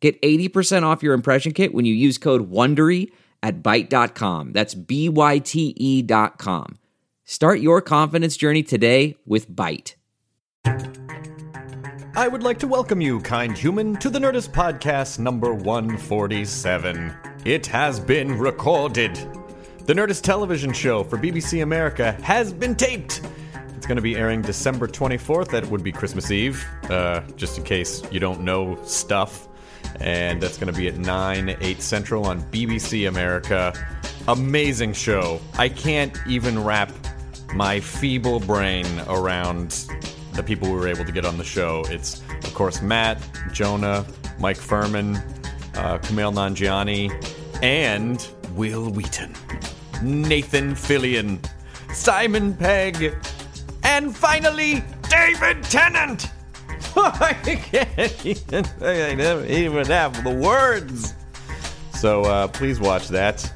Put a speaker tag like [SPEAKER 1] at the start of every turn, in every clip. [SPEAKER 1] Get 80% off your impression kit when you use code WONDERY at Byte.com. That's B-Y-T-E E dot com. Start your confidence journey today with Byte.
[SPEAKER 2] I would like to welcome you, kind human, to the Nerdist Podcast number 147. It has been recorded. The Nerdist television show for BBC America has been taped. It's going to be airing December 24th. That would be Christmas Eve, uh, just in case you don't know stuff. And that's going to be at 9, 8 Central on BBC America. Amazing show. I can't even wrap my feeble brain around the people we were able to get on the show. It's, of course, Matt, Jonah, Mike Furman, uh, Kumail Nanjiani, and Will Wheaton, Nathan Fillion, Simon Pegg, and finally, David Tennant! I can't even, I never even have the words. So uh, please watch that.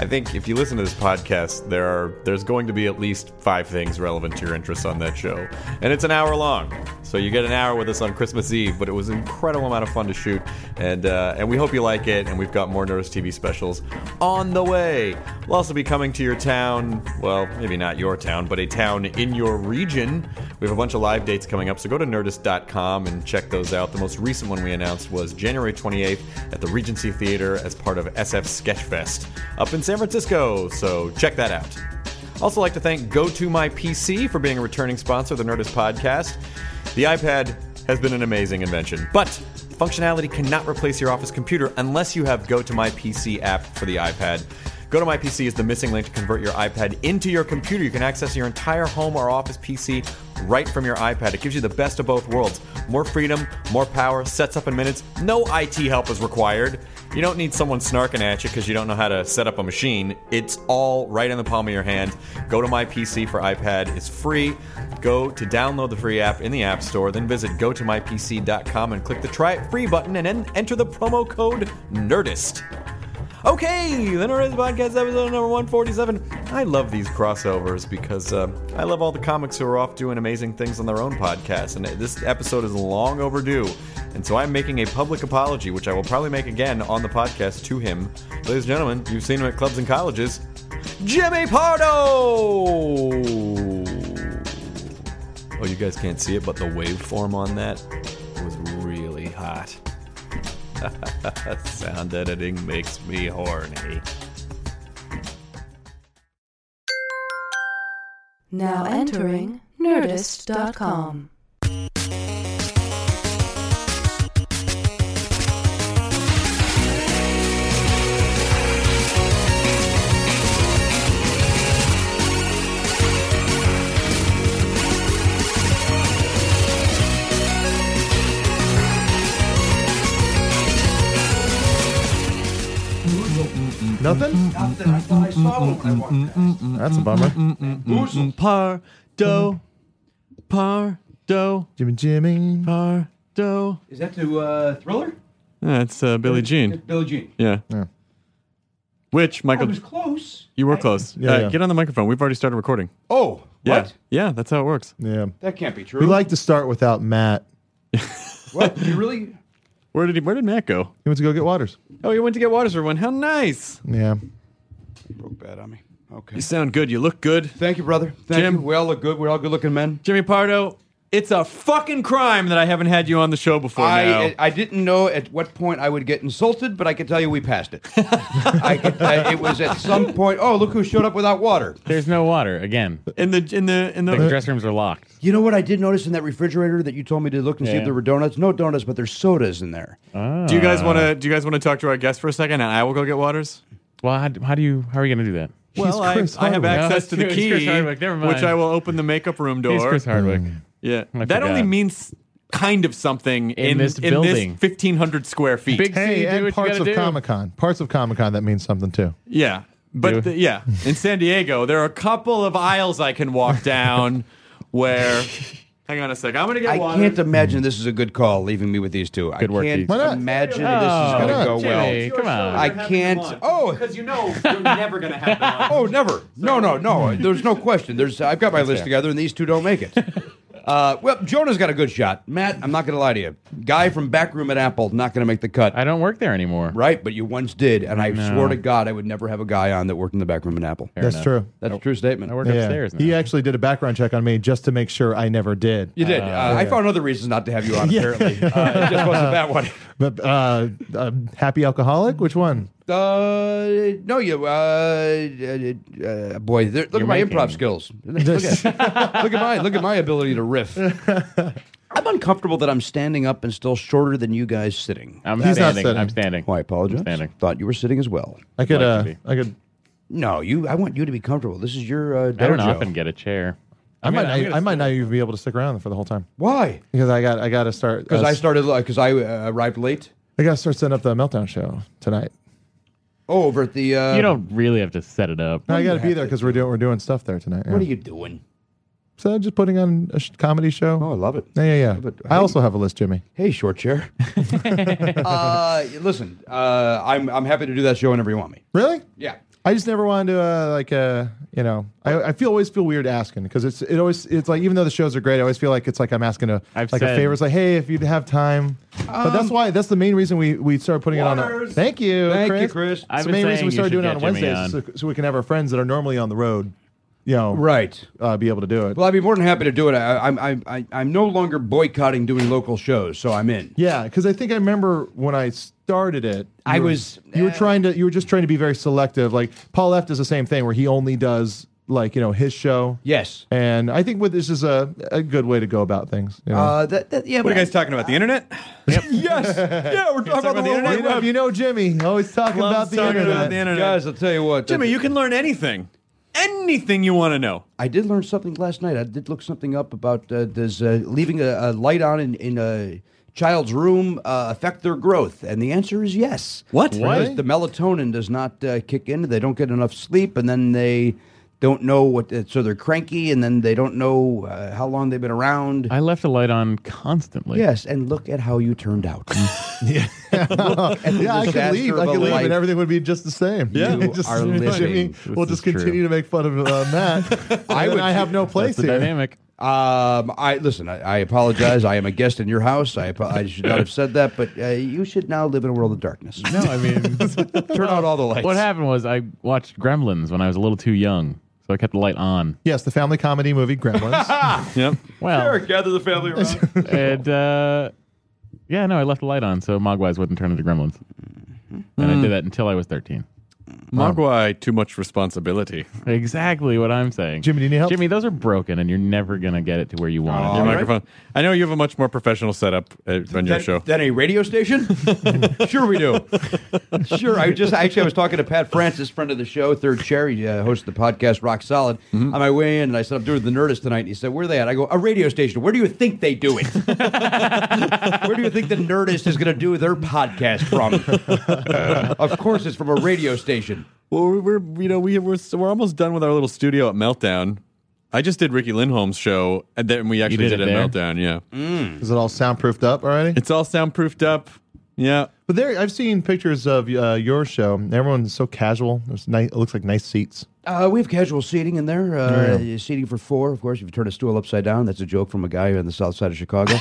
[SPEAKER 2] I think if you listen to this podcast, there are there's going to be at least five things relevant to your interests on that show, and it's an hour long. So you get an hour with us on Christmas Eve, but it was an incredible amount of fun to shoot, and uh, and we hope you like it. And we've got more Nerdist TV specials on the way. We'll also be coming to your town, well, maybe not your town, but a town in your region. We have a bunch of live dates coming up, so go to Nerdist.com and check those out. The most recent one we announced was January 28th at the Regency Theater as part of SF Sketchfest up in San Francisco. So check that out. Also, like to thank Go To My PC for being a returning sponsor of the Nerdist podcast. The iPad has been an amazing invention, but functionality cannot replace your office computer unless you have Go To My PC app for the iPad. Go to My PC is the missing link to convert your iPad into your computer. You can access your entire home or office PC right from your iPad. It gives you the best of both worlds more freedom, more power, sets up in minutes. No IT help is required. You don't need someone snarking at you because you don't know how to set up a machine. It's all right in the palm of your hand. Go to My PC for iPad. It's free. Go to download the free app in the App Store, then visit gotomypc.com and click the try it free button and then enter the promo code NERDIST. Okay, the Nerdist Podcast episode number 147. I love these crossovers because uh, I love all the comics who are off doing amazing things on their own podcasts, and this episode is long overdue. And so I'm making a public apology, which I will probably make again on the podcast to him. Ladies and gentlemen, you've seen him at clubs and colleges. Jimmy Pardo! Oh, you guys can't see it, but the waveform on that was really hot. Sound editing makes me horny.
[SPEAKER 3] Now entering Nerdist.com.
[SPEAKER 4] Nothing?
[SPEAKER 5] Nothing. I thought I saw one. I walked past.
[SPEAKER 4] That's a bummer.
[SPEAKER 6] Mm,
[SPEAKER 5] Boozled.
[SPEAKER 6] Pardo. Pardo.
[SPEAKER 4] Jimmy Jimmy.
[SPEAKER 6] Pardo.
[SPEAKER 5] Is that to uh, Thriller?
[SPEAKER 6] That's uh, Billie Jean.
[SPEAKER 5] It's Billie Jean.
[SPEAKER 6] Yeah.
[SPEAKER 4] Yeah.
[SPEAKER 6] Which,
[SPEAKER 5] I
[SPEAKER 6] Michael,
[SPEAKER 5] was close.
[SPEAKER 6] you were close.
[SPEAKER 4] Yeah,
[SPEAKER 6] uh,
[SPEAKER 4] yeah.
[SPEAKER 6] Get on the microphone. We've already started recording.
[SPEAKER 5] Oh,
[SPEAKER 6] Yeah.
[SPEAKER 5] what?
[SPEAKER 6] Yeah, that's how it works.
[SPEAKER 4] Yeah.
[SPEAKER 5] That can't be true.
[SPEAKER 4] We like to start without Matt.
[SPEAKER 5] what? You really?
[SPEAKER 6] Where did he, Where did Matt go?
[SPEAKER 4] He went to go get waters.
[SPEAKER 6] Oh, he went to get waters for one. How nice.
[SPEAKER 4] Yeah.
[SPEAKER 5] You broke bad on me. Okay.
[SPEAKER 6] You sound good. You look good.
[SPEAKER 5] Thank you, brother. Thank
[SPEAKER 6] Jim.
[SPEAKER 5] you. We all look good. We're all good-looking men.
[SPEAKER 6] Jimmy Pardo, It's a fucking crime that I haven't had you on the show before now.
[SPEAKER 5] I, I didn't know at what point I would get insulted, but I can tell you we passed it. I could, I, it was at some point. Oh, look who showed up without water.
[SPEAKER 7] There's no water again.
[SPEAKER 6] in the in the in the,
[SPEAKER 4] Uh,
[SPEAKER 7] The dress rooms are locked.
[SPEAKER 5] You know what I did notice in that refrigerator that you told me to look and see
[SPEAKER 7] Yeah.
[SPEAKER 5] if there were donuts? No donuts, but there's sodas in there.
[SPEAKER 6] Do you guys want to do you guys want to talk to our guest for a second and I will go get waters?
[SPEAKER 7] Well, how, how do you? How are you going to do that?
[SPEAKER 6] Well, I,
[SPEAKER 4] Chris
[SPEAKER 6] I
[SPEAKER 4] Hardwick.
[SPEAKER 6] have
[SPEAKER 7] No,
[SPEAKER 6] access
[SPEAKER 7] that's
[SPEAKER 6] to the
[SPEAKER 7] true. He's
[SPEAKER 6] key,
[SPEAKER 7] Chris Hardwick. Never mind.
[SPEAKER 6] which I will open the makeup room door.
[SPEAKER 7] He's Chris Hardwick.
[SPEAKER 4] Mm.
[SPEAKER 6] Yeah,
[SPEAKER 7] I
[SPEAKER 6] that only
[SPEAKER 7] forgot.
[SPEAKER 6] means kind of something in,
[SPEAKER 7] this building.
[SPEAKER 6] fifteen hundred square feet.
[SPEAKER 7] Big C,
[SPEAKER 4] Hey,
[SPEAKER 7] do
[SPEAKER 4] and
[SPEAKER 7] what you
[SPEAKER 4] parts
[SPEAKER 7] gotta
[SPEAKER 4] of
[SPEAKER 7] do.
[SPEAKER 4] Comic Con. Parts of Comic Con that means something too.
[SPEAKER 6] yeah, but
[SPEAKER 7] Do-
[SPEAKER 6] the- yeah, in San Diego, there are a couple of aisles I can walk down where. Hang on a sec. I'm gonna get
[SPEAKER 5] I
[SPEAKER 6] water.
[SPEAKER 5] can't imagine this is a good call, leaving me with these two. I
[SPEAKER 7] Good work,
[SPEAKER 5] can't
[SPEAKER 7] Keith. Why
[SPEAKER 4] not?
[SPEAKER 5] imagine
[SPEAKER 7] Oh,
[SPEAKER 5] that this is
[SPEAKER 4] why
[SPEAKER 5] going
[SPEAKER 4] not?
[SPEAKER 5] to go well.
[SPEAKER 7] Jimmy. Hey, come on.
[SPEAKER 5] I can't- oh.
[SPEAKER 6] because you know you're never gonna have them.
[SPEAKER 5] Oh, never. No, no, no. There's no question. There's. I've got my list together, and these two don't make it. Uh, well, Jonah's got a good shot. Matt, I'm not going to lie to you. Guy from Backroom at Apple, not going to make the cut.
[SPEAKER 7] I don't work there anymore.
[SPEAKER 5] right, but you once did, and I
[SPEAKER 7] No.
[SPEAKER 5] swore to God I would never have a guy on that worked in the Backroom at Apple.
[SPEAKER 7] Fair
[SPEAKER 4] That's
[SPEAKER 7] enough.
[SPEAKER 4] true.
[SPEAKER 5] That's a true statement.
[SPEAKER 7] I work upstairs. Now.
[SPEAKER 4] He actually did a background check on me just to make sure I never did.
[SPEAKER 5] You did. Uh, I found other reasons not to have you on, apparently. uh, it just wasn't that one.
[SPEAKER 4] But uh, uh, happy alcoholic? Which one?
[SPEAKER 5] Uh, no, you. Uh, uh, uh, boy, there, look at my
[SPEAKER 7] making-
[SPEAKER 5] improv skills. Look at, look at my look at my ability to riff. I'm uncomfortable that I'm standing up and still shorter than you guys sitting.
[SPEAKER 7] I'm
[SPEAKER 4] He's not
[SPEAKER 7] standing.
[SPEAKER 4] sitting.
[SPEAKER 7] I'm standing.
[SPEAKER 5] Oh, I apologize.
[SPEAKER 7] Standing.
[SPEAKER 5] Thought you were sitting as well.
[SPEAKER 4] I could.
[SPEAKER 7] Like
[SPEAKER 4] Uh,
[SPEAKER 7] to be.
[SPEAKER 4] I could.
[SPEAKER 5] No, you. I want you to be comfortable. This is your uh, dojo.
[SPEAKER 7] I don't often get a chair.
[SPEAKER 4] I, might. I, I might not even be able to stick around for the whole time
[SPEAKER 5] Why?
[SPEAKER 4] because I got. I got to start.
[SPEAKER 5] Because
[SPEAKER 4] uh,
[SPEAKER 5] I started because I uh, arrived late.
[SPEAKER 4] I got to start setting up the meltdown show tonight.
[SPEAKER 5] Oh, over at the. Uh,
[SPEAKER 7] You don't really have to set it up.
[SPEAKER 4] No, I got to be there because we're doing. We're doing stuff there tonight.
[SPEAKER 5] What are
[SPEAKER 4] yeah.
[SPEAKER 5] you doing?
[SPEAKER 4] So just putting on a sh- comedy show.
[SPEAKER 5] Oh, I love it.
[SPEAKER 4] yeah, yeah, yeah.
[SPEAKER 5] But
[SPEAKER 4] I also have a list, Jimmy.
[SPEAKER 5] Hey, short chair. uh, listen, uh, I'm I'm happy to do that show whenever you want me.
[SPEAKER 4] Really?
[SPEAKER 5] Yeah.
[SPEAKER 4] I just never wanted to uh, like uh you know I, I feel always feel weird asking because it's it always it's like even though the shows are great I always feel like it's like I'm asking a
[SPEAKER 7] I've
[SPEAKER 4] like a
[SPEAKER 7] said-
[SPEAKER 4] favor it's like hey if you'd have time but that's why that's the main reason we we started putting it on
[SPEAKER 6] Waters.
[SPEAKER 4] a, thank you
[SPEAKER 5] Um, Thank you,
[SPEAKER 4] Chris
[SPEAKER 5] Chris.
[SPEAKER 4] It's
[SPEAKER 7] I've been
[SPEAKER 4] the main
[SPEAKER 7] saying
[SPEAKER 4] reason we
[SPEAKER 7] you
[SPEAKER 4] started
[SPEAKER 7] should
[SPEAKER 4] doing it on
[SPEAKER 7] get Jimmy
[SPEAKER 4] Wednesdays
[SPEAKER 7] on.
[SPEAKER 4] is so, so we can have our friends that are normally on the road you know
[SPEAKER 5] Right.
[SPEAKER 4] uh, be able to do it
[SPEAKER 5] Well, I'd be more than happy to do it. I, I'm I'm I, I'm no longer boycotting doing local shows, so I'm in.
[SPEAKER 4] yeah because I think I remember when I started it you
[SPEAKER 5] I
[SPEAKER 4] were-
[SPEAKER 5] was- uh,
[SPEAKER 4] you were trying to you were just trying to be very selective like Paul F does the same thing where he only does like you know his show
[SPEAKER 5] Yes.
[SPEAKER 4] And I think what this is a, a good way to go about things. You know?
[SPEAKER 5] Uh, that, that yeah.
[SPEAKER 6] What are
[SPEAKER 5] but
[SPEAKER 6] you guys talking about? The internet?
[SPEAKER 5] yes. Yeah, we're talking
[SPEAKER 6] about the
[SPEAKER 5] local-
[SPEAKER 6] internet?
[SPEAKER 4] you, know, if you know Jimmy, always talking about
[SPEAKER 6] Loves
[SPEAKER 4] the
[SPEAKER 6] talking
[SPEAKER 4] internet.
[SPEAKER 6] about the internet.
[SPEAKER 5] Guys, I'll tell you what. that-
[SPEAKER 6] Jimmy, you can learn anything, anything you want to know.
[SPEAKER 5] I did learn something last night. I did look something up about uh, does uh, leaving a, a light on in, in a child's room uh, affect their growth? And the answer is yes.
[SPEAKER 6] What?
[SPEAKER 7] What?
[SPEAKER 5] Because The melatonin does not uh, kick in. They don't get enough sleep, and then they don't know what. so they're cranky, and then they don't know uh, how long they've been around.
[SPEAKER 7] I left a light on constantly.
[SPEAKER 5] yes, and look at how you turned out.
[SPEAKER 4] yeah, I could
[SPEAKER 5] disaster
[SPEAKER 4] leave.
[SPEAKER 5] of
[SPEAKER 4] I
[SPEAKER 5] a
[SPEAKER 4] could leave,
[SPEAKER 5] life.
[SPEAKER 4] and everything would be just the same.
[SPEAKER 5] Yeah. You
[SPEAKER 4] just,
[SPEAKER 5] are living.
[SPEAKER 4] Jimmy
[SPEAKER 7] This
[SPEAKER 4] will
[SPEAKER 7] is
[SPEAKER 4] just
[SPEAKER 7] true.
[SPEAKER 4] continue to make fun of uh, Matt. I
[SPEAKER 5] would-
[SPEAKER 4] would. I have no place
[SPEAKER 7] That's the
[SPEAKER 4] here.
[SPEAKER 7] dynamic.
[SPEAKER 5] Um, I listen. I, I apologize. I am a guest in your house. I, apo- I should not have said that, but uh, you should now live in a world of darkness.
[SPEAKER 7] No, I mean,
[SPEAKER 5] Turn out all the lights.
[SPEAKER 7] what happened was I watched Gremlins when I was a little too young, so I kept the light on.
[SPEAKER 4] Yes, the family comedy movie Gremlins.
[SPEAKER 6] Yep.
[SPEAKER 7] Well,
[SPEAKER 5] gather the family around.
[SPEAKER 7] and uh, yeah, no, I left the light on so Mogwais wouldn't turn into Gremlins, and I did that until I was thirteen.
[SPEAKER 6] Mogwai, too much responsibility.
[SPEAKER 7] Exactly what I'm saying,
[SPEAKER 4] Jimmy, do you need help?
[SPEAKER 7] Jimmy, those are broken, and you're never gonna get it to where you want it.
[SPEAKER 6] Your
[SPEAKER 5] right.
[SPEAKER 6] microphone. I know you have a much more professional setup uh, on your
[SPEAKER 5] That,
[SPEAKER 6] show.
[SPEAKER 5] that a radio station? sure, we do. Sure, I just actually I was talking to Pat Francis, friend of the show, third chair. He uh, hosts the podcast Rock Solid.
[SPEAKER 6] Mm-hmm.
[SPEAKER 5] On my way in, and I said I'm doing the Nerdist tonight. And he said, "Where are they at?" I go, "A radio station. Where do you think they do it? Where do you think the Nerdist is going to do their podcast from? of course, it's from a radio station."
[SPEAKER 6] Well, we're we're- you know we we're so we're almost done with our little studio at Meltdown. I just did Ricky Lindholm's show, and then we actually
[SPEAKER 7] did
[SPEAKER 6] did,
[SPEAKER 7] it
[SPEAKER 6] it Mm. at
[SPEAKER 7] there?
[SPEAKER 6] Meltdown. Yeah,
[SPEAKER 4] is it all soundproofed up already?
[SPEAKER 6] it's all soundproofed up. Yeah,
[SPEAKER 4] But there, I've seen pictures of uh, your show. Everyone's so casual. There's nice. It looks like nice seats.
[SPEAKER 5] Uh, we have casual seating in there. Uh, Seating for four, of course. If you turn a stool upside down, that's a joke from a guy on the south side of Chicago.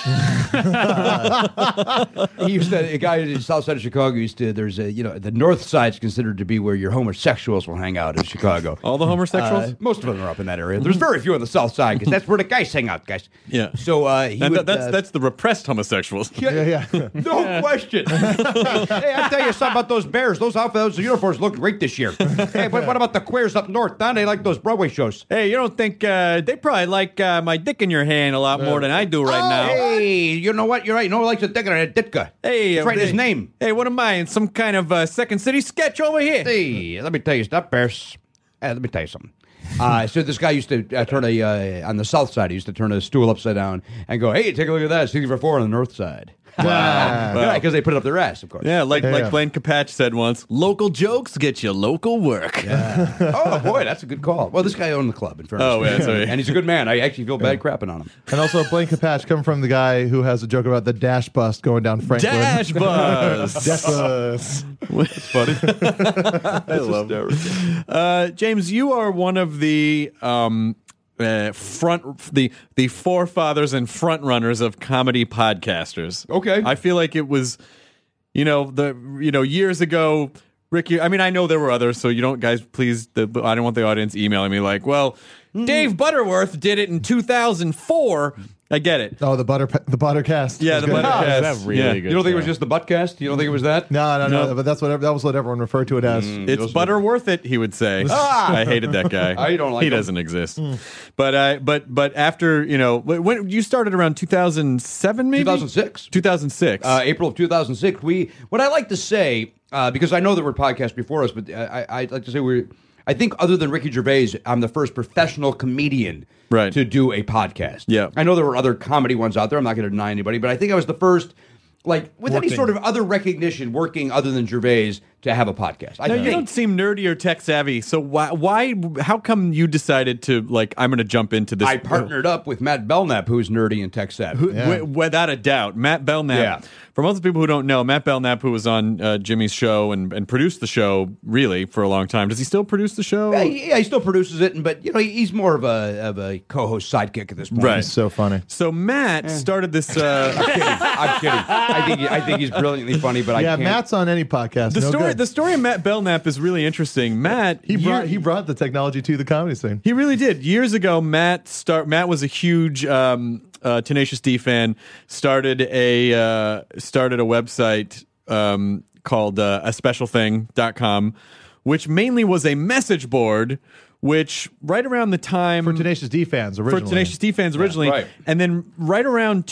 [SPEAKER 5] Uh, he used to, a guy in the south side of Chicago used to. There's a you know the north side's considered to be where your homosexuals will hang out in Chicago.
[SPEAKER 6] All the Oh, homosexuals?
[SPEAKER 5] Uh, most of them are up in that area. There's very few on the south side because that's where the guys hang out, guys.
[SPEAKER 6] Yeah.
[SPEAKER 5] So uh, he
[SPEAKER 6] That-
[SPEAKER 5] would,
[SPEAKER 6] that's
[SPEAKER 5] uh,
[SPEAKER 6] that's the repressed homosexuals.
[SPEAKER 4] Yeah, yeah.
[SPEAKER 5] no question. hey, I tell you something about those Bears. Those outfits, those uniforms look great this year. hey, but what about the queers up north? Don, they like those Broadway shows.
[SPEAKER 6] Hey, you don't think uh, they probably like uh, my dick in your hand a lot more than I do right now?
[SPEAKER 5] Uh, Oh, Hey, you know what? You're right. No one likes a dick on a ditka.
[SPEAKER 6] Hey,
[SPEAKER 5] That's
[SPEAKER 6] uh,
[SPEAKER 5] right. His
[SPEAKER 6] hey.
[SPEAKER 5] name.
[SPEAKER 6] Hey, what am I in some kind of uh, Second City sketch over here?
[SPEAKER 5] Hey, let me tell you, stop Bears. Hey, let me tell you something. Uh, so this guy used to uh, turn a uh, on the south side. He used to turn a stool upside down and go, "Hey, take a look at that." Sixty for four on the north side.
[SPEAKER 4] Wow.
[SPEAKER 5] Yeah, because they put it up their ass, of course.
[SPEAKER 6] Yeah, like like
[SPEAKER 4] Yeah.
[SPEAKER 6] Blaine Capatch said once, local jokes get you local work.
[SPEAKER 5] oh boy, that's a good call. Well, this guy owned the club, in fairness.
[SPEAKER 6] Oh, yeah, sorry.
[SPEAKER 5] and he's a good man. I actually feel bad crapping on him.
[SPEAKER 4] And also, Blaine Patch coming from the guy who has a joke about the dash bus going down Franklin.
[SPEAKER 6] Dash bus.
[SPEAKER 4] Dash bus.
[SPEAKER 6] That's funny. I love Uh, James, you are one of the um, uh, front the the forefathers and front runners of comedy podcasters.
[SPEAKER 5] Okay.
[SPEAKER 6] I feel like it was, you know, the you know years ago. Ricky, I mean, I know there were others, so you don't, guys. Please, the, I don't want the audience emailing me like, "Well,
[SPEAKER 7] Hmm.
[SPEAKER 6] Dave Butterworth did it in 2004." I get it.
[SPEAKER 4] Oh, the butter, the butter cast.
[SPEAKER 6] Yeah,
[SPEAKER 4] was
[SPEAKER 6] the
[SPEAKER 4] good.
[SPEAKER 6] butter
[SPEAKER 7] Oh, Is
[SPEAKER 6] cast.
[SPEAKER 7] that really
[SPEAKER 6] Yeah.
[SPEAKER 7] good?
[SPEAKER 5] You don't think it was
[SPEAKER 7] show?
[SPEAKER 5] just the butt cast? You don't think it was that?
[SPEAKER 4] No, no, no, But that's what that was what everyone referred to it as.
[SPEAKER 6] Mm,
[SPEAKER 5] Mm-hmm.
[SPEAKER 6] It's butter worth it, he would say. Ah, I hated that guy.
[SPEAKER 5] Oh, you don't like
[SPEAKER 6] he
[SPEAKER 5] him?
[SPEAKER 6] doesn't exist. But I but but after you know wh- when you started around two thousand seven maybe
[SPEAKER 5] 2006.
[SPEAKER 6] two thousand six.
[SPEAKER 5] Uh, April of 2006. We what I like to say uh, because I know there were podcasts before us, but uh, I, I like to say we're. I think other than Ricky Gervais, I'm the first professional comedian
[SPEAKER 6] Right.
[SPEAKER 5] to do a podcast.
[SPEAKER 6] Yeah.
[SPEAKER 5] I know there were other comedy ones out there. I'm not going to deny anybody, but I think I was the first, like with any sort of other recognition, working other than Gervais to have a podcast. I
[SPEAKER 6] now
[SPEAKER 5] think
[SPEAKER 6] you don't seem nerdy or tech savvy, so why why how come you decided to like I'm going to jump into this?
[SPEAKER 5] I partnered up with Matt Belknap, who's nerdy and tech savvy.
[SPEAKER 6] Wi- without a doubt. Matt Belknap.
[SPEAKER 5] Yeah.
[SPEAKER 6] For most people who don't know, Matt Belknap, who was on uh, Jimmy's show and, and produced the show really for a long time, does he still produce the show?
[SPEAKER 5] Yeah, he, yeah, he still produces it, and but you know he- he's more of a of a co-host sidekick at this point.
[SPEAKER 6] Right.
[SPEAKER 4] It's so funny.
[SPEAKER 6] So Matt started this. Uh,
[SPEAKER 5] I'm kidding. I'm kidding. I think I think he's brilliantly funny, but I
[SPEAKER 4] yeah,
[SPEAKER 5] can't.
[SPEAKER 4] Matt's on any podcast.
[SPEAKER 6] The
[SPEAKER 4] no
[SPEAKER 6] story,
[SPEAKER 4] good.
[SPEAKER 6] the story of Matt Belknap is really interesting. Matt,
[SPEAKER 4] he brought
[SPEAKER 6] year-
[SPEAKER 4] he brought the technology to the comedy scene.
[SPEAKER 6] he really did. Years ago, Matt start. Matt was a huge um, uh, Tenacious D fan. Started a uh, started a website um, called uh, a special thing.com, which mainly was a message board. Which right around the time
[SPEAKER 4] For Tenacious D fans originally.
[SPEAKER 6] for Tenacious D fans originally.
[SPEAKER 5] right.
[SPEAKER 6] And then right around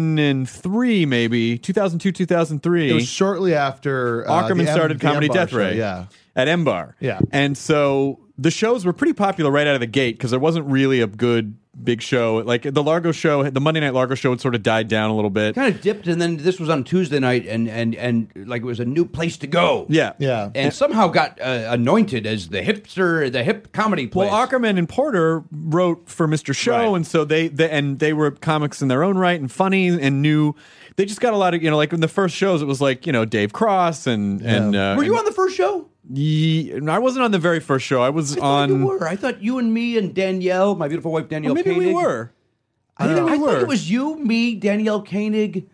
[SPEAKER 6] 2003, maybe 2002, 2003.
[SPEAKER 4] It was shortly after uh,
[SPEAKER 6] Ackerman
[SPEAKER 4] the M-
[SPEAKER 6] started
[SPEAKER 4] the
[SPEAKER 6] Comedy
[SPEAKER 4] M-Bar
[SPEAKER 6] Death
[SPEAKER 4] show,
[SPEAKER 6] Ray
[SPEAKER 4] Yeah.
[SPEAKER 6] at M Bar.
[SPEAKER 4] Yeah.
[SPEAKER 6] And so the shows were pretty popular right out of the gate because there wasn't really a good big show. Like the Largo show, the Monday Night Largo show had sort of died down a little bit.
[SPEAKER 5] kind of dipped, and then this was on Tuesday night, and and and like it was a new place to go.
[SPEAKER 6] yeah.
[SPEAKER 4] Yeah.
[SPEAKER 5] and somehow got uh, anointed as the hipster, the hip comedy place.
[SPEAKER 6] Well, Ackerman and Porter wrote for Mr. Show,
[SPEAKER 5] Right.
[SPEAKER 6] and so they, they and they were comics in their own right and funny and new. They just got a lot of you know, like in the first shows, it was like you know Dave Cross and and uh,
[SPEAKER 5] were you
[SPEAKER 6] and-
[SPEAKER 5] on the first show?
[SPEAKER 6] Ye- no, I wasn't on the very first show. I was
[SPEAKER 5] I
[SPEAKER 6] on.
[SPEAKER 5] thought you were. I thought you and me and Danielle, my beautiful wife Danielle.
[SPEAKER 6] Well, maybe we
[SPEAKER 5] Koenig-
[SPEAKER 6] were.
[SPEAKER 5] I, think
[SPEAKER 6] don't know.
[SPEAKER 5] I
[SPEAKER 6] We
[SPEAKER 5] thought
[SPEAKER 6] were.
[SPEAKER 5] it was you, me, Danielle Koenig,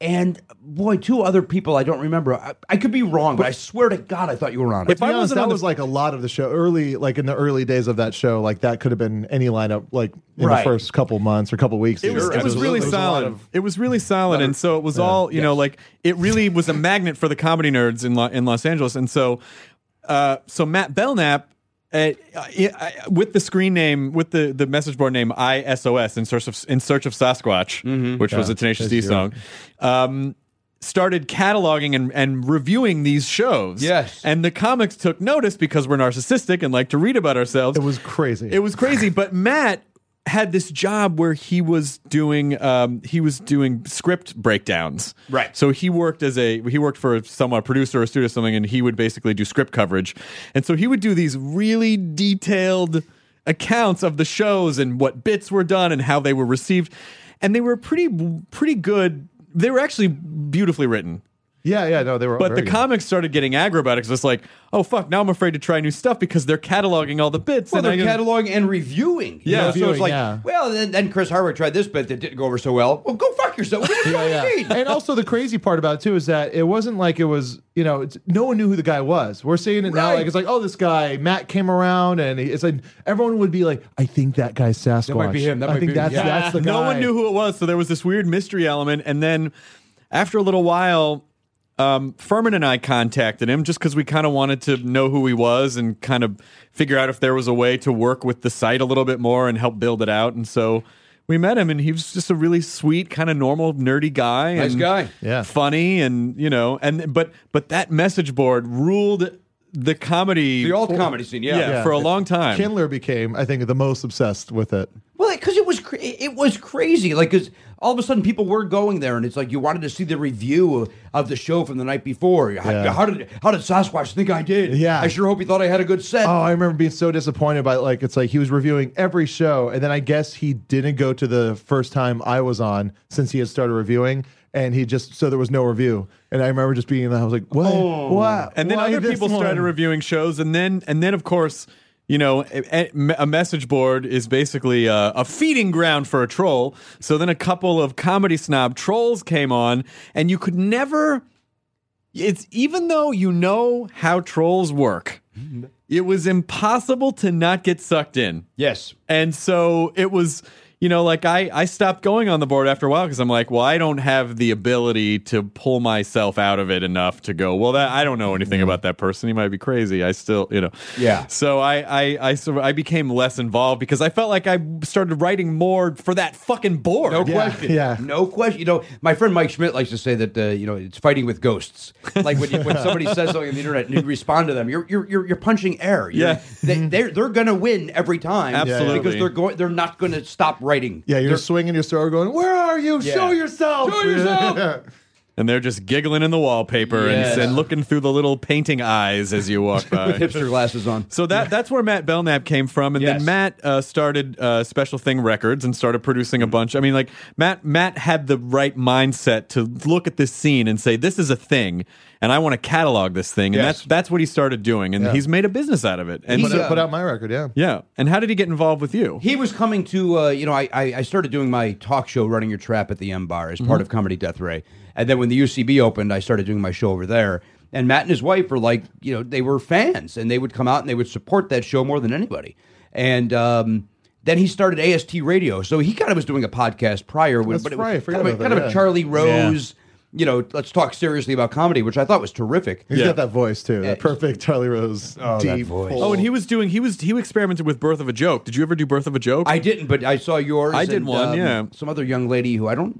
[SPEAKER 5] and boy, two other people. I don't remember. I, I could be wrong, but I swear to God, I thought you were on it.
[SPEAKER 6] If
[SPEAKER 4] To be
[SPEAKER 6] I
[SPEAKER 4] honest,
[SPEAKER 6] wasn't
[SPEAKER 4] that
[SPEAKER 6] on the
[SPEAKER 4] was like a lot of the show early, like in the early days of that show, like that could have been any lineup, like in
[SPEAKER 5] Right.
[SPEAKER 4] the first couple months or couple weeks.
[SPEAKER 6] It was,
[SPEAKER 4] even.
[SPEAKER 6] it was really
[SPEAKER 4] There was a lot
[SPEAKER 6] solid.
[SPEAKER 4] of-
[SPEAKER 6] it was really solid, and so it was all you know, like it really was a magnet for the comedy nerds in Lo- in Los Angeles, and so uh, so Matt Belknap. Uh, I, I, with the screen name, with the, the message board name ISOS in search of in search of Sasquatch,
[SPEAKER 4] Mm-hmm.
[SPEAKER 6] which was a Tenacious D song, um, started cataloging and, and reviewing these shows.
[SPEAKER 5] Yes.
[SPEAKER 6] and the comics took notice because we're narcissistic and like to read about ourselves.
[SPEAKER 4] it was crazy.
[SPEAKER 6] It was crazy, but Matt had this job where he was doing um, he was doing script breakdowns.
[SPEAKER 5] Right.
[SPEAKER 6] So he worked as a he worked for some a producer or a studio or something, and he would basically do script coverage. And so he would do these really detailed accounts of the shows and what bits were done and how they
[SPEAKER 5] Oh,
[SPEAKER 6] were received, and they were pretty pretty good. They were actually beautifully written.
[SPEAKER 4] Yeah, yeah, no, they were.
[SPEAKER 6] But
[SPEAKER 4] very
[SPEAKER 6] the
[SPEAKER 4] good.
[SPEAKER 6] comics started getting aggro about it because it's like, oh fuck, now I'm afraid to try new stuff because they're cataloging all the bits.
[SPEAKER 5] Well,
[SPEAKER 6] and
[SPEAKER 5] they're
[SPEAKER 6] I can-
[SPEAKER 5] cataloging and reviewing. you
[SPEAKER 6] Yeah.
[SPEAKER 5] know, so
[SPEAKER 4] Reviewing,
[SPEAKER 5] it's like,
[SPEAKER 4] yeah.
[SPEAKER 5] well, then, then Chris Hardwick tried this bit that didn't go over so well. Well, go fuck yourself. What do you mean?
[SPEAKER 4] and also the crazy part about it too is that it wasn't like it was you know it's, no one knew who the guy was we're seeing it now
[SPEAKER 5] Right.
[SPEAKER 4] like it's like oh this guy matt came around and he, it's like everyone would be like i think that guy's sasquatch
[SPEAKER 5] That might be him. That
[SPEAKER 4] i
[SPEAKER 5] might
[SPEAKER 4] think
[SPEAKER 5] be-
[SPEAKER 4] that's
[SPEAKER 5] yeah.
[SPEAKER 4] that's the guy
[SPEAKER 6] no one knew who it was, so there was this weird mystery element. And then after a little while, um, Furman and I contacted him just because we kind of wanted to know who he was and kind of figure out if there was a way to work with the site a little bit more and help build it out. And so we met him, and he was just a really sweet, kind of normal, nerdy guy.
[SPEAKER 5] Nice
[SPEAKER 6] and
[SPEAKER 5] guy.
[SPEAKER 4] Yeah.
[SPEAKER 6] funny, and you know, and but but that message board ruled the comedy,
[SPEAKER 5] The old comedy scene, yeah.
[SPEAKER 6] for a long time.
[SPEAKER 4] kindler became i think the most obsessed with it
[SPEAKER 5] Well, because it was cra- it was crazy. Like, because all of a sudden people were going there, and it's like you wanted to see the review of, of the show from the night before. How,
[SPEAKER 4] Yeah.
[SPEAKER 5] how did how did Sasquatch think I did?
[SPEAKER 4] Yeah.
[SPEAKER 5] I sure hope he thought I had a good set.
[SPEAKER 4] Oh, I remember being so disappointed by like it's like he was reviewing every show, and then I guess he didn't go to the first time I was on since he had started reviewing, and he just so there was no review. And I remember just being, I was like, what, what?
[SPEAKER 6] Oh. and then
[SPEAKER 4] Why
[SPEAKER 6] other
[SPEAKER 4] this
[SPEAKER 6] people
[SPEAKER 4] one?
[SPEAKER 6] started reviewing shows and then and then of course you know a, a- a message board is basically uh, a, a feeding ground for a troll so then a couple of comedy snob trolls came on and you could never it's even though you know how trolls work it was impossible to not get sucked in
[SPEAKER 5] yes.
[SPEAKER 6] and so it was, you know, like I, I stopped going on the board after a while because I'm like, well, I don't have the ability to pull myself out of it enough to go, well, that I don't know anything about that person. He might be crazy. I still, you know.
[SPEAKER 5] Mm-hmm. Yeah.
[SPEAKER 6] So I, I, I, sort of I became less involved because I felt like I started writing more for that fucking board.
[SPEAKER 5] No
[SPEAKER 4] Yeah,
[SPEAKER 5] question.
[SPEAKER 4] yeah.
[SPEAKER 5] No question. You know, my friend Mike Schmidt likes to say that uh, you know it's fighting with ghosts. Like when, you, when somebody says something on the internet and you respond to them, you're you're you're, you're punching air. You're-
[SPEAKER 6] Yeah.
[SPEAKER 5] They, they're they're gonna win every time.
[SPEAKER 6] Absolutely.
[SPEAKER 5] Because they're going. They're not gonna stop writing.
[SPEAKER 4] Yeah, you're
[SPEAKER 5] They're-
[SPEAKER 4] swinging your sword, going, "Where are you?
[SPEAKER 5] Yeah.
[SPEAKER 4] Show yourself!
[SPEAKER 5] Show yourself!
[SPEAKER 6] And they're just giggling in the wallpaper
[SPEAKER 5] Yes.
[SPEAKER 6] and, and looking through the little painting eyes as you walk by.
[SPEAKER 5] with hipster glasses on.
[SPEAKER 6] So that that's where Matt Belknap came from, and
[SPEAKER 5] Yes.
[SPEAKER 6] then Matt uh, started uh, Special Thing Records and started producing a bunch. I mean, like Matt Matt had the right mindset to look at this scene and say, "This is a thing, and I want to catalog this thing." And
[SPEAKER 5] Yes.
[SPEAKER 6] that's that's what he started doing, and
[SPEAKER 4] Yeah.
[SPEAKER 6] he's made a business out of it. And
[SPEAKER 5] He's
[SPEAKER 4] Put,
[SPEAKER 6] so-
[SPEAKER 5] a-
[SPEAKER 4] out- put out my record, yeah.
[SPEAKER 6] yeah, and how did he get involved with you?
[SPEAKER 5] He was coming to, uh, you know, I, I, I started doing my talk show, Running Your Trap, at the M Bar as
[SPEAKER 4] Mm-hmm.
[SPEAKER 5] part of Comedy Death Ray. And then when the UCB opened, I started doing my show over there. And Matt and his wife were like, you know, they were fans and they would come out and they would support that show more than anybody. And um, then he started AST Radio. So he kind of was doing a podcast prior. When,
[SPEAKER 4] That's
[SPEAKER 5] but it
[SPEAKER 4] right, I
[SPEAKER 5] was
[SPEAKER 4] forgot
[SPEAKER 5] kind of, a,
[SPEAKER 4] about
[SPEAKER 5] kind
[SPEAKER 4] that,
[SPEAKER 5] of a
[SPEAKER 4] yeah.
[SPEAKER 5] Charlie Rose, you know, let's talk seriously about comedy, which I thought was terrific.
[SPEAKER 4] He's
[SPEAKER 6] Yeah.
[SPEAKER 4] got that voice too, that perfect Charlie Rose deep
[SPEAKER 5] that voice.
[SPEAKER 4] full-
[SPEAKER 6] Oh, and he was doing he was he experimented with Birth of a Joke. Did you ever do Birth of a Joke?
[SPEAKER 5] I didn't, but I saw yours.
[SPEAKER 6] I did
[SPEAKER 5] and,
[SPEAKER 6] one,
[SPEAKER 5] um,
[SPEAKER 6] yeah.
[SPEAKER 5] Some other young lady who I don't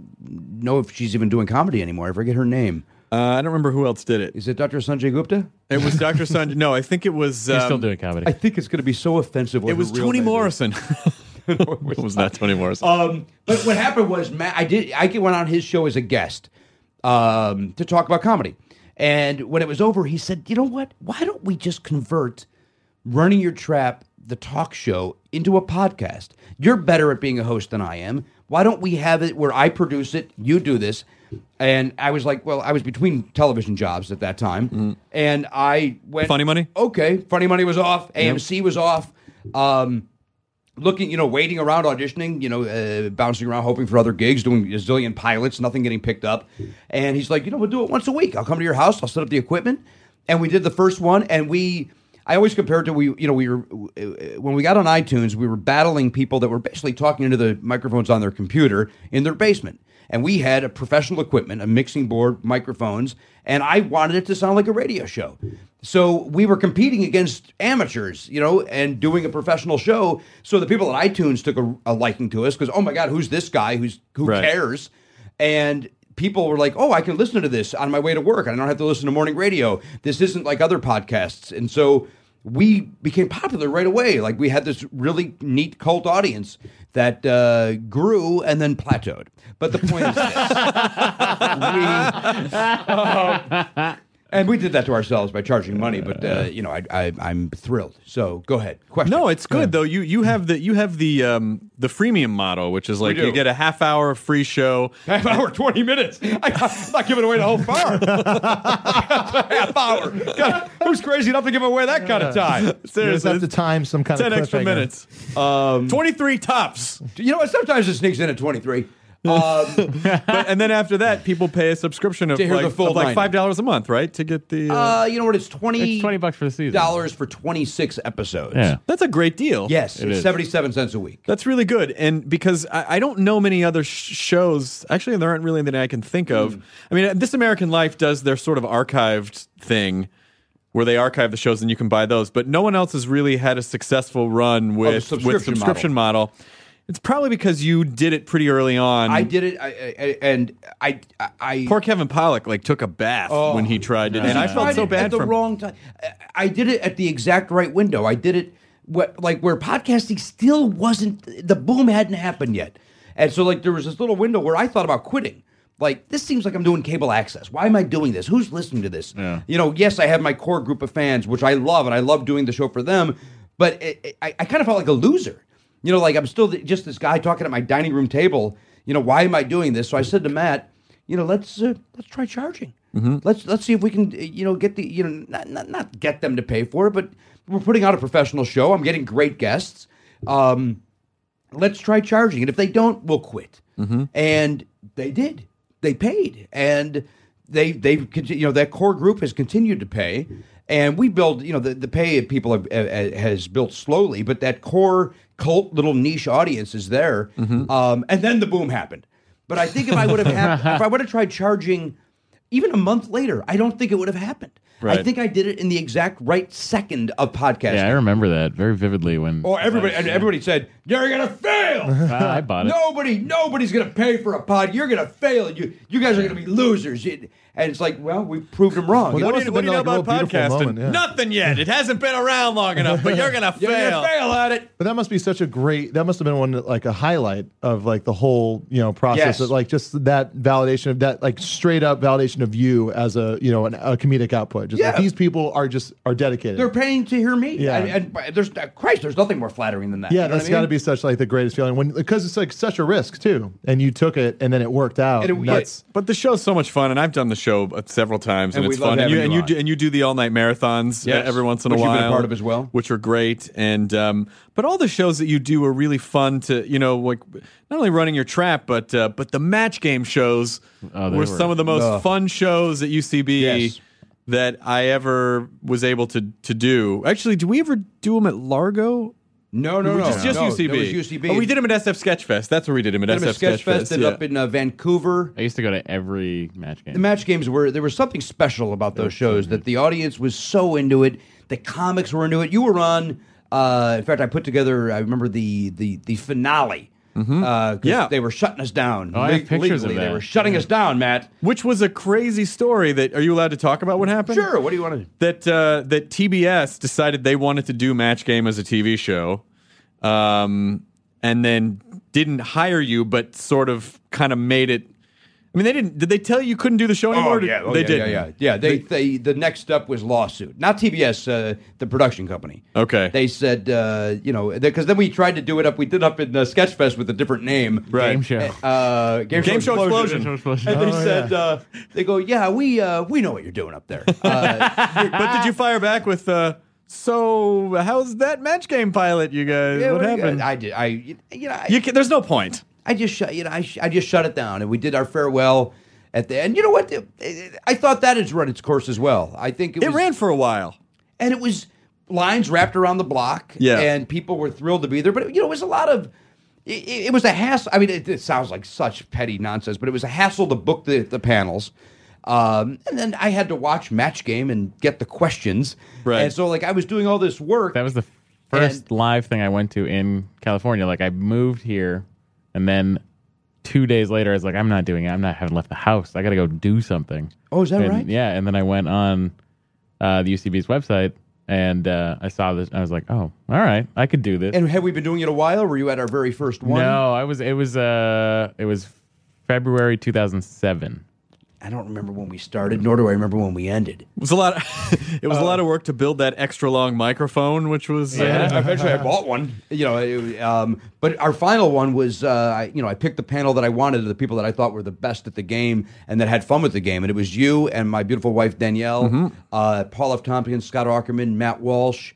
[SPEAKER 5] know if she's even doing comedy anymore. I forget her name.
[SPEAKER 6] uh, I don't remember who else did it.
[SPEAKER 5] Is it Dr. Sanjay Gupta?
[SPEAKER 6] It was Doctor Sanjay. No, I think it was. Um,
[SPEAKER 7] He's still doing comedy.
[SPEAKER 5] I think it's going to be so offensive.
[SPEAKER 6] It was Toni Morrison. it was not Toni Morrison.
[SPEAKER 5] Um, but what happened was, Matt, I did. I went on his show as a guest um, to talk about comedy. And when it was over, he said, "You know what? Why don't we just convert running your trap, the talk show, into a podcast? You're better at being a host than I am. Why don't we have it where I produce it, you do this?" And I was like, "Well, I was between television jobs at that time, and I went
[SPEAKER 6] Mm-hmm. Funny Money?
[SPEAKER 5] Okay, Funny Money was off. AMC was off. Um, looking, you know, waiting around, auditioning, you know, uh, bouncing around, hoping for other gigs, doing a zillion pilots, nothing getting picked up. And he's like, you know, we'll do it once a week. I'll come to your house. I'll set up the equipment. And we did the first one, and we. I always compare it to we, you know, we were uh, when we got on iTunes, we were battling people that were basically talking into the microphones on their computer in their basement, and we had a professional equipment, a mixing board, microphones, and I wanted it to sound like a radio show. So we were competing against amateurs, you know, and doing a professional show. So the people at iTunes took a, a liking to us because, oh my God, who's this guy? Who's who
[SPEAKER 6] Right.
[SPEAKER 5] cares? And people were like, oh, I can listen to this on my way to work. I don't have to listen to morning radio. This isn't like other podcasts. And so we became popular right away. Like we had this really neat cult audience that uh, grew and then plateaued. But the point is this. we, And we did that to ourselves by charging money, but uh, you know, I, I, I'm thrilled. So go ahead. Question?
[SPEAKER 6] No, it's good though. You you have the you have the um the freemium model, which is like
[SPEAKER 5] do.
[SPEAKER 6] you get a half hour of free show.
[SPEAKER 5] half hour, twenty minutes. I, am not giving away the whole farm. half hour. God, who's crazy enough to give away that kind of time?
[SPEAKER 4] You just
[SPEAKER 6] Seriously,
[SPEAKER 4] have to time some kind
[SPEAKER 6] ten
[SPEAKER 4] of
[SPEAKER 6] extra
[SPEAKER 4] cliffhanger.
[SPEAKER 6] minutes. Um, Twenty three tops.
[SPEAKER 5] You know what? Sometimes it sneaks in at twenty three. Um,
[SPEAKER 6] But, and then after that, people pay a subscription of
[SPEAKER 5] To hear
[SPEAKER 6] like,
[SPEAKER 5] the full
[SPEAKER 6] of like
[SPEAKER 5] nine.
[SPEAKER 6] five dollars a month, right, to get the. Uh,
[SPEAKER 5] uh, you know what? It's twenty
[SPEAKER 7] It's 20 bucks for the season.
[SPEAKER 5] dollars for twenty six episodes.
[SPEAKER 7] Yeah.
[SPEAKER 6] that's a great deal.
[SPEAKER 5] Yes,
[SPEAKER 7] It
[SPEAKER 5] it's
[SPEAKER 7] is.
[SPEAKER 5] seventy seven cents a week.
[SPEAKER 6] That's really good, and because I, I don't know many other sh- shows. Actually, there aren't really any I can think
[SPEAKER 5] Hmm.
[SPEAKER 6] of. I mean, This American Life does their sort of archived thing, where they archive the shows and you can buy those. But no one else has really had a successful run with with
[SPEAKER 5] Oh, subscription
[SPEAKER 6] subscription model. It's probably because you did it pretty early on.
[SPEAKER 5] I did it, I, I, and I, I- I
[SPEAKER 6] Poor Kevin Pollock like took a bath when he tried it, and I felt
[SPEAKER 5] tried
[SPEAKER 6] so
[SPEAKER 5] it
[SPEAKER 6] bad
[SPEAKER 5] Oh. at the
[SPEAKER 6] for him.
[SPEAKER 5] wrong time. I- I did it at the exact right window. I did it what like where podcasting still wasn't the boom hadn't happened yet, and so like there was this little window where I thought about quitting. Like this seems like I'm doing cable access. Why am I doing this? Who's listening to this? You know, yes, I have my core group of fans, which I love, and I love doing the show for them. But it, it- I, I kind of felt like a loser. You know, like I'm still th- just this guy talking at my dining room table. You know, why am I doing this? So I said to Matt, you know, let's uh, let's try charging. Let's let's see if we can, uh, you know, get the you know not, not not get them to pay for it, but we're putting out a professional show. I'm getting great guests. Um, let's try charging, and if they don't, we'll quit. And they did. They paid, and they they conti- you know that core group has continued to pay, and we build you know the the pay of people have, uh, has built slowly, but that core cult little niche audience is there. Um, and then the boom happened. But I think if I would have hap- if I would have tried charging even a month later, I don't think it would have happened. I
[SPEAKER 6] Right.
[SPEAKER 5] think I did it in the exact right second of podcasting.
[SPEAKER 7] Yeah, I remember that very vividly when.
[SPEAKER 4] Oh,
[SPEAKER 5] or everybody and everybody said, "You're gonna fail."
[SPEAKER 7] Ah, I bought it.
[SPEAKER 5] Nobody, nobody's gonna pay for a pod. You're gonna fail. You, you guys are gonna be losers. You- And it's like, well, we proved them wrong.
[SPEAKER 4] Well,
[SPEAKER 6] What
[SPEAKER 4] That
[SPEAKER 6] do you,
[SPEAKER 4] must've
[SPEAKER 6] what do
[SPEAKER 4] been
[SPEAKER 6] you
[SPEAKER 4] like
[SPEAKER 6] know
[SPEAKER 4] a
[SPEAKER 6] about
[SPEAKER 4] real
[SPEAKER 6] podcasting?
[SPEAKER 4] beautiful moment, yeah.
[SPEAKER 6] Nothing yet. It hasn't been around long enough, but you're gonna
[SPEAKER 5] You're
[SPEAKER 6] fail.
[SPEAKER 5] gonna fail at it.
[SPEAKER 4] But that must be such a great. That must have been one that, like a highlight of like the whole you know process.
[SPEAKER 5] Yes.
[SPEAKER 4] That, like just that validation of that like straight up validation of you as a you know an, a comedic output. Just like,
[SPEAKER 5] Yeah.
[SPEAKER 4] these people are just are dedicated.
[SPEAKER 5] They're paying to hear me.
[SPEAKER 4] Yeah.
[SPEAKER 5] And, and there's uh, Christ, there's nothing more flattering than that.
[SPEAKER 4] yeah,
[SPEAKER 5] You know
[SPEAKER 4] that's
[SPEAKER 5] what I
[SPEAKER 4] got to
[SPEAKER 5] mean?
[SPEAKER 4] be such like the greatest feeling when because it's like such a risk too, and you took it and then it worked out.
[SPEAKER 5] And it-
[SPEAKER 4] that's
[SPEAKER 6] But the show's so much fun, and I've done the show uh, several times, and,
[SPEAKER 5] And we
[SPEAKER 6] it's
[SPEAKER 5] love
[SPEAKER 6] fun. And
[SPEAKER 5] having
[SPEAKER 6] you and
[SPEAKER 5] you
[SPEAKER 6] you,
[SPEAKER 5] on.
[SPEAKER 6] do, and you do the all night marathons uh,
[SPEAKER 5] Yes,
[SPEAKER 6] every once in a
[SPEAKER 5] which you've
[SPEAKER 6] while,
[SPEAKER 5] been a part of as well.
[SPEAKER 6] which are great. And um, but all the shows that you do are really fun to you know like not only running your trap, but uh, but the match game shows
[SPEAKER 7] Oh,
[SPEAKER 6] were,
[SPEAKER 7] they were-
[SPEAKER 6] some of the most
[SPEAKER 5] Ugh.
[SPEAKER 6] fun shows at UCB.
[SPEAKER 5] Yes.
[SPEAKER 6] That I ever was able to to do. Actually, do we ever do them at Largo?
[SPEAKER 5] No, no,
[SPEAKER 6] We
[SPEAKER 5] no.
[SPEAKER 6] just, just
[SPEAKER 5] Oh, no,
[SPEAKER 6] UCB.
[SPEAKER 5] It was UCB.
[SPEAKER 6] Oh, we did them at SF Sketchfest. That's what we did them at
[SPEAKER 5] Did 'em
[SPEAKER 6] SF
[SPEAKER 5] at Sketch Fest, did it
[SPEAKER 6] yeah.
[SPEAKER 5] up in uh, Vancouver.
[SPEAKER 7] I used to go to every match game.
[SPEAKER 5] The match games were there was something special about those shows that the audience was so into it. The comics were into it. You were on. Uh, in fact, I put together. I remember the the the finale. Uh, 'cause
[SPEAKER 6] Yeah.
[SPEAKER 5] they were shutting us down.
[SPEAKER 7] Oh, I have
[SPEAKER 5] Le-
[SPEAKER 7] pictures of
[SPEAKER 5] legally, They
[SPEAKER 7] that.
[SPEAKER 5] were shutting us down, Matt.
[SPEAKER 6] Which was a crazy story. That are you allowed to talk about what happened?
[SPEAKER 5] Sure. What do you want to?
[SPEAKER 6] That uh, that TBS decided they wanted to do Match Game as a TV show, um, and then didn't hire you, but sort of kind of made it. I mean, they didn't. Did they tell you you couldn't do the show anymore? Did- they
[SPEAKER 5] Oh, yeah,
[SPEAKER 6] did.
[SPEAKER 5] Yeah, yeah, yeah. They, they, the next step was lawsuit. Not TBS, uh, the production company.
[SPEAKER 6] Okay.
[SPEAKER 5] They said, uh, you know, because then we tried to do it up. We did up in uh, Sketchfest with a different name.
[SPEAKER 6] Right.
[SPEAKER 7] Game show.
[SPEAKER 5] Uh, game,
[SPEAKER 6] Game show explosion.
[SPEAKER 7] Game show explosion.
[SPEAKER 5] And they
[SPEAKER 4] Oh,
[SPEAKER 5] said, uh, they go, yeah, we uh, we know what you're doing up there. Uh,
[SPEAKER 6] But did you fire back with? Uh, so how's that Match Game pilot? You guys,
[SPEAKER 5] yeah,
[SPEAKER 6] what
[SPEAKER 5] do you-
[SPEAKER 6] happened?
[SPEAKER 5] I did. I you know I,
[SPEAKER 6] you can, there's no point.
[SPEAKER 5] I just shut you know I, sh- I just shut it down and we did our farewell at the end. You know what? I thought that has run its course as well. I think it,
[SPEAKER 6] It
[SPEAKER 5] was,
[SPEAKER 6] ran for a while.
[SPEAKER 5] and it was lines wrapped around the block.
[SPEAKER 6] Yeah.
[SPEAKER 5] and people were thrilled to be there. But you know, it was a lot of. It, it- it was a hassle. I mean, it, it sounds like such petty nonsense, but it was a hassle to book the, the panels. Um, and then I had to watch match game and get the questions.
[SPEAKER 6] Right.
[SPEAKER 5] And so, like, I was doing all this work.
[SPEAKER 7] That was the first
[SPEAKER 5] And-
[SPEAKER 7] live thing I went to in California. Like I moved here, and then two days later, I was like, I'm not doing it. I'm not having left the house. I got to go do something.
[SPEAKER 5] Oh, is that
[SPEAKER 7] And-
[SPEAKER 5] right?
[SPEAKER 7] Yeah. And then I went on uh, the UCB's website and uh, I saw this. I was like, oh, all right, I could do this. Oh,
[SPEAKER 5] And had we been doing it a while? Were you at our very first one?
[SPEAKER 7] no, I was. It was. Uh, it was February 2007.
[SPEAKER 5] I don't remember when we started, nor do I remember when we ended.
[SPEAKER 6] It was a lot. Of, it was a lot of work to build that extra long microphone, which was uh,
[SPEAKER 5] And eventually, I bought one. You know, it- um, but our final one was, uh, I, you know, I picked the panel that I wanted, the people that I thought were the best at the game and that had fun with the game, and it was you and my beautiful wife Danielle, uh, Paul F. Tompkins, Scott Ackerman, Matt Walsh,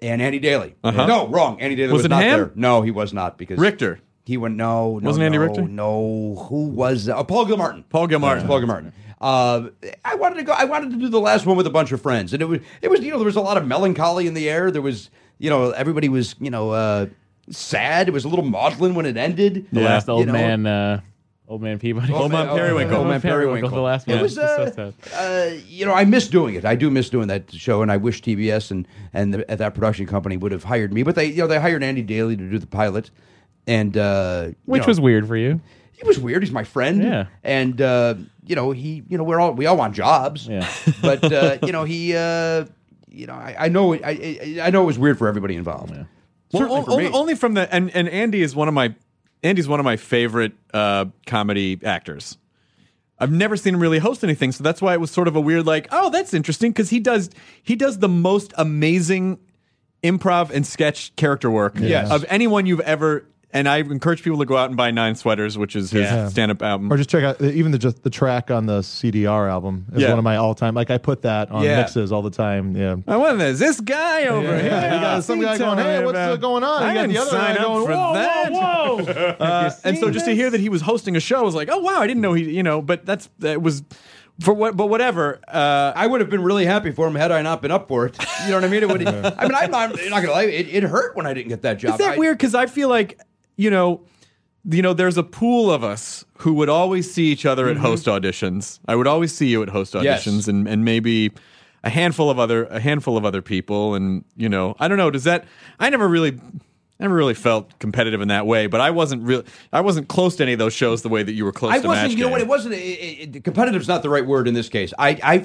[SPEAKER 5] and Andy Daly. No, wrong. Andy Daly Uh-huh. was,
[SPEAKER 6] Was it
[SPEAKER 5] not
[SPEAKER 6] him?
[SPEAKER 5] there. No, he was not because
[SPEAKER 6] Richter.
[SPEAKER 5] He went no, no
[SPEAKER 6] Wasn't Andy
[SPEAKER 5] no,
[SPEAKER 6] Richter?
[SPEAKER 5] No, who was that? Oh, Paul Gilmartin?
[SPEAKER 6] Paul Gilmartin.
[SPEAKER 5] Yeah, Paul Gilmartin. Uh, I wanted to go. I wanted to do the last one with a bunch of friends, and it was it was you know there was a lot of melancholy in the air. There was you know everybody was you know uh, sad. It was a little maudlin when it ended.
[SPEAKER 7] The
[SPEAKER 6] Yeah.
[SPEAKER 7] last old
[SPEAKER 5] You know,
[SPEAKER 7] man, uh, old man Peabody.
[SPEAKER 5] Old Man- Periwinkle.
[SPEAKER 7] Old man Periwinkle. The last one.
[SPEAKER 5] It was,
[SPEAKER 7] It's so
[SPEAKER 5] uh,
[SPEAKER 7] sad.
[SPEAKER 5] uh, you know, I miss doing it. I do miss doing that show, and I wish TBS and and the, that production company would have hired me. But they, you know, they hired Andy Daly to do the pilot, and uh, you
[SPEAKER 7] Which
[SPEAKER 5] know,
[SPEAKER 7] was weird for you.
[SPEAKER 5] he was weird. He's my friend.
[SPEAKER 7] Yeah.
[SPEAKER 5] And uh, you know, he you know, we're all we all want jobs.
[SPEAKER 7] Yeah.
[SPEAKER 5] but uh, you know, he uh, you know, I, I know it- I, I I know it was weird for everybody involved.
[SPEAKER 6] Well,
[SPEAKER 5] Certainly
[SPEAKER 6] on-
[SPEAKER 5] for
[SPEAKER 6] only,
[SPEAKER 5] me.
[SPEAKER 6] only from the and, and Andy is one of my Andy's one of my favorite uh, comedy actors. I've never seen him really host anything, so that's why it was sort of a weird like, oh, that's interesting because he does he does the most amazing improv and sketch character work
[SPEAKER 5] Yes.
[SPEAKER 6] of anyone you've ever. And I encourage people to go out and buy Nine Sweaters, which is his
[SPEAKER 7] Yeah.
[SPEAKER 6] stand-up album.
[SPEAKER 4] Or just check out even the just the track on the CDR album is
[SPEAKER 6] Yeah.
[SPEAKER 4] one of my all time. Like I put that on
[SPEAKER 6] Yeah.
[SPEAKER 4] mixes all the time. Yeah.
[SPEAKER 6] I want this. This guy over
[SPEAKER 4] Yeah,
[SPEAKER 6] here.
[SPEAKER 4] you got some
[SPEAKER 6] He
[SPEAKER 4] guy
[SPEAKER 6] telling
[SPEAKER 4] going, "Hey,
[SPEAKER 6] me
[SPEAKER 4] what's,
[SPEAKER 6] about-
[SPEAKER 4] uh, going on?"
[SPEAKER 6] I
[SPEAKER 4] You got
[SPEAKER 6] didn't
[SPEAKER 4] the other
[SPEAKER 6] sign
[SPEAKER 4] guy
[SPEAKER 6] up
[SPEAKER 4] going,
[SPEAKER 6] for
[SPEAKER 4] "Whoa,
[SPEAKER 6] that.
[SPEAKER 7] whoa,
[SPEAKER 6] Uh, and so just to hear that he was hosting a show, I was like, oh wow, I didn't know he, you know. But that's that was for what, but whatever. Uh,
[SPEAKER 5] I would have been really happy for him had I not been up for it. You know what I mean? It would, I mean, I'm not, I'm not gonna lie. It, it hurt when I didn't get that job.
[SPEAKER 6] is that
[SPEAKER 5] Um, I-
[SPEAKER 6] weird? Because I feel like you know, you know, there's a pool of us who would always see each other at host auditions. I would always see you at host auditions,
[SPEAKER 5] Mm-hmm. Yes.
[SPEAKER 6] and and maybe a handful of other a handful of other people, and you know, I don't know. Does that? I never really. Never really felt competitive in that way, but I wasn't real. I wasn't close to any of those shows the way that you were close
[SPEAKER 5] I
[SPEAKER 6] to
[SPEAKER 5] wasn't.
[SPEAKER 6] Match
[SPEAKER 5] You know what?
[SPEAKER 6] Game.
[SPEAKER 5] It wasn't. It, it, it- competitive's not the right word in this case. I, I,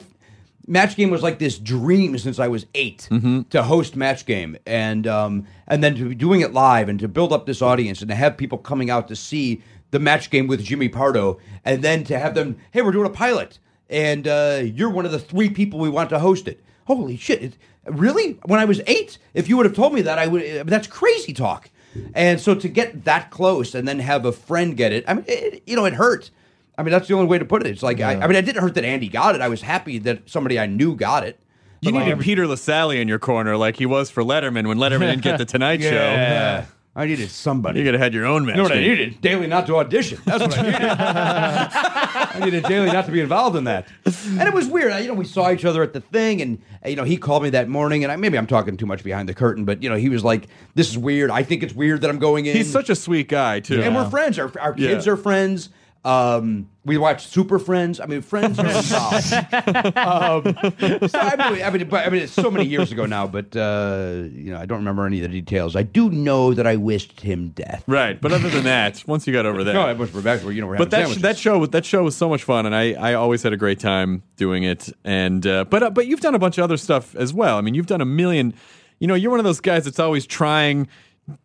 [SPEAKER 5] match game was like this dream since I was 8 to host match game, and um, and then to be doing it live and to build up this audience and to have people coming out to see the match game with Jimmy Pardo, and then to have them, hey, we're doing a pilot, and uh, you're one of the three people we want to host it. Holy shit! It, really? When I was eight, if you would have told me that, I would. I mean, that's crazy talk. And so to get that close and then have a friend get it, I mean, it, you know, it hurt. I mean, that's the only way to put it. It's like, I, I mean, it didn't hurt that Andy got it. I was happy that somebody I knew got it.
[SPEAKER 6] You
[SPEAKER 5] But, like,
[SPEAKER 6] needed Peter Lasalle in your corner, like he was for Letterman when Letterman didn't get the Tonight Show.
[SPEAKER 5] yeah, uh, I needed somebody.
[SPEAKER 6] You could have had your own match.
[SPEAKER 5] You know what I
[SPEAKER 6] game.
[SPEAKER 5] needed? Daily not to audition. That's what I needed. I needed Daily not to be involved in that. And it was weird. I- You know, we saw each other at the thing, and uh, you know, he called me that morning, and I, maybe I'm talking too much behind the curtain, but you know, he was like, "This is weird. I think it's weird that I'm going in."
[SPEAKER 6] He's such a sweet guy too.
[SPEAKER 5] and we're friends. Our, our kids
[SPEAKER 6] Yeah.
[SPEAKER 5] are friends. Um, we watch Super Friends. I mean, Friends are involved. um, so, I, mean, I, mean, but, I mean, it's so many years ago now, but uh, you know, I don't remember any of the details. I do know that I wished him death.
[SPEAKER 6] right, but other than that, once you got over that,
[SPEAKER 5] No, I wish we're back where you know we're having
[SPEAKER 6] but that
[SPEAKER 5] sandwiches.
[SPEAKER 6] that show was- that show was so much fun, and I, I always had a great time doing it. And uh, but uh, but you've done a bunch of other stuff as well. I mean, you've done a million. You know, you're one of those guys that's always trying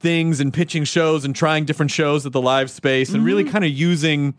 [SPEAKER 6] things and pitching shows and trying different shows at the live space and
[SPEAKER 5] Mm-hmm.
[SPEAKER 6] really kind of using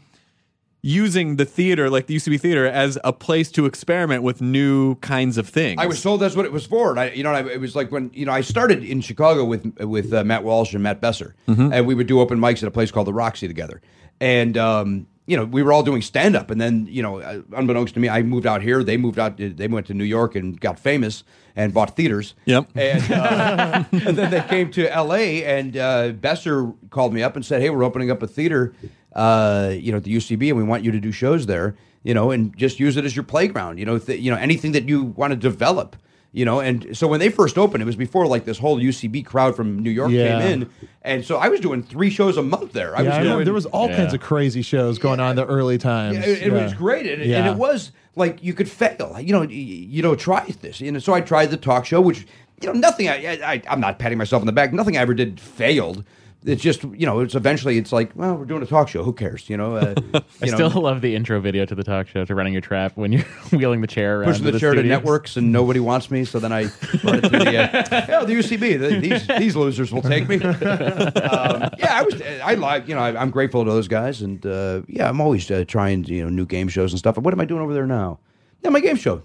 [SPEAKER 6] using the theater like the UCB theater as a place to experiment with new kinds of things.
[SPEAKER 5] I was told that's what it was for. And I, you know, I, it was like when you know I started in Chicago with with uh, Matt Walsh and Matt Besser, and we would do open mics at a place called the Roxy together. And um, you know, we were all doing stand up. And then you know, uh, unbeknownst to me, I moved out here. They moved out. They went to New York and got famous and bought theaters.
[SPEAKER 6] Yep.
[SPEAKER 5] And, uh, and then they came to L.A. and uh, Besser called me up and said, "Hey, we're opening up a theater, uh, you know, at the UCB, and we want you to do shows there, you know, and just use it as your playground, you know, th- you know, anything that you want to develop, you know." And so when they first opened, it was before like this whole UCB crowd from New York
[SPEAKER 4] Yeah.
[SPEAKER 5] came in, and so I was doing three shows a month there. I
[SPEAKER 4] Yeah, I
[SPEAKER 5] was
[SPEAKER 4] remember
[SPEAKER 5] doing
[SPEAKER 4] there was all
[SPEAKER 7] Yeah.
[SPEAKER 4] kinds of crazy shows going on in the early times.
[SPEAKER 5] yeah, it, it was
[SPEAKER 4] Yeah.
[SPEAKER 5] great, and, and
[SPEAKER 4] Yeah.
[SPEAKER 5] it was like you could fail. You know, you, you know, try this, and so I tried the talk show, which you know, nothing. I, I I'm not patting myself on the back. Nothing I ever did failed, it's just you know it's eventually it's like well we're doing a talk show who cares you know uh, you
[SPEAKER 7] I still love the intro video to the talk show to running your trap when you're wheeling the chair around
[SPEAKER 5] pushing the,
[SPEAKER 7] to the
[SPEAKER 5] chair to
[SPEAKER 7] studios.
[SPEAKER 5] networks and nobody wants me. So then I run it to the, uh, oh, the UCB. th- These these losers will take me. um, yeah, I was. I like you know I, I'm grateful to those guys, and uh, yeah, I'm always uh, trying you know new game shows and stuff. But what am I doing over there now? Yeah, my game show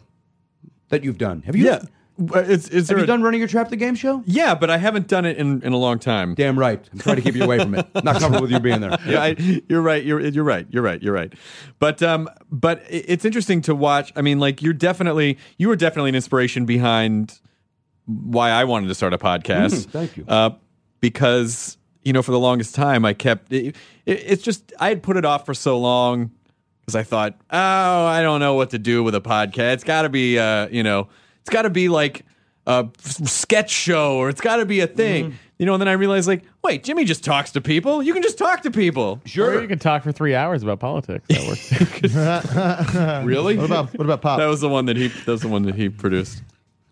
[SPEAKER 5] that you've done. Have you?
[SPEAKER 6] Yeah. Well, Is, is there
[SPEAKER 5] Have you
[SPEAKER 6] a-
[SPEAKER 5] done running your trap the game show?
[SPEAKER 6] Yeah, but I haven't done it in, in a long time.
[SPEAKER 5] Damn right. I'm trying to keep you away from it. Not comfortable with you being there.
[SPEAKER 6] Yeah, I, you're right. You're you're right. You're right. You're right. But um, but i- it's interesting to watch. I mean, like you're definitely you were definitely an inspiration behind why I wanted to start a podcast.
[SPEAKER 5] Mm, thank you.
[SPEAKER 6] Uh, because you know, for the longest time, I kept it, it, it's just I had put it off for so long because I thought, oh, I don't know what to do with a podcast. It's got to be, uh, you know, it's got to be like a f- sketch show or it's got to be a thing.
[SPEAKER 7] Mm-hmm.
[SPEAKER 6] You know, and then I realized, like, wait, Jimmy just talks to people. You can just talk to people.
[SPEAKER 7] Or you can talk for three hours about politics. That works.
[SPEAKER 6] Really?
[SPEAKER 4] What about what about pop?
[SPEAKER 6] that was the one that he. That was the one that he produced.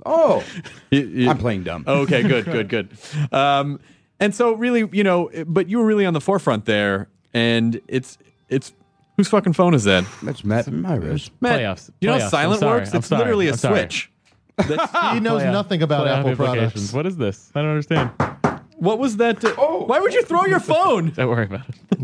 [SPEAKER 5] Oh,
[SPEAKER 6] He- he-
[SPEAKER 5] I'm playing dumb.
[SPEAKER 6] Okay, good, good, good. Um, and so, really, you know, but you were really on the forefront there, and it's it's whose fucking phone is that?
[SPEAKER 5] That's Matt Myros.
[SPEAKER 6] Matt,
[SPEAKER 7] Playoffs.
[SPEAKER 6] You know
[SPEAKER 7] Playoffs.
[SPEAKER 6] how
[SPEAKER 7] I'm
[SPEAKER 6] silent
[SPEAKER 7] sorry.
[SPEAKER 6] works?
[SPEAKER 7] I'm
[SPEAKER 6] It's
[SPEAKER 7] sorry.
[SPEAKER 6] literally a
[SPEAKER 7] I'm sorry.
[SPEAKER 6] switch.
[SPEAKER 4] he knows
[SPEAKER 7] Playoff-
[SPEAKER 4] nothing about
[SPEAKER 7] playoff
[SPEAKER 4] Apple
[SPEAKER 7] implications.
[SPEAKER 4] products.
[SPEAKER 7] What is this? I don't understand.
[SPEAKER 6] What was that? oh, why would you throw your phone?
[SPEAKER 7] Don't worry about it.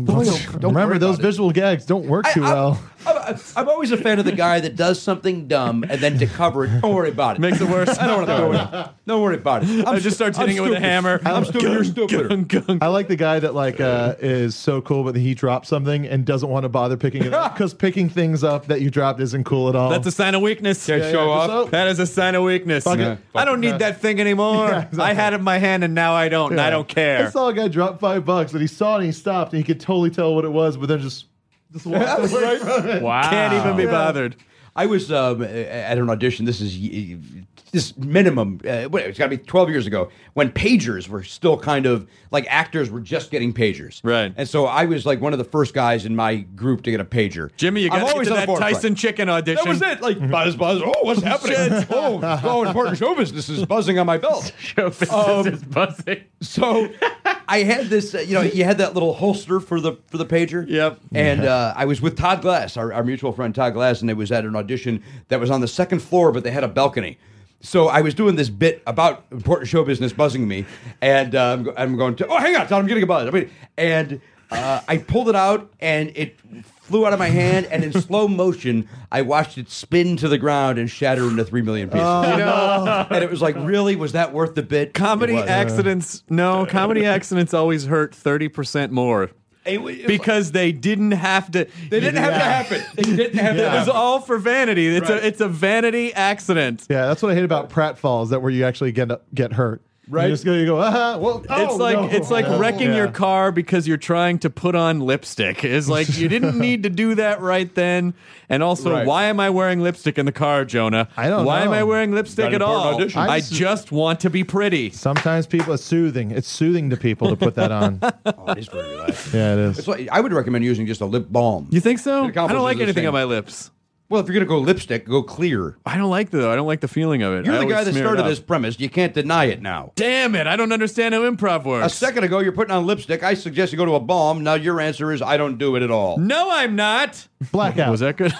[SPEAKER 4] Remember those visual gags don't work too well.
[SPEAKER 5] I'm, I'm always a fan of the guy that does something dumb and then to cover it, don't worry about it.
[SPEAKER 6] Makes it worse.
[SPEAKER 5] I don't want to throw it. out. Don't worry about it.
[SPEAKER 6] I just starts hitting it with a hammer.
[SPEAKER 5] I'm stupid. You're stupider.
[SPEAKER 4] I like the guy that like uh, is so cool, but he drops something and doesn't want to bother picking it up because picking things up that you dropped isn't cool at all.
[SPEAKER 6] That's a sign of weakness.
[SPEAKER 4] Can't Yeah, show yeah, off. so-
[SPEAKER 6] That is a sign of weakness.
[SPEAKER 4] Fuck it.
[SPEAKER 6] Yeah. I don't need that thing anymore.
[SPEAKER 4] Yeah, exactly.
[SPEAKER 6] I had it in my hand and now I don't. And I don't
[SPEAKER 4] I
[SPEAKER 6] care.
[SPEAKER 4] saw a guy drop five bucks, and he saw it and he stopped, and he could totally tell what it was, but then just just walked away from it.
[SPEAKER 7] Wow.
[SPEAKER 6] Can't even be
[SPEAKER 4] Yeah.
[SPEAKER 6] bothered.
[SPEAKER 5] I was um, at an audition. This is y- y- this minimum. Uh, what- it's got to be twelve years ago when pagers were still kind of like actors were just getting pagers,
[SPEAKER 6] Right.
[SPEAKER 5] And so I was like one of the first guys in my group to get a pager.
[SPEAKER 6] Jimmy, you got
[SPEAKER 5] I'm
[SPEAKER 6] to get
[SPEAKER 5] always
[SPEAKER 6] to
[SPEAKER 5] on the
[SPEAKER 6] that
[SPEAKER 5] forefront.
[SPEAKER 6] Tyson chicken audition.
[SPEAKER 5] That was it. Like buzz, buzz. Oh, what's happening? oh, oh, important show business is buzzing on my belt.
[SPEAKER 7] Show business
[SPEAKER 5] Um,
[SPEAKER 7] is buzzing.
[SPEAKER 5] So I had this, uh, you know, you had that little holster for the for the pager.
[SPEAKER 6] Yep.
[SPEAKER 5] And uh, I was with Todd Glass, our, our mutual friend Todd Glass, and it was at an audition that was on the second floor, but they had a balcony. So I was doing this bit about important show business buzzing me, and uh, I'm go- I'm going to oh hang on Todd, I'm getting a buzz. I mean, and uh, I pulled it out, and it flew out of my hand, and in slow motion, I watched it spin to the ground and shatter into three million pieces. And it was like, really, was that worth the bit?
[SPEAKER 6] Comedy
[SPEAKER 5] It
[SPEAKER 4] uh,
[SPEAKER 5] was.
[SPEAKER 6] accidents. No, comedy accidents always hurt 30% more.
[SPEAKER 5] It was- it was-
[SPEAKER 6] Because they didn't have to.
[SPEAKER 5] They didn't have to happen. They didn't have to
[SPEAKER 6] It was
[SPEAKER 5] happen.
[SPEAKER 6] all for vanity. It's
[SPEAKER 5] Right.
[SPEAKER 6] a it's a vanity accident.
[SPEAKER 4] Yeah, that's what I hate about pratfalls. That where you actually get get hurt.
[SPEAKER 6] Right.
[SPEAKER 4] You just go. You go. Ah, well, oh,
[SPEAKER 6] it's like
[SPEAKER 4] no."
[SPEAKER 6] it's like wrecking
[SPEAKER 4] Yeah.
[SPEAKER 6] your car because you're trying to put on lipstick. It's like you didn't need to do that right then. And also,
[SPEAKER 5] Right.
[SPEAKER 6] why am I wearing lipstick in the car, Jonah?
[SPEAKER 4] I don't
[SPEAKER 6] Why am
[SPEAKER 4] know.
[SPEAKER 6] I wearing lipstick
[SPEAKER 5] Got
[SPEAKER 6] at
[SPEAKER 5] an important
[SPEAKER 6] all?
[SPEAKER 5] audition.
[SPEAKER 6] I,
[SPEAKER 4] I-
[SPEAKER 6] just want to be pretty.
[SPEAKER 4] Sometimes people. It's soothing. It's soothing to people to put that on.
[SPEAKER 5] Oh, it is very relaxing.
[SPEAKER 4] Yeah, it
[SPEAKER 5] It's
[SPEAKER 4] is.
[SPEAKER 5] like, I would recommend using just a lip balm.
[SPEAKER 6] You think so?
[SPEAKER 5] It
[SPEAKER 6] I
[SPEAKER 5] accomplishes
[SPEAKER 6] don't like
[SPEAKER 5] the
[SPEAKER 6] anything
[SPEAKER 5] same.
[SPEAKER 6] on my lips.
[SPEAKER 5] Well, if you're gonna go lipstick, go clear.
[SPEAKER 6] I don't like the I don't like the feeling of it.
[SPEAKER 5] You're
[SPEAKER 6] I
[SPEAKER 5] the guy
[SPEAKER 6] always
[SPEAKER 5] that
[SPEAKER 6] smear it
[SPEAKER 5] started
[SPEAKER 6] up.
[SPEAKER 5] this premise. You can't deny it now.
[SPEAKER 6] Damn it! I don't understand how improv works.
[SPEAKER 5] A second ago, you're putting on lipstick. I suggest you go to a balm. Now your answer is I don't do it at all.
[SPEAKER 6] No, I'm not.
[SPEAKER 4] Blackout.
[SPEAKER 6] Was that good?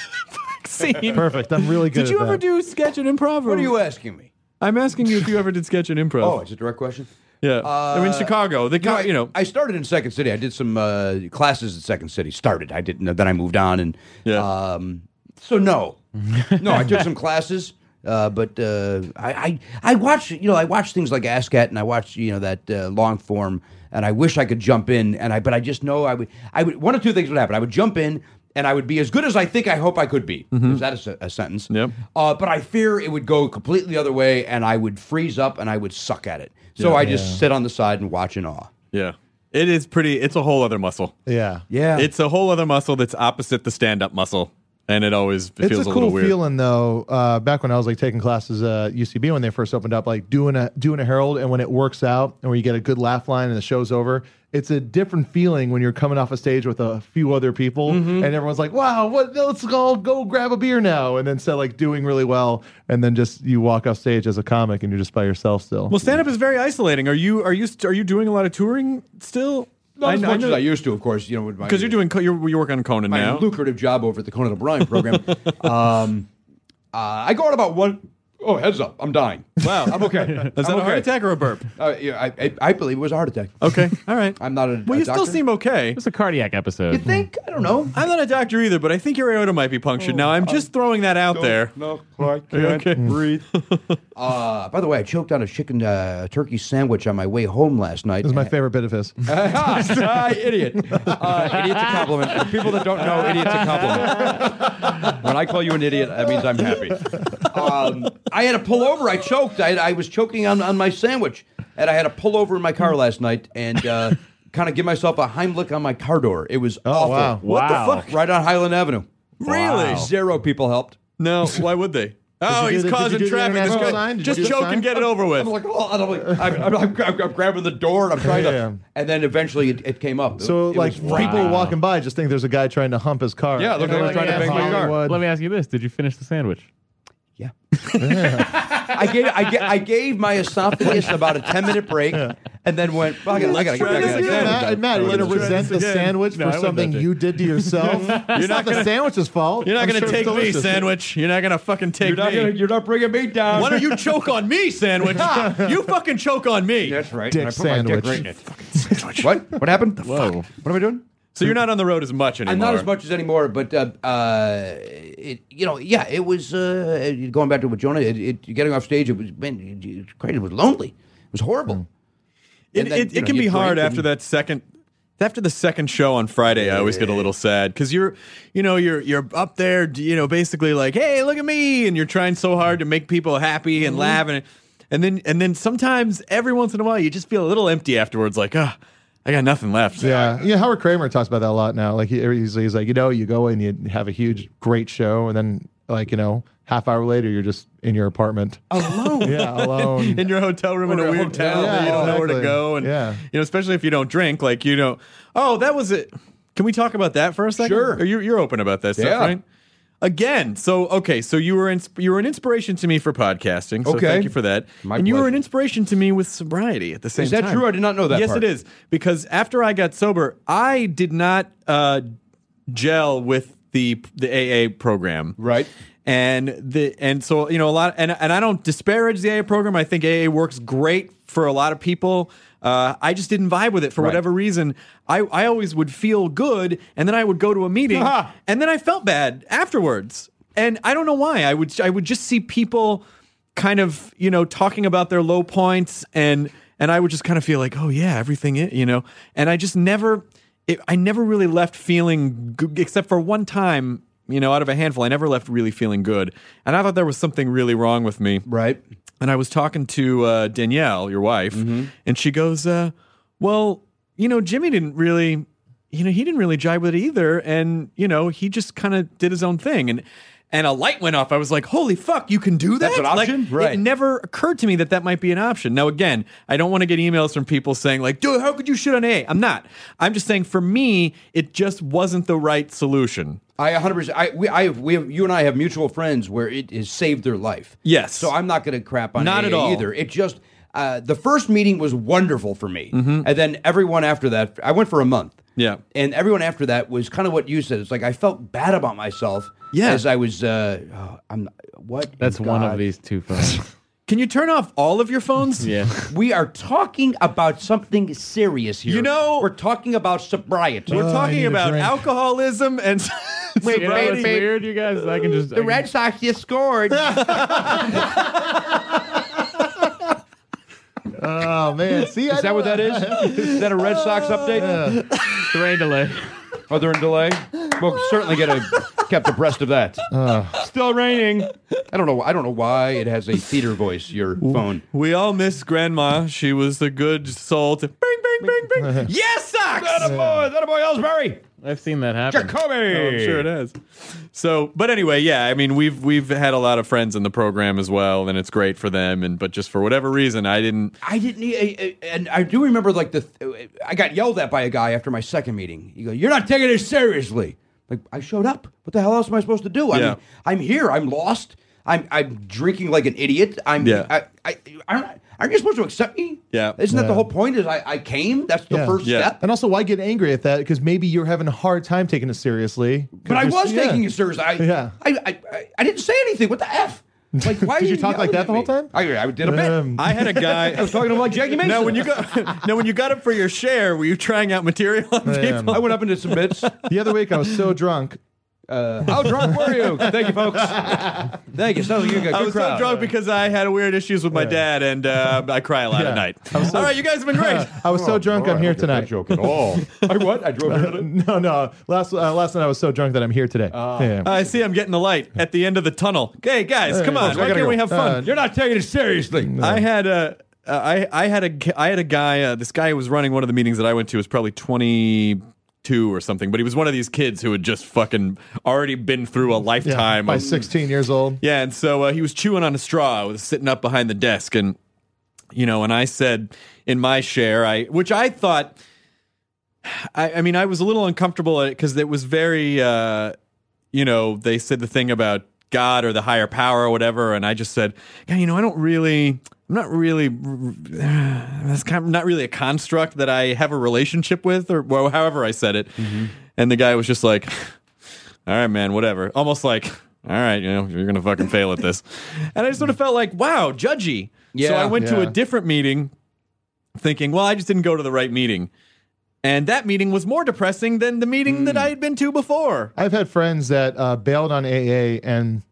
[SPEAKER 6] Scene.
[SPEAKER 4] Perfect. I'm really good.
[SPEAKER 6] Did
[SPEAKER 4] at
[SPEAKER 6] you
[SPEAKER 4] that.
[SPEAKER 6] ever do sketch and improv?
[SPEAKER 5] What are you asking me?
[SPEAKER 6] I'm asking you if you ever did sketch and improv.
[SPEAKER 5] Oh, it's a direct question.
[SPEAKER 6] Yeah, I mean
[SPEAKER 5] Uh,
[SPEAKER 6] Chicago. The
[SPEAKER 5] No,
[SPEAKER 6] guy,
[SPEAKER 5] I-
[SPEAKER 6] you know,
[SPEAKER 5] I started in Second City. I did some uh, classes at Second City. Started. I didn't. Then I moved on, and
[SPEAKER 6] Yeah.
[SPEAKER 5] um, so no, no. I took some classes, uh, but uh, I, I I watch you know I watch things like ASCAT, and I watch you know that uh, long form, and I wish I could jump in, and I but I just know I would I would one of two things would happen. I would jump in. And I would be as good as I think I hope I could be.
[SPEAKER 6] Mm-hmm.
[SPEAKER 5] Is that a, se- a sentence?
[SPEAKER 6] Yep.
[SPEAKER 5] Uh, but I fear it would go completely the other way, and I would freeze up and I would suck at it. So I just sit on the side and watch in awe.
[SPEAKER 6] yeah, it is pretty. It's a whole other muscle.
[SPEAKER 4] Yeah.
[SPEAKER 5] Yeah.
[SPEAKER 6] It's a whole other muscle that's opposite the stand-up muscle. and it always
[SPEAKER 4] It's
[SPEAKER 6] feels
[SPEAKER 4] a
[SPEAKER 6] a,
[SPEAKER 4] cool
[SPEAKER 6] little weird.
[SPEAKER 4] feeling though. Uh, back when I was like taking classes at UCB when they first opened up, like doing a doing a herald, and when it works out, and where you get a good laugh line, and the show's over, it's a different feeling when you're coming off a stage with a few other people,
[SPEAKER 6] Mm-hmm.
[SPEAKER 4] and everyone's like, "Wow, what? Let's all go grab a beer now," and then so like doing really well, and then just you walk off stage as a comic, and you're just by yourself still.
[SPEAKER 6] Well, stand up is very isolating. Are you are you st- are you doing a lot of touring still?
[SPEAKER 5] Not as
[SPEAKER 6] I- I
[SPEAKER 5] much
[SPEAKER 6] know-
[SPEAKER 5] as I used to, of course. You know, with my-
[SPEAKER 6] because you're doing co- you're, you work on Conan
[SPEAKER 5] my
[SPEAKER 6] now.
[SPEAKER 5] lucrative job over at the Conan O'Brien program. um, uh, I go out about one oh heads up! I'm dying.
[SPEAKER 6] Wow,
[SPEAKER 5] I'm okay. Is
[SPEAKER 6] Is that a heart attack Oh. or a burp?
[SPEAKER 5] Uh, yeah, I, I, I believe it was a heart attack.
[SPEAKER 6] Okay, all right.
[SPEAKER 5] I'm not a-
[SPEAKER 6] well,
[SPEAKER 5] a
[SPEAKER 6] you still
[SPEAKER 5] doctor.
[SPEAKER 6] seem okay.
[SPEAKER 7] It's a cardiac episode.
[SPEAKER 5] You think? I don't know.
[SPEAKER 6] I'm not a doctor either, but I think your aorta might be punctured. now
[SPEAKER 4] Oh,
[SPEAKER 6] I'm just throwing that out there.
[SPEAKER 5] No, I
[SPEAKER 6] Are you okay?
[SPEAKER 5] Uh, by the way, I choked on a chicken uh, turkey sandwich on my way home last night.
[SPEAKER 4] it was my favorite bit of his.
[SPEAKER 5] ah, idiot. Uh, idiot's a compliment. For people that don't know, idiot's a compliment. When I call you an idiot, that means I'm happy. Um, I had to pull over. I choked. I, I was choking on, on my sandwich. And I had to pull over in my car last night and uh, kind of give myself a Heimlich on my car door. It was awful.
[SPEAKER 4] Oh, wow.
[SPEAKER 6] What
[SPEAKER 7] Wow.
[SPEAKER 6] the fuck?
[SPEAKER 5] Right on Highland Avenue.
[SPEAKER 6] Really?
[SPEAKER 5] Zero people helped.
[SPEAKER 6] No. Why would they? Oh,
[SPEAKER 4] you do
[SPEAKER 6] he's
[SPEAKER 4] the- did you
[SPEAKER 6] causing
[SPEAKER 4] do the
[SPEAKER 6] traffic. This
[SPEAKER 4] international
[SPEAKER 6] guy-
[SPEAKER 4] sign? Did you
[SPEAKER 6] just
[SPEAKER 4] do the
[SPEAKER 6] choke
[SPEAKER 4] sign?
[SPEAKER 6] and get it over with.
[SPEAKER 5] I'm like, oh, and I'm, like, I'm, I'm, I'm, gra- I'm grabbing the door and I'm trying
[SPEAKER 4] Yeah.
[SPEAKER 5] to. And then eventually it, it came up.
[SPEAKER 4] So
[SPEAKER 5] It- it
[SPEAKER 4] like
[SPEAKER 5] was
[SPEAKER 4] people
[SPEAKER 5] right-
[SPEAKER 4] walking by just think there's a guy trying to hump his car.
[SPEAKER 5] Yeah, it
[SPEAKER 4] And
[SPEAKER 5] looked
[SPEAKER 4] they're
[SPEAKER 5] like he was trying to
[SPEAKER 4] "Yeah,
[SPEAKER 5] bang my car."
[SPEAKER 4] Hollywood."
[SPEAKER 7] Mm. Let me ask you this: Did you finish the sandwich?
[SPEAKER 5] Yeah. I gave I, ga- I gave my esophagus about a ten minute break, and then went. "Well, I gotta, I gotta
[SPEAKER 6] Let's try
[SPEAKER 5] get back
[SPEAKER 6] this
[SPEAKER 5] in the
[SPEAKER 6] again.
[SPEAKER 5] sandwich."
[SPEAKER 4] Matt, Matt, you're
[SPEAKER 6] Let's
[SPEAKER 4] going to
[SPEAKER 6] try
[SPEAKER 4] resent
[SPEAKER 6] this
[SPEAKER 4] the
[SPEAKER 6] again.
[SPEAKER 4] sandwich
[SPEAKER 7] No, I
[SPEAKER 4] for
[SPEAKER 7] wouldn't
[SPEAKER 4] something
[SPEAKER 7] do it.
[SPEAKER 4] you did to yourself. it's not the sandwich's fault.
[SPEAKER 6] You're not
[SPEAKER 4] I'm
[SPEAKER 6] gonna
[SPEAKER 4] sure it's
[SPEAKER 6] take me,
[SPEAKER 4] delicious.
[SPEAKER 6] sandwich. You're not gonna fucking take
[SPEAKER 5] You're not
[SPEAKER 6] me.
[SPEAKER 5] gonna, you're not bringing me down.
[SPEAKER 6] Why don't you choke on me, sandwich? you fucking choke on me.
[SPEAKER 5] That's right.
[SPEAKER 4] Dick
[SPEAKER 5] and I put my dick
[SPEAKER 4] sandwich.
[SPEAKER 5] right in it. What? What happened?
[SPEAKER 7] Whoa.
[SPEAKER 5] What am I doing?
[SPEAKER 6] So you're not on the road as much anymore.
[SPEAKER 5] I'm not as much as anymore, but uh, uh, it, you know, yeah, it was uh, going back to what Jonah. It, it, getting off stage, it was man, it, it, Christ, it was lonely. It was horrible.
[SPEAKER 6] It,
[SPEAKER 5] And then,
[SPEAKER 6] it,
[SPEAKER 5] you
[SPEAKER 6] it
[SPEAKER 5] know,
[SPEAKER 6] can
[SPEAKER 5] you
[SPEAKER 6] be hard
[SPEAKER 5] drink
[SPEAKER 6] after
[SPEAKER 5] and-
[SPEAKER 6] that second. After the second show on Friday, I always get a little sad because you're, you know, you're you're up there, d- you know, basically like, hey, look at me, and you're trying so hard to make people happy
[SPEAKER 5] Mm-hmm.
[SPEAKER 6] and laugh, and and then and then sometimes every once in a while you just feel a little empty afterwards, like, ah, I got nothing left.
[SPEAKER 4] Yeah, yeah. Howard Kramer talks about that a lot now. Like he, he's, he's like, you know, you go and you have a huge, great show, and then like you know, half hour later, you're just in your apartment alone. yeah, alone.
[SPEAKER 6] in your hotel room in
[SPEAKER 5] Or
[SPEAKER 6] a
[SPEAKER 5] a
[SPEAKER 6] weird
[SPEAKER 5] hotel.
[SPEAKER 6] town that
[SPEAKER 4] Yeah,
[SPEAKER 6] you don't know where to
[SPEAKER 4] exactly.
[SPEAKER 6] go and
[SPEAKER 4] Yeah.
[SPEAKER 6] you know especially if you don't drink like you know oh that was it can we talk about that for a second
[SPEAKER 5] Sure.
[SPEAKER 6] Are you, you're open about that stuff
[SPEAKER 5] Yeah.
[SPEAKER 6] right again so okay so you were ins- you were an inspiration to me for podcasting so
[SPEAKER 5] Okay.
[SPEAKER 6] thank you for that
[SPEAKER 5] My
[SPEAKER 6] and you were
[SPEAKER 5] pleasure.
[SPEAKER 6] an inspiration to me with sobriety at the same
[SPEAKER 5] Is
[SPEAKER 6] time
[SPEAKER 5] that true? I did not know that
[SPEAKER 6] yes
[SPEAKER 5] part.
[SPEAKER 6] it is because after I got sober I did not uh, gel with the the AA program
[SPEAKER 5] Right.
[SPEAKER 6] and the and so you know a lot and and I don't disparage the AA program. I think AA works great for a lot of people. Uh, I just didn't vibe with it for
[SPEAKER 5] Right.
[SPEAKER 6] whatever reason. I, I always would feel good, and then I would go to a meeting,
[SPEAKER 5] Ha!
[SPEAKER 6] and then I felt bad afterwards. And I don't know why. I would I would just see people kind of you know talking about their low points, and and I would just kind of feel like, oh yeah, everything, i- you know. And I just never, it, I never really left feeling good, except for one time. You know, out of a handful, I never left really feeling good, and I thought there was something really wrong with me
[SPEAKER 5] Right.
[SPEAKER 6] and I was talking to uh, Danielle, your wife,
[SPEAKER 5] Mm-hmm.
[SPEAKER 6] and she goes, uh, "Well, you know, Jimmy didn't really, you know, he didn't really jive with it either, and you know, he just kind of did his own thing." And and a light went off. I was like, "Holy fuck, you can do that!"
[SPEAKER 5] That's an option?
[SPEAKER 6] Like,
[SPEAKER 5] Right.
[SPEAKER 6] It never occurred to me that that might be an option. Now, again, I don't want to get emails from people saying like, "Dude, how could you shit on AA?" I'm not. I'm just saying, for me, it just wasn't the right solution.
[SPEAKER 5] I 100. percent I we I have, we have you and I have mutual friends where it has saved their life.
[SPEAKER 6] Yes.
[SPEAKER 5] So I'm not going to crap on
[SPEAKER 6] Not
[SPEAKER 5] AA
[SPEAKER 6] at all.
[SPEAKER 5] either. It just uh, the first meeting was wonderful for me, and then everyone after that, I went for a month.
[SPEAKER 6] Yeah.
[SPEAKER 5] And everyone after that was kind of what you said. It's like I felt bad about myself.
[SPEAKER 6] Yeah.
[SPEAKER 5] As I was, uh, oh, I'm what? in
[SPEAKER 7] That's one
[SPEAKER 5] God?
[SPEAKER 7] of these two phones.
[SPEAKER 6] Can you turn off all of your phones?
[SPEAKER 7] yeah.
[SPEAKER 5] We are talking about something serious here.
[SPEAKER 6] You know-
[SPEAKER 5] we're talking about sobriety.
[SPEAKER 6] We're
[SPEAKER 4] Oh, need
[SPEAKER 6] talking
[SPEAKER 4] a
[SPEAKER 6] about
[SPEAKER 4] drink.
[SPEAKER 6] alcoholism and
[SPEAKER 7] You know what's
[SPEAKER 6] sobriety.
[SPEAKER 7] weird, you guys? I can just I
[SPEAKER 5] the
[SPEAKER 7] can-
[SPEAKER 5] Red Sox just scored.
[SPEAKER 4] Oh man, see,
[SPEAKER 5] Is that what that is? Is that a Red Sox update?
[SPEAKER 7] Rain delay.
[SPEAKER 5] Are they in delay? We'll certainly get a, kept abreast of that. Still raining. I don't know. I don't know why it has a theater voice. Your phone.
[SPEAKER 6] We all miss Grandma. She was the good soul. To bing, bing, bing, bing. yes, socks.
[SPEAKER 5] That a boy. That a boy, Ellsbury.
[SPEAKER 7] I've seen that happen.
[SPEAKER 5] Jacoby!
[SPEAKER 6] Oh, I'm sure it has. So, but anyway, yeah, I mean, we've we've had a lot of friends in the program as well, and it's great for them. And but just for whatever reason, I didn't.
[SPEAKER 5] I didn't, I, I, and I do remember like the, th- I got yelled at by a guy after my second meeting. He goes, "You're not taking this seriously." Like I showed up. What the hell else am I supposed to do? I
[SPEAKER 6] Yeah.
[SPEAKER 5] mean, I'm here. I'm lost. I'm I'm drinking like an idiot. I'm
[SPEAKER 6] Yeah.
[SPEAKER 5] I, I, I don't. Aren't you supposed to accept me?
[SPEAKER 6] Yeah.
[SPEAKER 5] Isn't that
[SPEAKER 4] Yeah.
[SPEAKER 5] the whole point? Is I, I came. That's the
[SPEAKER 4] Yeah.
[SPEAKER 5] first
[SPEAKER 6] Yeah.
[SPEAKER 5] step.
[SPEAKER 4] And also, why get angry at that? Because maybe you're having a hard time taking it seriously.
[SPEAKER 5] But I was taking it
[SPEAKER 4] it.
[SPEAKER 5] seriously. I,
[SPEAKER 4] Yeah.
[SPEAKER 5] I, I, I, I didn't say anything. What the f? Like why?
[SPEAKER 4] Did
[SPEAKER 5] are
[SPEAKER 4] you talk like
[SPEAKER 5] yelling
[SPEAKER 4] that
[SPEAKER 5] at
[SPEAKER 4] the whole time?
[SPEAKER 5] me? I, I did a bit.
[SPEAKER 4] Um,
[SPEAKER 6] I had a guy.
[SPEAKER 5] I was talking to him like Jackie Mason.
[SPEAKER 6] now when you got now when you got up for your share, were you trying out material on
[SPEAKER 4] Man.
[SPEAKER 6] people?
[SPEAKER 5] I went up and did some bits.
[SPEAKER 4] the other week, I was so drunk.
[SPEAKER 5] Uh, how drunk were you? Thank you, folks. Thank you. Sounds like you got a good
[SPEAKER 6] I was
[SPEAKER 5] crowd.
[SPEAKER 6] so drunk because I had weird issues with my dad, and uh, I cry a lot
[SPEAKER 4] Yeah.
[SPEAKER 6] at night.
[SPEAKER 4] I was so-
[SPEAKER 6] All right, you guys have been great.
[SPEAKER 4] Uh, I was
[SPEAKER 5] Oh,
[SPEAKER 4] so drunk, I'm here tonight.
[SPEAKER 5] joke at all. I what? I drove here tonight.
[SPEAKER 4] No, no. Last uh, last night, I was so drunk that I'm here today.
[SPEAKER 5] Uh,
[SPEAKER 4] yeah.
[SPEAKER 6] Uh, I see I'm getting the light at the end of the tunnel. Okay, guys, come on.
[SPEAKER 4] I
[SPEAKER 6] Why
[SPEAKER 4] gotta
[SPEAKER 6] can't
[SPEAKER 4] go.
[SPEAKER 6] we have fun?
[SPEAKER 4] Uh,
[SPEAKER 5] You're not taking it seriously.
[SPEAKER 6] I had a. uh, I, I had a I had a guy. Uh, this guy who was running one of the meetings that I went to. Was probably twenty two or something, but he was one of these kids who had just fucking already been through a
[SPEAKER 4] Yeah.
[SPEAKER 6] lifetime.
[SPEAKER 4] By
[SPEAKER 6] of-
[SPEAKER 4] 16 years old.
[SPEAKER 6] yeah, and so uh, he was chewing on a straw, was sitting up behind the desk, and you know, and I said in my share, I which I thought, I, I mean, I was a little uncomfortable because it was very, uh, you know, they said the thing about God or the higher power or whatever, and I just said, yeah, you know, I don't really. I'm not really. That's kind of not really a construct that I have a relationship with, or well, however I said it. And the guy was just like, all right, man, whatever. Almost like, all right, you know, you're gonna fucking fail at this. And I just sort of felt like, wow, judgy. so
[SPEAKER 5] Yeah.
[SPEAKER 6] I went to a
[SPEAKER 4] Yeah.
[SPEAKER 6] different meeting thinking, well, I just didn't go to the right meeting. And that meeting was more depressing than the meeting that I had been to before.
[SPEAKER 4] I've had friends that uh, bailed on AA and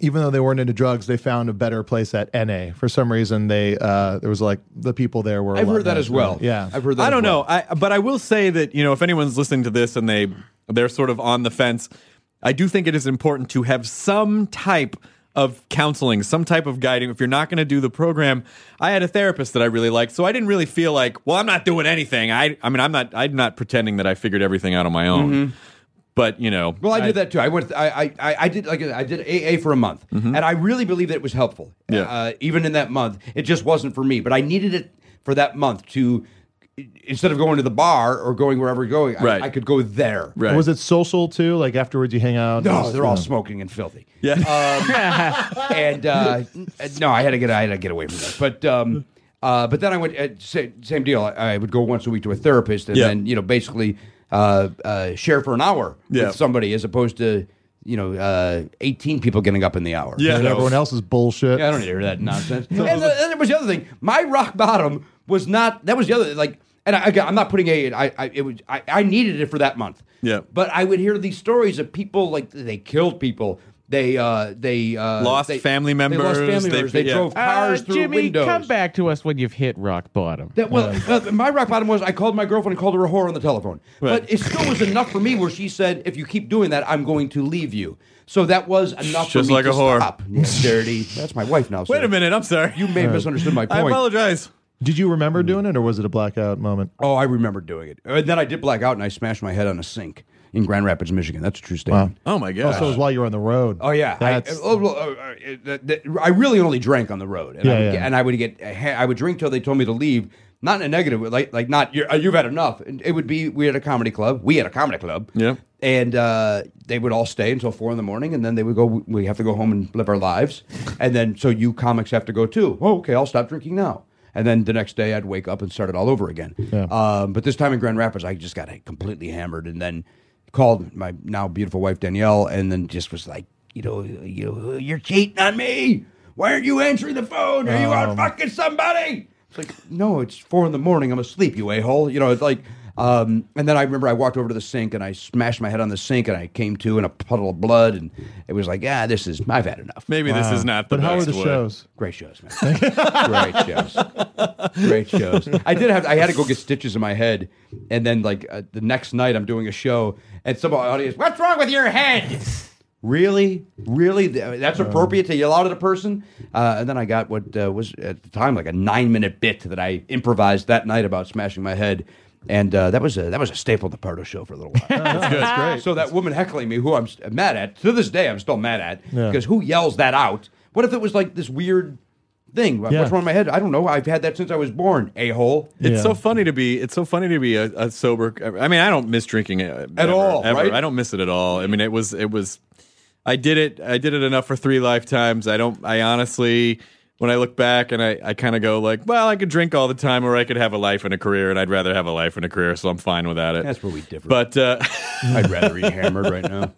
[SPEAKER 4] even though they weren't into drugs, they found a better place at NA. For some reason, they uh, there was like the people there were. a
[SPEAKER 5] I've
[SPEAKER 4] lot
[SPEAKER 5] heard that
[SPEAKER 4] nicer.
[SPEAKER 5] as well.
[SPEAKER 4] Yeah,
[SPEAKER 5] I've heard that.
[SPEAKER 6] I don't
[SPEAKER 5] as well.
[SPEAKER 6] know. I but I will say that you know if anyone's listening to this and they they're sort of on the fence, I do think it is important to have some type of counseling, some type of guiding. If you're not going to do the program, I had a therapist that I really liked, so I didn't really feel like, well, I'm not doing anything. I I mean, I'm not I'm not pretending that I figured everything out on my own. But you know,
[SPEAKER 5] Well, I did that too. I went. I I, I did like I did AA for a month, and I really believe that it was helpful.
[SPEAKER 6] Yeah.
[SPEAKER 5] Uh, even in that month, it just wasn't for me, but I needed it for that month to instead of going to the bar or going wherever you're going, I-
[SPEAKER 6] Right.
[SPEAKER 5] I, could go there.
[SPEAKER 6] Right.
[SPEAKER 4] Was it social too? Like afterwards, you hang out.
[SPEAKER 5] No,
[SPEAKER 4] Just,
[SPEAKER 5] they're all
[SPEAKER 4] you know.
[SPEAKER 5] smoking and filthy.
[SPEAKER 6] Yeah.
[SPEAKER 5] and uh, n- no, I had to get I had to get away from that. But um, uh, but then I went uh, same, same deal. I, I would go once a week to a therapist, and
[SPEAKER 6] Yeah.
[SPEAKER 5] then you know basically uh, uh, share for an hour
[SPEAKER 6] Yeah.
[SPEAKER 5] with somebody as opposed to you know uh, eighteen people getting up in the hour.
[SPEAKER 6] Yeah.
[SPEAKER 4] And
[SPEAKER 6] No.
[SPEAKER 4] everyone else is bullshit.
[SPEAKER 5] Yeah, I don't hear that nonsense. and, the, and there was the other thing. My rock bottom was not. That was the other like. And I, again, I'm not putting a. I, I it was. I, I needed it for that month.
[SPEAKER 6] Yeah.
[SPEAKER 5] But I would hear these stories of people like they killed people. They uh they uh
[SPEAKER 6] Lost
[SPEAKER 5] they-
[SPEAKER 6] family
[SPEAKER 5] They
[SPEAKER 6] members.
[SPEAKER 5] lost family
[SPEAKER 6] They-
[SPEAKER 5] members. They,
[SPEAKER 6] yeah.
[SPEAKER 5] drove cars
[SPEAKER 7] Uh,
[SPEAKER 5] through
[SPEAKER 7] Jimmy,
[SPEAKER 5] windows.
[SPEAKER 7] come back to us when you've hit rock bottom.
[SPEAKER 5] That, well, uh, my rock bottom was I called my girlfriend and called her a whore on the telephone.
[SPEAKER 6] Right.
[SPEAKER 5] But it still was enough for me where she said, "If you keep doing that, I'm going to leave you." So that was enough.
[SPEAKER 6] Just
[SPEAKER 5] for me
[SPEAKER 6] like
[SPEAKER 5] to
[SPEAKER 6] a whore.
[SPEAKER 5] Stop. Yeah, dirty. That's my wife now.
[SPEAKER 6] Wait
[SPEAKER 5] sir.
[SPEAKER 6] a minute. I'm sorry.
[SPEAKER 5] You may have misunderstood my
[SPEAKER 6] I
[SPEAKER 5] point.
[SPEAKER 6] apologize.
[SPEAKER 4] Did you remember doing it, or was it a blackout moment?
[SPEAKER 5] Oh, I remember doing it. And then I did black out and I smashed my head on a sink in Grand Rapids, Michigan. That's a true statement.
[SPEAKER 6] Oh my
[SPEAKER 4] Oh,
[SPEAKER 6] gosh.
[SPEAKER 4] so it was while you were on the road.
[SPEAKER 5] Oh yeah, I,
[SPEAKER 4] That's,
[SPEAKER 5] oh, well, uh, uh, that- that- I really only drank on the road, and, I,
[SPEAKER 4] Yeah,
[SPEAKER 5] would
[SPEAKER 4] yeah.
[SPEAKER 5] Get, and I would get a ha- I would drink till they told me to leave. Not in a negative, like like not you're, uh, you've had enough. And It would be we had a comedy club. We had a comedy club.
[SPEAKER 6] Yeah.
[SPEAKER 5] and uh, they would all stay until four in the morning, and then they would go. We have to go home and live our lives, and then so you comics have to go too. Oh, okay, I'll stop drinking now. And then the next day, I'd wake up and start it all over again.
[SPEAKER 4] Yeah.
[SPEAKER 5] Um, but this time in Grand Rapids, I just got uh, completely hammered, and then called my now beautiful wife Danielle, and then just was like, you know, you you're cheating on me. Why aren't you answering the phone? Are you out fucking somebody? It's like, no, it's four in the morning. I'm asleep, you a hole. You know, it's like. Um, and then I remember I walked over to the sink and I smashed my head on the sink and I came to in a puddle of blood and it was like, ah, this is I've had enough.
[SPEAKER 6] Maybe this is not the
[SPEAKER 4] but how are
[SPEAKER 6] best
[SPEAKER 4] the
[SPEAKER 6] way.
[SPEAKER 4] shows?
[SPEAKER 5] Great shows, man. Great shows. Great shows. I did have I had to go get stitches in my head, and then like uh, the next night I'm doing a show, and some audience, what's wrong with your head? Really, really, Th- that's
[SPEAKER 4] Uh-huh.
[SPEAKER 5] appropriate to yell out at a person. Uh, and then I got what uh, was at the time like a nine minute bit that I improvised that night about smashing my head, And uh, that was a, that was a staple of the Pardo show for a little while. That's
[SPEAKER 4] That's great.
[SPEAKER 5] So that woman heckling me, who I'm st- mad at to this day, I'm still mad at
[SPEAKER 4] Yeah.
[SPEAKER 5] because who yells that out? What if it was like this weird thing? What's
[SPEAKER 4] Yeah.
[SPEAKER 5] wrong with my head? I don't know. I've had that since I was born. A hole.
[SPEAKER 6] It's
[SPEAKER 4] Yeah.
[SPEAKER 6] so funny to be. It's so funny to be a, a sober. I mean, I don't miss drinking uh,
[SPEAKER 5] At
[SPEAKER 6] ever,
[SPEAKER 5] all,
[SPEAKER 6] ever.
[SPEAKER 5] right?
[SPEAKER 6] I don't miss it at all. I mean, it was. It was. I did it. I did it enough for three lifetimes. I don't. I honestly, when I look back and I, I kind of go like, well, I could drink all the time, or I could have a life and a career, and I'd rather have a life and a career, so I'm fine without it.
[SPEAKER 5] That's where we differ.
[SPEAKER 6] But uh,
[SPEAKER 5] I'd rather eat hammered right now.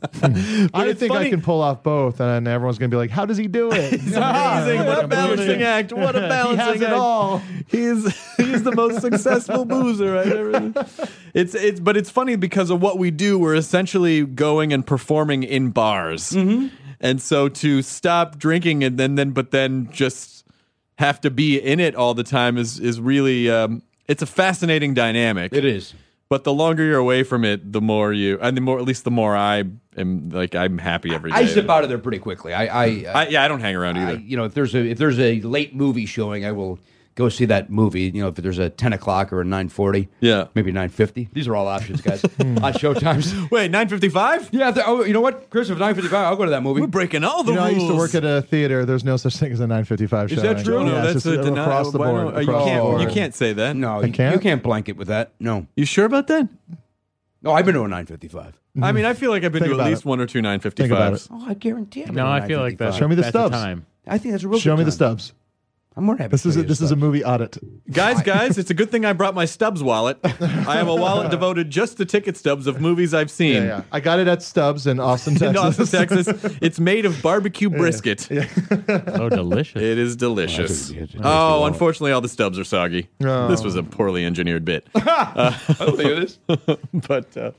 [SPEAKER 4] I
[SPEAKER 6] it's
[SPEAKER 4] think
[SPEAKER 6] funny-
[SPEAKER 4] I can pull off both, and everyone's gonna be like, "How does he do it?"
[SPEAKER 6] amazing. What a balancing act. What a balancing
[SPEAKER 4] he has it
[SPEAKER 6] act.
[SPEAKER 4] all.
[SPEAKER 6] He's he's the most successful boozer I've ever. It's it's but it's funny because of what we do. We're essentially going and performing in bars,
[SPEAKER 4] Mm-hmm.
[SPEAKER 6] and so to stop drinking and then then but then just have to be in it all the time is is really um, it's a fascinating dynamic.
[SPEAKER 5] It is.
[SPEAKER 6] But the longer you're away from it, the more you and the more at least the more I am like I'm happy every day.
[SPEAKER 5] I zip out of there pretty quickly. I, uh, I,
[SPEAKER 6] I, yeah, I don't hang around
[SPEAKER 5] I-
[SPEAKER 6] either.
[SPEAKER 5] you know, if there's a if there's a late movie showing, I will go see that movie. You know, if there's a ten o'clock or a nine forty,
[SPEAKER 6] Yeah.
[SPEAKER 5] maybe nine fifty. These are all options, guys. on show times.
[SPEAKER 6] Wait, nine fifty five?
[SPEAKER 5] Yeah, th- oh, you know what, Chris? If nine fifty-five, I'll go to that movie.
[SPEAKER 6] We're breaking all the
[SPEAKER 4] You know, I
[SPEAKER 6] rules.
[SPEAKER 4] used to work at a theater. There's no such thing as a 9:55 show.
[SPEAKER 5] Is that true?
[SPEAKER 4] Yeah,
[SPEAKER 6] No,
[SPEAKER 4] it's
[SPEAKER 6] that's
[SPEAKER 4] just
[SPEAKER 6] a denial.
[SPEAKER 4] across the
[SPEAKER 6] Why
[SPEAKER 4] board.
[SPEAKER 6] don't- uh, you
[SPEAKER 4] across the
[SPEAKER 6] can't-
[SPEAKER 4] board.
[SPEAKER 6] You can't say that.
[SPEAKER 5] No,
[SPEAKER 4] I
[SPEAKER 5] you-
[SPEAKER 4] can't?
[SPEAKER 5] you can't blanket with that. No,
[SPEAKER 6] You sure about that?
[SPEAKER 5] no, I've been to a nine fifty-five.
[SPEAKER 6] I mean, I feel like I've been
[SPEAKER 4] Think
[SPEAKER 6] to at
[SPEAKER 4] about
[SPEAKER 6] least
[SPEAKER 4] it.
[SPEAKER 6] one or two
[SPEAKER 4] Think about
[SPEAKER 6] 955s.
[SPEAKER 4] it.
[SPEAKER 5] Oh, I guarantee. I've been
[SPEAKER 7] No,
[SPEAKER 5] to a
[SPEAKER 7] I feel like that's
[SPEAKER 5] 9:55.
[SPEAKER 4] Show me the
[SPEAKER 7] that's
[SPEAKER 4] stubs.
[SPEAKER 7] time.
[SPEAKER 5] I think that's a real.
[SPEAKER 4] Show
[SPEAKER 5] good
[SPEAKER 4] me the
[SPEAKER 5] time.
[SPEAKER 4] stubs.
[SPEAKER 5] I'm more happy.
[SPEAKER 4] This
[SPEAKER 5] to
[SPEAKER 4] is
[SPEAKER 5] show
[SPEAKER 4] a,
[SPEAKER 5] you
[SPEAKER 4] this is a
[SPEAKER 5] stuff.
[SPEAKER 4] movie audit.
[SPEAKER 6] Guys, guys, it's a good thing I brought my Stubbs wallet. I have a wallet devoted just to ticket stubs of movies I've seen.
[SPEAKER 4] Yeah, yeah. I got it at Stubbs in Austin, Texas.
[SPEAKER 6] In Austin, Texas, it's made of barbecue brisket.
[SPEAKER 7] Oh, delicious.
[SPEAKER 6] It is delicious.
[SPEAKER 5] Well, that's a- that's a tasty
[SPEAKER 6] Oh,
[SPEAKER 5] wallet.
[SPEAKER 6] unfortunately, all the stubs are soggy.
[SPEAKER 4] Oh.
[SPEAKER 6] This was a poorly engineered bit.
[SPEAKER 5] Oh, look at this.
[SPEAKER 6] but uh,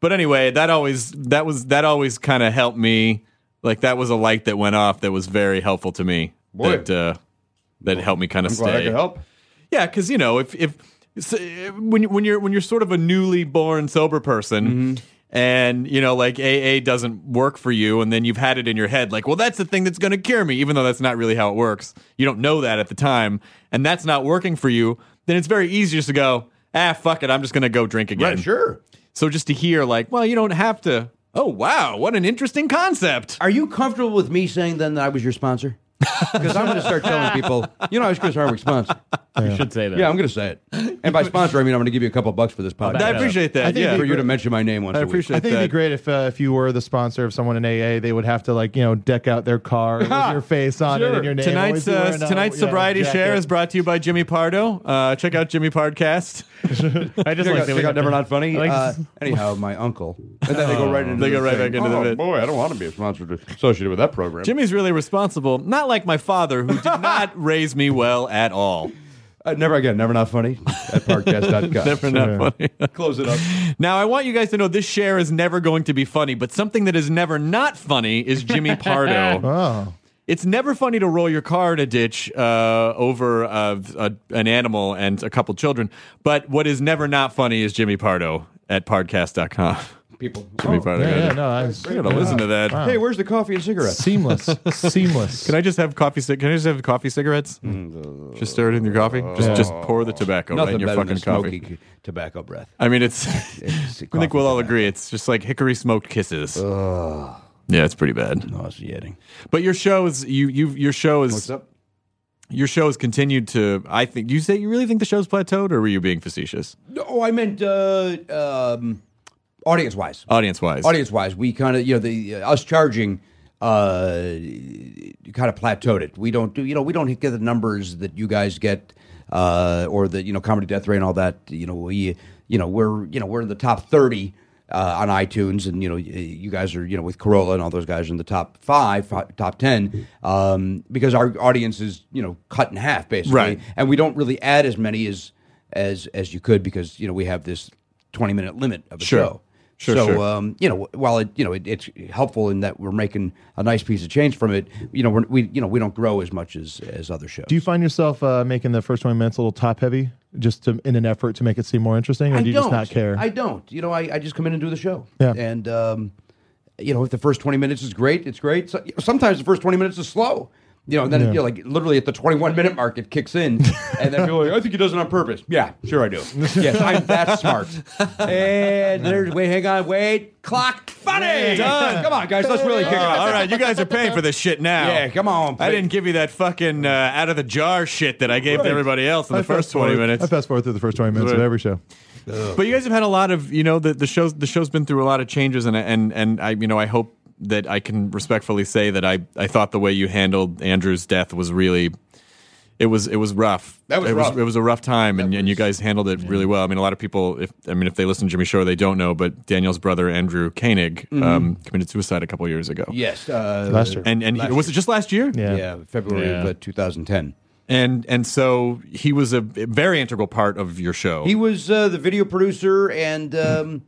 [SPEAKER 6] but anyway, that always that was that always kind of helped me. Like that was a light that went off that was very helpful to me.
[SPEAKER 5] Boy.
[SPEAKER 6] That uh, that helped me kind of
[SPEAKER 5] I'm glad I
[SPEAKER 6] stay.
[SPEAKER 5] could
[SPEAKER 4] "Oh."
[SPEAKER 5] help.
[SPEAKER 6] Yeah, because you know if if so, uh, when you- when you're when you're sort of a newly born sober person. And you know, like AA doesn't work for you, and then you've had it in your head, like, well, that's the thing that's going to cure me, even though that's not really how it works. You don't know that at the time, and that's not working for you. Then it's very easy just to go, ah, fuck it, I'm just going to go drink again.
[SPEAKER 5] Right, sure.
[SPEAKER 6] So just to hear, like, well, you don't have to. Oh wow, what an interesting concept!
[SPEAKER 5] Are you comfortable with me saying then that I was your sponsor? Because I'm going to start telling people, you know, I was Chris Hardwick's sponsor.
[SPEAKER 7] You should say that.
[SPEAKER 5] Yeah, I'm going to say it. And by sponsor, I mean I'm going to give you a couple bucks for this
[SPEAKER 6] I
[SPEAKER 5] podcast.
[SPEAKER 6] appreciate
[SPEAKER 4] I
[SPEAKER 6] that.
[SPEAKER 4] think
[SPEAKER 6] yeah,
[SPEAKER 5] for you to mention my name once
[SPEAKER 6] I
[SPEAKER 5] a week.
[SPEAKER 6] appreciate.
[SPEAKER 4] I think it'd
[SPEAKER 6] that.
[SPEAKER 4] be great if uh, if you were the sponsor of someone in AA, they would have to like you know deck out their car with your face on it and your name. Always
[SPEAKER 6] Tonight's
[SPEAKER 4] be
[SPEAKER 6] uh,
[SPEAKER 4] wearing a,
[SPEAKER 6] tonight's
[SPEAKER 4] you know,
[SPEAKER 6] sobriety
[SPEAKER 4] jacket.
[SPEAKER 6] share is brought to you by Jimmy Pardo. Uh, check out Jimmy Podcast.
[SPEAKER 7] I just
[SPEAKER 5] Check
[SPEAKER 7] like
[SPEAKER 5] out-
[SPEAKER 7] that we
[SPEAKER 5] check out
[SPEAKER 7] got
[SPEAKER 5] Never Not Funny.
[SPEAKER 7] like
[SPEAKER 5] Uh, anyhow, my uncle. And then they go right into
[SPEAKER 6] They go
[SPEAKER 5] the
[SPEAKER 6] right
[SPEAKER 5] thing.
[SPEAKER 6] back into the
[SPEAKER 5] oh,
[SPEAKER 6] bit.
[SPEAKER 5] boy, I don't want to be a sponsor to- associated with that program.
[SPEAKER 6] Jimmy's really responsible, not like my father, who did not raise me well at all.
[SPEAKER 5] Uh, never again. Never Not Funny at parkcast.com.
[SPEAKER 6] Never not funny.
[SPEAKER 5] Close it up.
[SPEAKER 6] Now, I want you guys to know this share is never going to be funny, but something that is never not funny is Jimmy Pardo.
[SPEAKER 4] Oh,
[SPEAKER 6] it's never funny to roll your car in a ditch uh, over uh, a, an animal and a couple children, but what is never not funny is Jimmy Pardo at podcast.com.
[SPEAKER 5] People.
[SPEAKER 6] Jimmy
[SPEAKER 5] Oh,
[SPEAKER 6] Pardo.
[SPEAKER 4] yeah, yeah, no, I,
[SPEAKER 6] I gotta listen to that.
[SPEAKER 5] hey, where's the coffee and cigarettes?
[SPEAKER 4] seamless, seamless.
[SPEAKER 6] Can I just have coffee? cig- Can I just have coffee cigarettes?
[SPEAKER 5] Mm.
[SPEAKER 6] Just stir it in your coffee. Just, just
[SPEAKER 5] Oh.
[SPEAKER 6] pour the tobacco right
[SPEAKER 5] Nothing
[SPEAKER 6] in your
[SPEAKER 5] better
[SPEAKER 6] fucking
[SPEAKER 5] than
[SPEAKER 6] coffee.
[SPEAKER 5] smoky c- tobacco breath.
[SPEAKER 6] I mean, it's.
[SPEAKER 5] It's
[SPEAKER 6] I think we'll all
[SPEAKER 5] coffee
[SPEAKER 6] agree. It's just like hickory smoked kisses. Yeah, it's pretty bad.
[SPEAKER 5] tobacco. Nauseating.
[SPEAKER 6] But your show is you you your show
[SPEAKER 5] What's
[SPEAKER 6] is
[SPEAKER 5] up?
[SPEAKER 6] your show has continued to. I think you say you really think the show's plateaued, or were you being facetious?
[SPEAKER 5] No, I meant uh, um, audience wise.
[SPEAKER 6] Audience wise,
[SPEAKER 5] Audience wise, we kind of you know the uh, us charging uh, kind of plateaued it. We don't do you know we don't get the numbers that you guys get uh, or the you know comedy death ray and all that. You know we you know we're you know we're in the top thirty. Uh, on iTunes, and you know, y- you guys are you know with Corolla and all those guys are in the top five, fi- top ten, um, because our audience is you know cut in half basically,
[SPEAKER 6] Right.
[SPEAKER 5] and we don't really add as many as as as you could because you know we have this twenty minute limit of a
[SPEAKER 6] Sure.
[SPEAKER 5] show.
[SPEAKER 6] Sure,
[SPEAKER 5] so
[SPEAKER 6] sure.
[SPEAKER 5] Um, you know, while it you know it, it's helpful in that we're making a nice piece of change from it, you know we're, we you know we don't grow as much as as other shows.
[SPEAKER 4] Do you find yourself uh, making the first twenty minutes a little top heavy, just to, in an effort to make it seem more interesting, or
[SPEAKER 5] I
[SPEAKER 4] do you just
[SPEAKER 5] don't
[SPEAKER 4] not care?
[SPEAKER 5] I don't. You know, I, I just come in and do the show.
[SPEAKER 4] Yeah.
[SPEAKER 5] And um, you know, if the first twenty minutes is great, it's great. So, sometimes the first twenty minutes is slow. You know, and then you know, like literally at the 21 minute mark, it kicks in, and then people are like, "I think he does it on purpose." Yeah, sure I do. yes, I'm that smart. And there's wait, hang on, wait, clock, funny.
[SPEAKER 6] Done.
[SPEAKER 5] Come on, guys, let's really kick it.
[SPEAKER 6] Oh,
[SPEAKER 5] off.
[SPEAKER 6] all right, you guys are paying for this shit now.
[SPEAKER 5] Yeah, come on.
[SPEAKER 6] I didn't give you that fucking uh, out of the jar shit that I gave to everybody else in the
[SPEAKER 4] I
[SPEAKER 6] first
[SPEAKER 4] fast
[SPEAKER 6] 20
[SPEAKER 4] forward-
[SPEAKER 6] minutes.
[SPEAKER 4] I fast forward through the first 20 minutes of
[SPEAKER 6] Right.
[SPEAKER 4] every show.
[SPEAKER 6] But you guys have had a lot of, you know, the, the show's the show's been through a lot of changes, and and and I, you know, I hope that I can respectfully say that I I thought the way you handled Andrew's death was really. It was it was rough.
[SPEAKER 5] That was
[SPEAKER 6] it
[SPEAKER 5] rough.
[SPEAKER 6] was it was a rough time, and, and you guys handled it really well. I mean, a lot of people, if I mean, if they listen to Jimmy Shore, they don't know, but Daniel's brother Andrew Koenig um, committed suicide a couple years ago.
[SPEAKER 5] Mm-hmm. Yes, uh,
[SPEAKER 4] Last year.
[SPEAKER 6] and and he, was it just last year?
[SPEAKER 5] yeah,
[SPEAKER 4] Yeah.
[SPEAKER 5] February of
[SPEAKER 7] Yeah.
[SPEAKER 5] uh, 2010.
[SPEAKER 6] and and so he was a very integral part of your show.
[SPEAKER 5] He was uh, the video producer and um,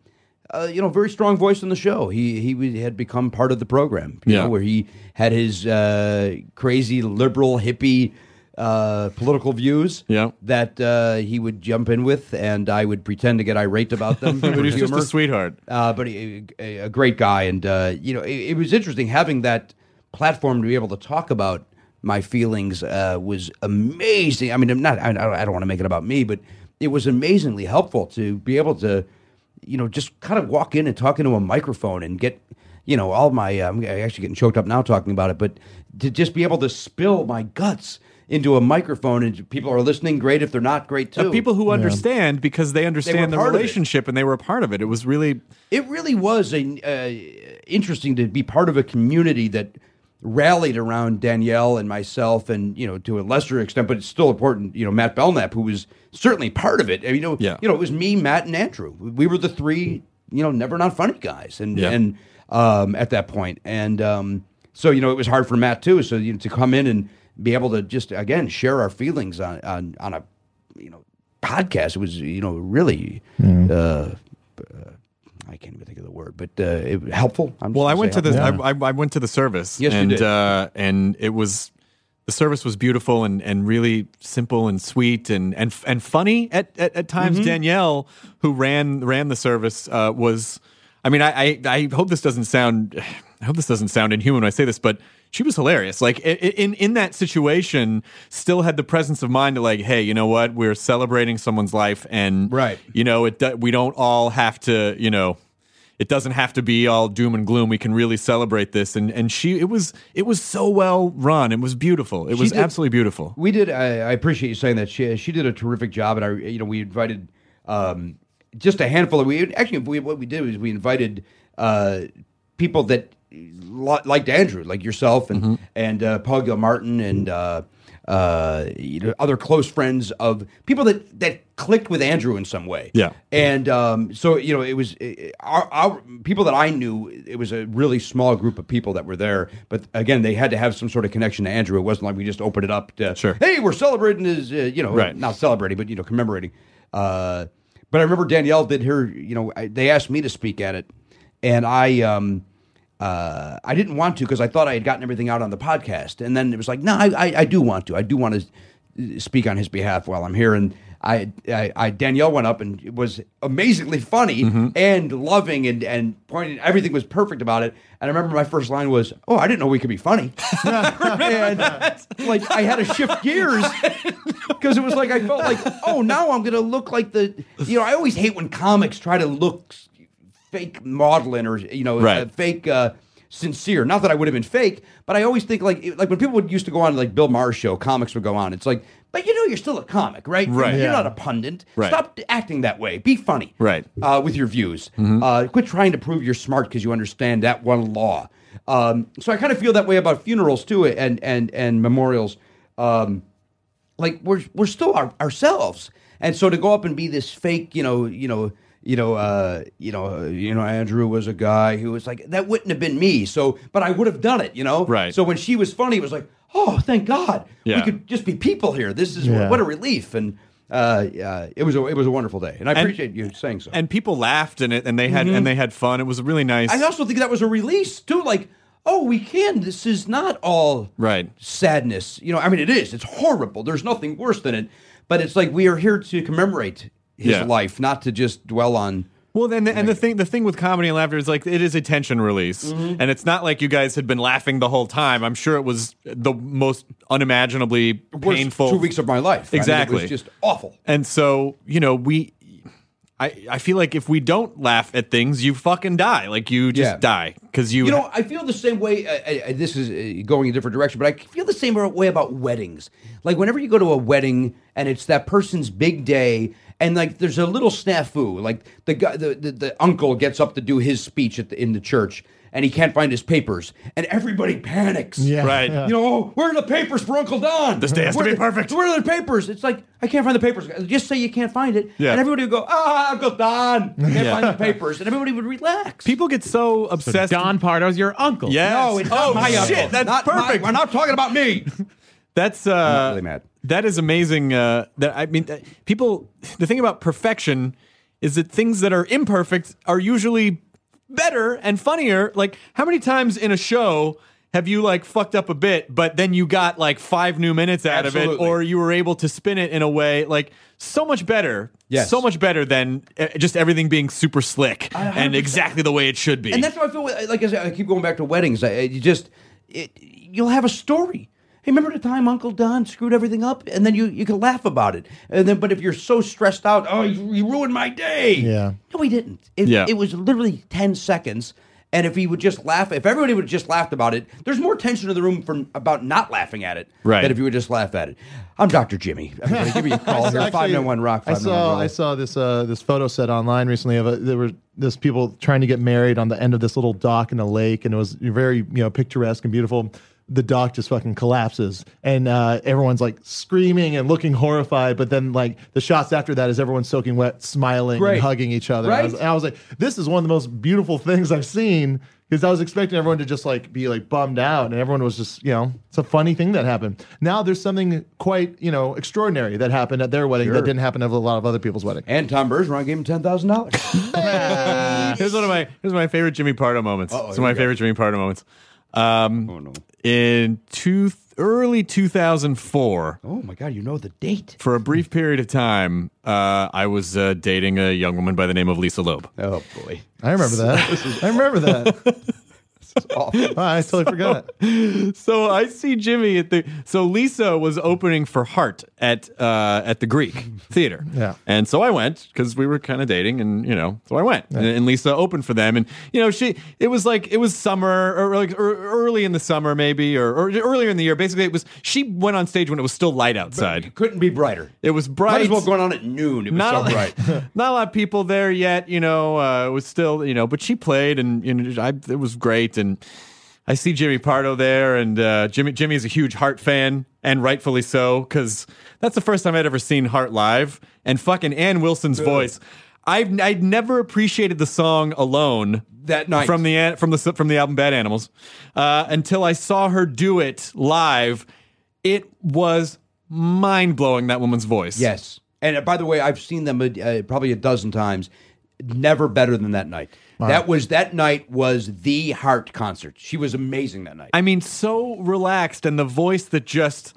[SPEAKER 5] uh, you know very strong voice on the show. He he was- had become part of the program. you
[SPEAKER 6] Yeah.
[SPEAKER 5] know, where he had his uh, crazy liberal hippie uh, political views.
[SPEAKER 6] Yeah.
[SPEAKER 5] that uh, he would jump in with, and I would pretend to get irate about them.
[SPEAKER 6] But he was just
[SPEAKER 5] Humor.
[SPEAKER 6] a sweetheart.
[SPEAKER 5] uh, but he, a, a great guy, and uh, you know, it, it was interesting having that platform to be able to talk about my feelings uh, was amazing. I mean, I'm not, I, I don't- I don't want to make it about me, but it was amazingly helpful to be able to, you know, just kind of walk in and talk into a microphone and get, you know, all my. uh, I'm actually getting choked up now talking about it, but to just be able to spill my guts into a microphone and people are listening. Great if they're not, great too.
[SPEAKER 6] Uh, people who understand because they understand the
[SPEAKER 5] part of it.
[SPEAKER 6] relationship and they were a part of it. It was really
[SPEAKER 5] it really was a, uh, interesting to be part of a community that rallied around Danielle and myself, and you know, to a lesser extent, but it's still important. You know, Matt Belknap, who was certainly part of it. I mean, You know,
[SPEAKER 6] Yeah.
[SPEAKER 5] you know, it was me, Matt, and Andrew. We were the three, you know, never not funny guys, and
[SPEAKER 6] Yeah.
[SPEAKER 5] and um, at that point, and um, so you know, it was hard for Matt too. So you know, to come in and be able to just again share our feelings on on on a you know podcast, it was you know really. Uh, I can't even think of the word, but uh, it, helpful. I'm just
[SPEAKER 6] well. I
[SPEAKER 5] gonna
[SPEAKER 6] went
[SPEAKER 5] say
[SPEAKER 6] to the
[SPEAKER 5] helpful.
[SPEAKER 6] I, I, I went to the service.
[SPEAKER 5] Yes, you
[SPEAKER 6] and,
[SPEAKER 5] did.
[SPEAKER 6] Uh, and it was the service was beautiful and, and really simple and sweet and and and funny at at, at times.
[SPEAKER 5] Mm-hmm.
[SPEAKER 6] Danielle, who ran ran the service, uh, was. I mean, I, I I hope this doesn't sound I hope this doesn't sound inhuman when I say this, but she was hilarious. Like i- i- in in that situation, still had the presence of mind to like, hey, you know what? We're celebrating someone's life, and
[SPEAKER 5] Right.
[SPEAKER 6] you know, it do- we don't all have to, you know, it doesn't have to be all doom and gloom. We can really celebrate this. And and she, it was it was so well run. It was beautiful. It was
[SPEAKER 5] did-
[SPEAKER 6] absolutely beautiful.
[SPEAKER 5] we did. I, I appreciate you saying that. She she did a terrific job, and I you know we invited um, just a handful of we actually we, what we did was we invited uh, people that li- liked Andrew, like yourself and
[SPEAKER 6] Mm-hmm.
[SPEAKER 5] and uh, Paul Gilmartin and. Uh, uh, you know, other close friends of people that that clicked with Andrew in some way.
[SPEAKER 6] Yeah.
[SPEAKER 5] and um, so you know it was uh, our, our people that I knew. It was a really small group of people that were there, but again, they had to have some sort of connection to Andrew. It wasn't like we just opened it up to
[SPEAKER 6] Sure.
[SPEAKER 5] hey, we're celebrating his uh, you know
[SPEAKER 6] Right.
[SPEAKER 5] not celebrating, but you know commemorating. Uh, but I remember Danielle did her you know I, they asked me to speak at it, and I um, uh, I didn't want to because I thought I had gotten everything out on the podcast, and then it was like no, I I, I do want to, I do want to uh, speak on his behalf while I'm here and. I, I, I Danielle went up and it was amazingly funny and loving and and pointed everything was perfect about it and I remember my first line was oh I didn't know we could be funny and like I had to shift gears because it was like I felt like oh now I'm gonna look like the you know I always hate when comics try to look s- fake maudlin or you know
[SPEAKER 6] Right.
[SPEAKER 5] uh, fake uh, sincere. Not that I would have been fake, but I always think like it- like when people would used to go on like Bill Maher's show, comics would go on. It's like but you know you're still a comic, right?
[SPEAKER 6] Right.
[SPEAKER 5] You're
[SPEAKER 6] Yeah.
[SPEAKER 5] not a pundit.
[SPEAKER 6] Right.
[SPEAKER 5] Stop acting that way. Be funny.
[SPEAKER 6] Right. Mm-hmm.
[SPEAKER 5] Uh, with your views. Uh, quit trying to prove you're smart because you understand that one law. Um, so I kind of feel that way about funerals too, and and and memorials. Um, like we're we're still our, ourselves, and so to go up and be this fake, you know, you know, you know, uh, you know, uh, you know, Andrew was a guy who was like that wouldn't have been me. So, but I would have done it, you know.
[SPEAKER 6] Right.
[SPEAKER 5] So when she was funny, it was like, oh, thank God, we
[SPEAKER 6] Yeah.
[SPEAKER 5] could just be people here. This is
[SPEAKER 4] Yeah.
[SPEAKER 5] what a relief, and uh, uh, it was a it was a wonderful day, and I appreciate you saying so.
[SPEAKER 6] And people laughed and it and they had and they had fun. It was really nice.
[SPEAKER 5] Mm-hmm. I also think that was a release too. Like, oh, we can. This is not all
[SPEAKER 6] Right.
[SPEAKER 5] sadness. You know, I mean, it is. It's horrible. There's nothing worse than it. But it's like we are here to commemorate his
[SPEAKER 6] Yeah.
[SPEAKER 5] life, not to just dwell on
[SPEAKER 6] Well, then, and the thing, the thing with comedy and laughter is like it is a tension release,
[SPEAKER 5] Mm-hmm.
[SPEAKER 6] and it's not like you guys had been laughing the whole time. I'm sure it was the most unimaginably
[SPEAKER 5] Worst
[SPEAKER 6] painful
[SPEAKER 5] two weeks of my life. I mean,
[SPEAKER 6] Exactly,
[SPEAKER 5] it was just awful.
[SPEAKER 6] And so, you know, we, I, I feel like if we don't laugh at things, you fucking die. Like you just
[SPEAKER 5] Yeah.
[SPEAKER 6] die because you,
[SPEAKER 5] You know, I feel the same way. Uh, uh, uh, this is uh, going a different direction, but I feel the same way about weddings. Like whenever you go to a wedding and it's that person's big day, and like there's a little snafu. Like the guy, the, the, the uncle gets up to do his speech at the, in the church, and he can't find his papers, and everybody panics.
[SPEAKER 4] Yeah.
[SPEAKER 6] Right.
[SPEAKER 4] Yeah.
[SPEAKER 5] You know, "Oh, where are the papers for Uncle Don?
[SPEAKER 6] This day has to
[SPEAKER 5] Where-
[SPEAKER 6] be perfect."
[SPEAKER 5] Where are the papers? It's like I can't find the papers. Just say you can't find it,
[SPEAKER 6] Yeah.
[SPEAKER 5] and everybody would go, "Ah, Uncle Don, can't
[SPEAKER 6] Yeah.
[SPEAKER 5] find the papers," and everybody would relax.
[SPEAKER 6] people get so obsessed.
[SPEAKER 7] Don Pardo's your uncle.
[SPEAKER 6] Yes.
[SPEAKER 5] No, it's
[SPEAKER 6] oh
[SPEAKER 5] not my
[SPEAKER 6] shit,
[SPEAKER 5] uncle.
[SPEAKER 6] that's
[SPEAKER 5] Not my-
[SPEAKER 6] perfect.
[SPEAKER 5] we're not talking about me.
[SPEAKER 6] That's uh,
[SPEAKER 5] not really mad.
[SPEAKER 6] That is amazing. Uh, that I mean, that people. The thing about perfection is that things that are imperfect are usually better and funnier. Like, how many times in a show have you like fucked up a bit, but then you got like five new minutes out of it,
[SPEAKER 5] Absolutely.
[SPEAKER 6] or you were able to spin it in a way like so much better.
[SPEAKER 5] Yes.
[SPEAKER 6] so much better than uh, just everything being super slick and
[SPEAKER 5] 100%.
[SPEAKER 6] exactly the way it should be.
[SPEAKER 5] And that's how I feel. With, like I said, I keep going back to weddings. I, I- you just, it, you'll have a story. Hey, remember the time Uncle Don screwed everything up, and then you you can laugh about it. And then, but if you're so stressed out, oh, you, you ruined my day.
[SPEAKER 4] Yeah.
[SPEAKER 5] No, he didn't. It,
[SPEAKER 6] Yeah.
[SPEAKER 5] it was literally ten seconds. And if he would just laugh, if everybody would have just laughed about it, there's more tension in the room from about not laughing at it
[SPEAKER 6] Right.
[SPEAKER 5] than if you would just laugh at it. I'm Dr. Jimmy. Everybody, give me a call here.
[SPEAKER 4] Actually,
[SPEAKER 5] Five nine one rock.
[SPEAKER 4] I
[SPEAKER 5] 591
[SPEAKER 4] saw
[SPEAKER 5] roll.
[SPEAKER 4] I saw this uh, this photo set online recently of a, there were this people trying to get married on the end of this little dock in a lake, and it was very you know picturesque and beautiful. The dock just fucking collapses, and uh, everyone's like screaming and looking horrified. But then like the shots after that is everyone soaking wet, smiling
[SPEAKER 5] Great.
[SPEAKER 4] and hugging each other. And I, was,
[SPEAKER 5] Right?
[SPEAKER 4] and I was like, this is one of the most beautiful things I've seen. Because I was expecting everyone to just like be like bummed out, and everyone was just, you know, it's a funny thing that happened. Now there's something quite, you know, extraordinary that happened at their wedding that didn't happen at a lot of other people's wedding.
[SPEAKER 5] And Tom Bergeron gave him ten thousand dollars.
[SPEAKER 6] here's one of my here's my favorite Jimmy Pardo moments. It's one of my favorite Jimmy Pardo moments. Um, In two early 2004,
[SPEAKER 5] Oh my God! You know the date.
[SPEAKER 6] for a brief period of time, uh, I was uh, dating a young woman by the name of Lisa Loeb.
[SPEAKER 5] Oh boy!
[SPEAKER 4] I remember that. I remember that. Oh, I totally forgot.
[SPEAKER 6] So I see Jimmy at the. So Lisa was opening for Heart at uh, at the Greek Theater.
[SPEAKER 4] Yeah.
[SPEAKER 6] And so I went because we were kind of dating, and you know, so I went. And, and Lisa opened for them, and you know, she it was like it was summer or like or early in the summer, maybe or, or earlier in the year. Basically, it was she went on stage when it was still light outside.
[SPEAKER 5] Couldn't be brighter.
[SPEAKER 6] It was bright.
[SPEAKER 5] Might as well going on at noon. It was
[SPEAKER 6] not
[SPEAKER 5] so
[SPEAKER 6] a,
[SPEAKER 5] bright.
[SPEAKER 6] not a lot of people there yet, you know. Uh, it was still, you know, but she played, and you know, I, it was great. And I see Jimmy Pardo there, and uh, Jimmy Jimmy is a huge Heart fan, and rightfully so, because that's the first time I'd ever seen Heart live, and fucking Ann Wilson's voice. I've I'd never appreciated the song alone
[SPEAKER 5] That night.
[SPEAKER 6] from the an- from the from the album Bad Animals uh, until I saw her do it live. It was mind blowing that woman's voice.
[SPEAKER 5] Yes. And uh, by the way, I've seen them uh, probably a dozen times. Never better than that night. That was that night was the heart concert. She was amazing that night.
[SPEAKER 6] I mean, so relaxed, and the voice that just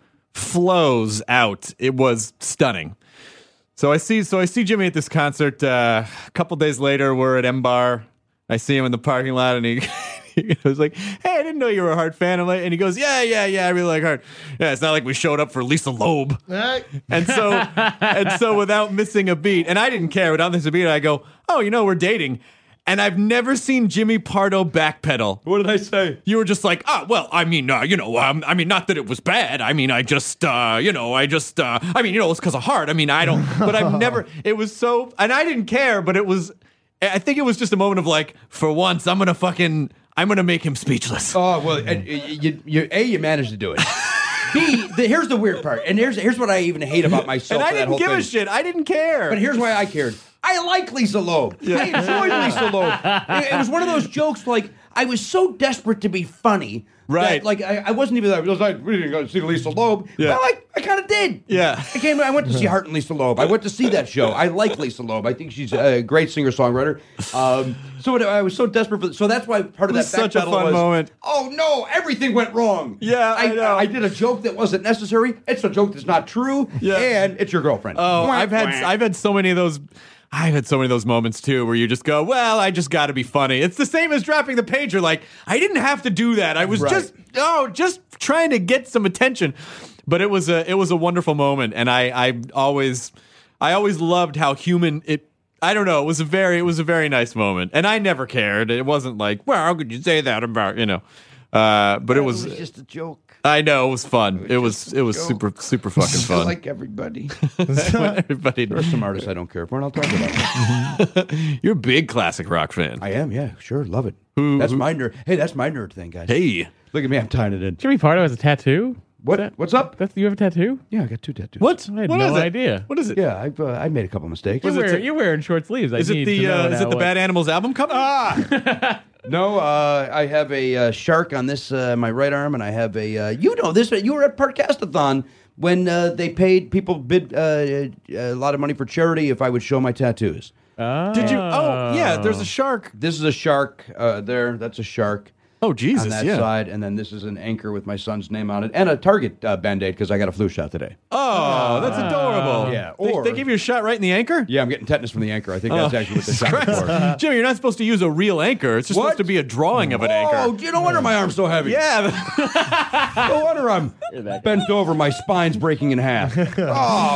[SPEAKER 6] flows out. It was stunning. So I see, so I see Jimmy at this concert. Uh, a couple days later, we're at M Bar. I see him in the parking lot, and he. He was like, "Hey, I didn't know you were a Heart fan." I'm like, and he goes, "Yeah, yeah, yeah, I really like Heart. Yeah, it's not like we showed up for Lisa Loeb." And so, and so, without missing a beat, and I didn't care. Without missing a beat, I go, "Oh, you know, we're dating." And I've never seen Jimmy Pardo backpedal
[SPEAKER 5] what did I say?
[SPEAKER 6] you were just like, ah, well, I mean, uh, you know, um, I mean, not that it was bad. I mean, I just, uh, you know, I just, uh, I mean, you know, it's because of heart. I mean, I don't, but I've never, it was so, and I didn't care, but it was, I think it was just a moment of like, for once, I'm going to fucking, I'm going to make him speechless.
[SPEAKER 5] Oh well, and, uh, you, you, a you managed to do it. B the, here's the weird part, and here's here's what I even hate about myself.
[SPEAKER 6] and I
[SPEAKER 5] for that
[SPEAKER 6] didn't
[SPEAKER 5] whole
[SPEAKER 6] give
[SPEAKER 5] thing.
[SPEAKER 6] a shit. I didn't care.
[SPEAKER 5] But here's why I cared. I like Lisa Loeb. I enjoyed Lisa Loeb. It, it was one of those jokes like I was so desperate to be funny. that,
[SPEAKER 6] Right.
[SPEAKER 5] like I, I wasn't even. I was like, we didn't go see Lisa Loeb.
[SPEAKER 6] Yeah.
[SPEAKER 5] Well, I, I kind of did.
[SPEAKER 6] Yeah.
[SPEAKER 5] I came. I went to see Hart and Lisa Loeb. I went to see that show. I like Lisa Loeb. I think she's a great singer songwriter. Um, so it- I was so desperate for. So that's why part
[SPEAKER 6] It
[SPEAKER 5] of that
[SPEAKER 6] was
[SPEAKER 5] back
[SPEAKER 6] such a
[SPEAKER 5] pedal
[SPEAKER 6] fun
[SPEAKER 5] was,
[SPEAKER 6] moment.
[SPEAKER 5] Oh no! Everything went wrong.
[SPEAKER 6] Yeah, I know.
[SPEAKER 5] I did a joke that wasn't necessary. It's a joke that's not true.
[SPEAKER 6] Yeah.
[SPEAKER 5] And it's your girlfriend.
[SPEAKER 6] Oh,
[SPEAKER 5] Wah,
[SPEAKER 6] I've had
[SPEAKER 5] wah.
[SPEAKER 6] I've had so many of those. I've had so many of those moments too where you just go, well, I just got to be funny. It's the same as dropping the pager. Like, I didn't have to do that. I was
[SPEAKER 4] Right.
[SPEAKER 6] just, oh, just trying to get some attention. But it was a, it was a wonderful moment. And I, I always, I always loved how human it, I don't know. It was a very, it was a very nice moment. And I never cared. It wasn't like, well, how could you say that about, you know, uh, but it was,
[SPEAKER 5] It was just a joke.
[SPEAKER 6] I know it was fun. It was,
[SPEAKER 5] just
[SPEAKER 6] it was
[SPEAKER 5] a
[SPEAKER 6] super,
[SPEAKER 5] joke.
[SPEAKER 6] super fucking
[SPEAKER 5] I
[SPEAKER 6] fun.
[SPEAKER 5] like everybody.
[SPEAKER 6] Everybody,
[SPEAKER 5] There are some artists I don't care for, and I'll talk about them.
[SPEAKER 6] you're a big classic rock fan.
[SPEAKER 5] I am, yeah, sure, love it. that's my nerd. Hey, that's my nerd thing, guys.
[SPEAKER 6] Hey.
[SPEAKER 5] Look at me, I'm tying it in.
[SPEAKER 7] Jimmy Pardo has a tattoo.
[SPEAKER 5] What? What's up?
[SPEAKER 7] That's you have a tattoo.
[SPEAKER 5] Yeah, I got two tattoos.
[SPEAKER 6] What?
[SPEAKER 7] I had
[SPEAKER 6] What
[SPEAKER 7] no
[SPEAKER 6] is it?
[SPEAKER 7] idea.
[SPEAKER 6] What is it?
[SPEAKER 5] Yeah, I, uh, I made a couple mistakes.
[SPEAKER 7] You're,
[SPEAKER 6] it
[SPEAKER 7] wearing,
[SPEAKER 6] ta-
[SPEAKER 7] you're wearing short sleeves. I
[SPEAKER 6] Is it
[SPEAKER 7] need
[SPEAKER 6] the
[SPEAKER 7] to know
[SPEAKER 6] uh, is
[SPEAKER 7] now
[SPEAKER 6] it the
[SPEAKER 7] what-
[SPEAKER 6] Bad Animals album cover? Ah!
[SPEAKER 5] No, uh, I have a uh, shark on this uh, my right arm, and I have a uh, you know this. You were at Parkastathon when uh, they paid people bid uh, a lot of money for charity if I would show my tattoos.
[SPEAKER 6] Did you? Oh yeah, there's a shark.
[SPEAKER 5] This is a shark uh, there. That's a shark.
[SPEAKER 6] Oh Jesus!
[SPEAKER 5] on that
[SPEAKER 6] yeah.
[SPEAKER 5] side, and then this is an anchor with my son's name on it, and a Target uh, band aid because I got a flu shot today.
[SPEAKER 7] Ah.
[SPEAKER 6] Oh, that's adorable.
[SPEAKER 5] Yeah,
[SPEAKER 6] They-
[SPEAKER 5] or-
[SPEAKER 6] they, give you a shot right in the anchor.
[SPEAKER 5] Yeah, I'm getting tetanus from the anchor. I think that's
[SPEAKER 6] Oh,
[SPEAKER 5] actually what the shot is for.
[SPEAKER 6] Jimmy, you're not supposed to use a real anchor. It's just
[SPEAKER 5] What?
[SPEAKER 6] supposed to be a drawing of an
[SPEAKER 5] Oh,
[SPEAKER 6] anchor.
[SPEAKER 5] gee, no wonder my arm's so heavy.
[SPEAKER 6] Yeah,
[SPEAKER 5] No wonder I'm bent over. My spine's breaking in half. Oh,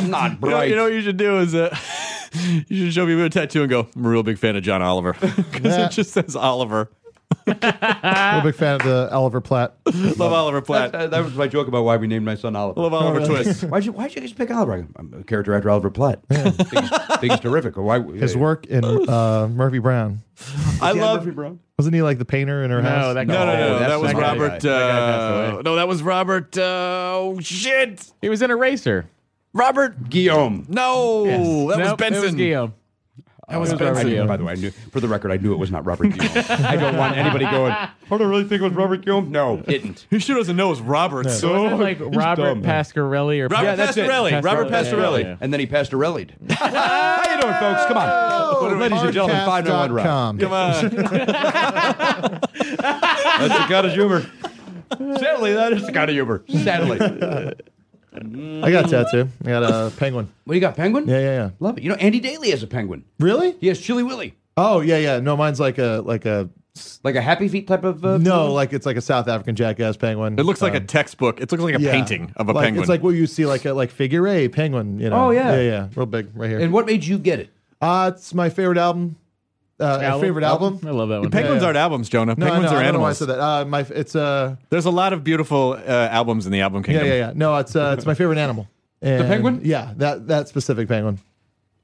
[SPEAKER 5] I'm
[SPEAKER 6] you,
[SPEAKER 5] not
[SPEAKER 6] know,
[SPEAKER 5] bright.
[SPEAKER 6] you know what you should do is uh, you should show people a tattoo and go. I'm a real big fan of John Oliver because
[SPEAKER 4] Yeah.
[SPEAKER 6] it just says Oliver.
[SPEAKER 4] I'm a big fan of the Oliver Platt.
[SPEAKER 6] Love Oliver Platt.
[SPEAKER 5] that, that was my joke about why we named my son Oliver.
[SPEAKER 6] Love Oliver Twist.
[SPEAKER 5] Why'd you, why'd you guys pick Oliver? I go, I'm a character actor, Oliver Platt. Things, things terrific. Why,
[SPEAKER 4] His work in uh, Murphy Brown.
[SPEAKER 6] I
[SPEAKER 5] Yeah,
[SPEAKER 6] love
[SPEAKER 5] Murphy Brown.
[SPEAKER 4] Wasn't he like the painter in her house?
[SPEAKER 7] that guy-
[SPEAKER 6] No, no, no.
[SPEAKER 5] Oh,
[SPEAKER 6] that
[SPEAKER 5] that's
[SPEAKER 6] was
[SPEAKER 5] not that
[SPEAKER 6] Robert.
[SPEAKER 5] guy.
[SPEAKER 7] That guy passed
[SPEAKER 6] Uh,
[SPEAKER 7] away.
[SPEAKER 6] no, that was Robert. Uh, oh shit,
[SPEAKER 7] He was in Eraser.
[SPEAKER 6] Robert.
[SPEAKER 5] Guillaume.
[SPEAKER 6] No, that was
[SPEAKER 7] Nope,
[SPEAKER 6] Benson.
[SPEAKER 7] That was Guillaume.
[SPEAKER 5] That
[SPEAKER 7] was Robert
[SPEAKER 5] I,
[SPEAKER 7] Guillaume.
[SPEAKER 5] By the way, I knew, for the record, I knew it was not Robert Guillaume. I don't want anybody going. What do I really think it was Robert Guillaume? No, didn't.
[SPEAKER 6] He sure doesn't know it's Robert. So
[SPEAKER 7] Wasn't it like Robert
[SPEAKER 5] dumb.
[SPEAKER 7] Pasquarelli or
[SPEAKER 6] Robert
[SPEAKER 5] Yeah, that's it.
[SPEAKER 6] Pastorelli. Robert
[SPEAKER 7] Pastorelli,
[SPEAKER 6] Pastorelli.
[SPEAKER 7] yeah, yeah.
[SPEAKER 5] And then he passed a rallied. How you doing, folks? Come on, ladies and gentlemen, five nine one
[SPEAKER 4] Podcast.com.
[SPEAKER 5] round.
[SPEAKER 6] Come on.
[SPEAKER 5] That's the kind of humor. Sadly, that is the kind of humor. Sadly, what
[SPEAKER 4] I got a tattoo. I got a penguin.
[SPEAKER 5] do you got? Penguin?
[SPEAKER 4] Yeah, yeah, yeah.
[SPEAKER 5] Love it. You know, Andy Daly has a penguin.
[SPEAKER 4] Really?
[SPEAKER 5] He has Chili Willy,
[SPEAKER 4] Oh, yeah, yeah. No, mine's like a like a
[SPEAKER 5] like a Happy Feet type of. Uh,
[SPEAKER 4] no, like it's like a South African jackass penguin. um,
[SPEAKER 6] It looks like a textbook. It looks like a
[SPEAKER 4] Uh, Yeah.
[SPEAKER 6] painting of a
[SPEAKER 4] Like,
[SPEAKER 6] penguin.
[SPEAKER 4] It's like what you see, like a like figure A penguin. You know?
[SPEAKER 5] Oh, yeah.
[SPEAKER 4] yeah, yeah. Real big, right here.
[SPEAKER 5] And what made you get it?
[SPEAKER 4] uh, it's my favorite album. Uh, favorite album.
[SPEAKER 7] I love that one.
[SPEAKER 6] Penguins
[SPEAKER 4] Yeah, yeah.
[SPEAKER 6] aren't albums, Jonah.
[SPEAKER 4] No,
[SPEAKER 6] Penguins
[SPEAKER 4] no,
[SPEAKER 6] are
[SPEAKER 4] I don't know why I
[SPEAKER 6] animals.
[SPEAKER 4] said that. Uh, my it's uh
[SPEAKER 6] There's a lot of beautiful uh, albums in the album
[SPEAKER 4] yeah
[SPEAKER 6] kingdom.
[SPEAKER 4] yeah yeah. No, it's uh, it's my favorite animal. And-
[SPEAKER 5] penguin?
[SPEAKER 4] Yeah, that that specific penguin.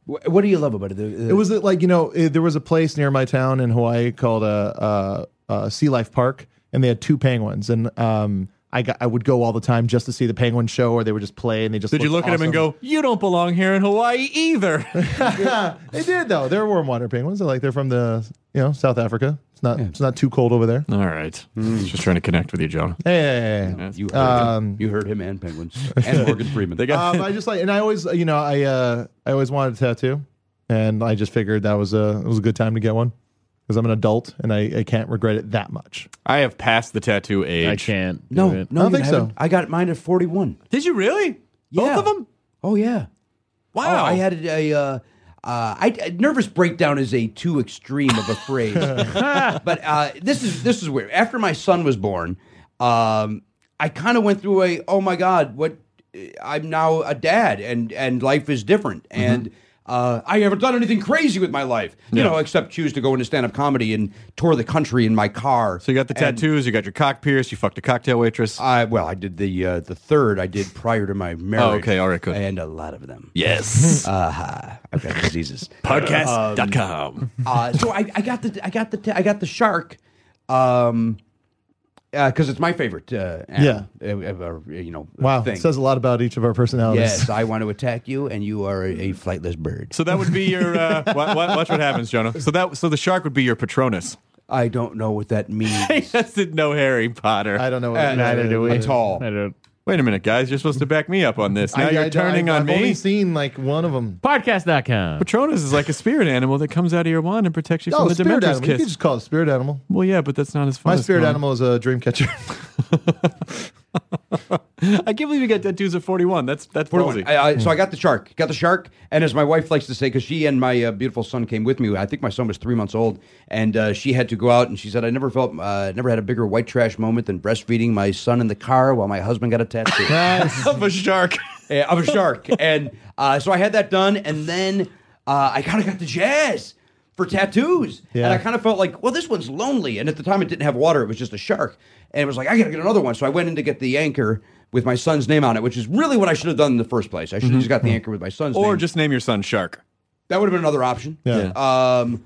[SPEAKER 5] Wh- What do you love about it? The- the-
[SPEAKER 4] It was uh, like you know it, there was a place near my town in Hawaii called uh, uh, uh, Sea Life Park, and they had two penguins, and um, I got I would go all the time just to see the penguin show, or they would just play, and they just
[SPEAKER 6] Did you look
[SPEAKER 4] looked
[SPEAKER 6] at him and
[SPEAKER 4] awesome.
[SPEAKER 6] go, "You don't belong here in Hawaii either"?
[SPEAKER 4] They did though. They're warm water penguins. They're like they're from the you know South Africa. It's not it's not too cold over there.
[SPEAKER 6] All right, just trying to connect with you, Jonah.
[SPEAKER 4] Hey, hey, hey, hey.
[SPEAKER 5] you heard, him. you heard him and penguins and Morgan Freeman.
[SPEAKER 6] They got
[SPEAKER 4] um, I just like, and I always, you know, I uh, I always wanted a tattoo, and I just figured that was a it was a good time to get one because I'm an adult and I, I can't regret it that much.
[SPEAKER 6] I have passed the tattoo age.
[SPEAKER 7] I can't. do
[SPEAKER 5] no,
[SPEAKER 7] it.
[SPEAKER 5] no,
[SPEAKER 4] I don't
[SPEAKER 5] you
[SPEAKER 4] think so.
[SPEAKER 5] haven't. I got mine at forty-one.
[SPEAKER 6] Did you really?
[SPEAKER 5] Yeah.
[SPEAKER 6] Both of them?
[SPEAKER 5] Oh yeah.
[SPEAKER 6] Wow.
[SPEAKER 5] Oh, I had a. a uh, uh, I, I- nervous breakdown is a too extreme of a phrase, but uh, this is this is weird. After my son was born, um, I kind of went through a oh my god, what uh, I'm now a dad and and life is different
[SPEAKER 6] Mm-hmm.
[SPEAKER 5] and. Uh, I haven't done anything crazy with my life, you know, except choose to go into stand-up comedy and tour the country in my car.
[SPEAKER 6] So you got the
[SPEAKER 5] And-
[SPEAKER 6] tattoos, you got your cock pierced, you fucked a cocktail waitress.
[SPEAKER 5] I well, I did the uh, the third I did prior to my marriage.
[SPEAKER 6] Oh, okay, all right, good.
[SPEAKER 5] And a lot of them.
[SPEAKER 6] yes.
[SPEAKER 2] Uh,
[SPEAKER 5] I've got Uh-huh. diseases.
[SPEAKER 6] Podcast.com.
[SPEAKER 2] um,
[SPEAKER 5] uh, so I, I got the I got the I got the shark, um, because it's my favorite. Uh, animal, uh, uh, you know.
[SPEAKER 4] Wow,
[SPEAKER 5] Thing.
[SPEAKER 4] it says a lot about each of our personalities.
[SPEAKER 5] yes, I want to attack you, and you are a, a flightless bird.
[SPEAKER 6] So that would be your. Uh, wa- wa- watch what happens, Jonah. So that so the shark would be your Patronus.
[SPEAKER 5] I don't know what that
[SPEAKER 6] He
[SPEAKER 5] means.
[SPEAKER 6] doesn't know Harry Potter.
[SPEAKER 4] I don't know. What
[SPEAKER 5] Uh,
[SPEAKER 4] it
[SPEAKER 5] neither
[SPEAKER 4] is.
[SPEAKER 5] do we.
[SPEAKER 4] I-
[SPEAKER 5] At all.
[SPEAKER 7] I don't.
[SPEAKER 6] Wait a minute, guys. You're supposed to back me up on this. Now
[SPEAKER 4] I-
[SPEAKER 6] you're
[SPEAKER 4] I-
[SPEAKER 6] turning
[SPEAKER 4] I-
[SPEAKER 6] on
[SPEAKER 4] I've
[SPEAKER 6] me.
[SPEAKER 4] only seen like one of them.
[SPEAKER 7] Podcast.com.
[SPEAKER 6] Patronus is like a spirit animal that comes out of your wand and protects you
[SPEAKER 4] Oh,
[SPEAKER 6] from the
[SPEAKER 4] spirit
[SPEAKER 6] Dementor's
[SPEAKER 4] animal. You
[SPEAKER 6] kiss.
[SPEAKER 4] could just call it spirit animal.
[SPEAKER 6] Well, yeah, but that's not as fun.
[SPEAKER 4] My
[SPEAKER 6] as
[SPEAKER 4] spirit
[SPEAKER 6] mine.
[SPEAKER 4] animal is a dream catcher.
[SPEAKER 6] I can't believe you got tattoos at 41. That's that's ballsy.
[SPEAKER 5] I, I, so I
[SPEAKER 4] Hmm.
[SPEAKER 5] got the shark, got the shark, and as my wife likes to say, because she and my uh, beautiful son came with me. I think my son was three months old, and uh, she had to go out, and she said, "I never felt, uh, never had a bigger white trash moment than breastfeeding my son in the car while my husband got a tattoo
[SPEAKER 6] of a shark.
[SPEAKER 5] Eh, of a shark." and uh, so I had that done, and then uh, I kind of got the jazz for tattoos, and
[SPEAKER 4] Yeah.
[SPEAKER 5] I kind of felt like, "Well, this one's lonely," and at the time it didn't have water; it was just a shark, and it was like, "I got to get another one." So I went in to get the anchor. With my son's name on it, which is really what I should have done in the first place. I should have just got the anchor with my son's name.
[SPEAKER 6] Or just name your son Shark.
[SPEAKER 5] That would have been another option.
[SPEAKER 4] Yeah.
[SPEAKER 5] Um,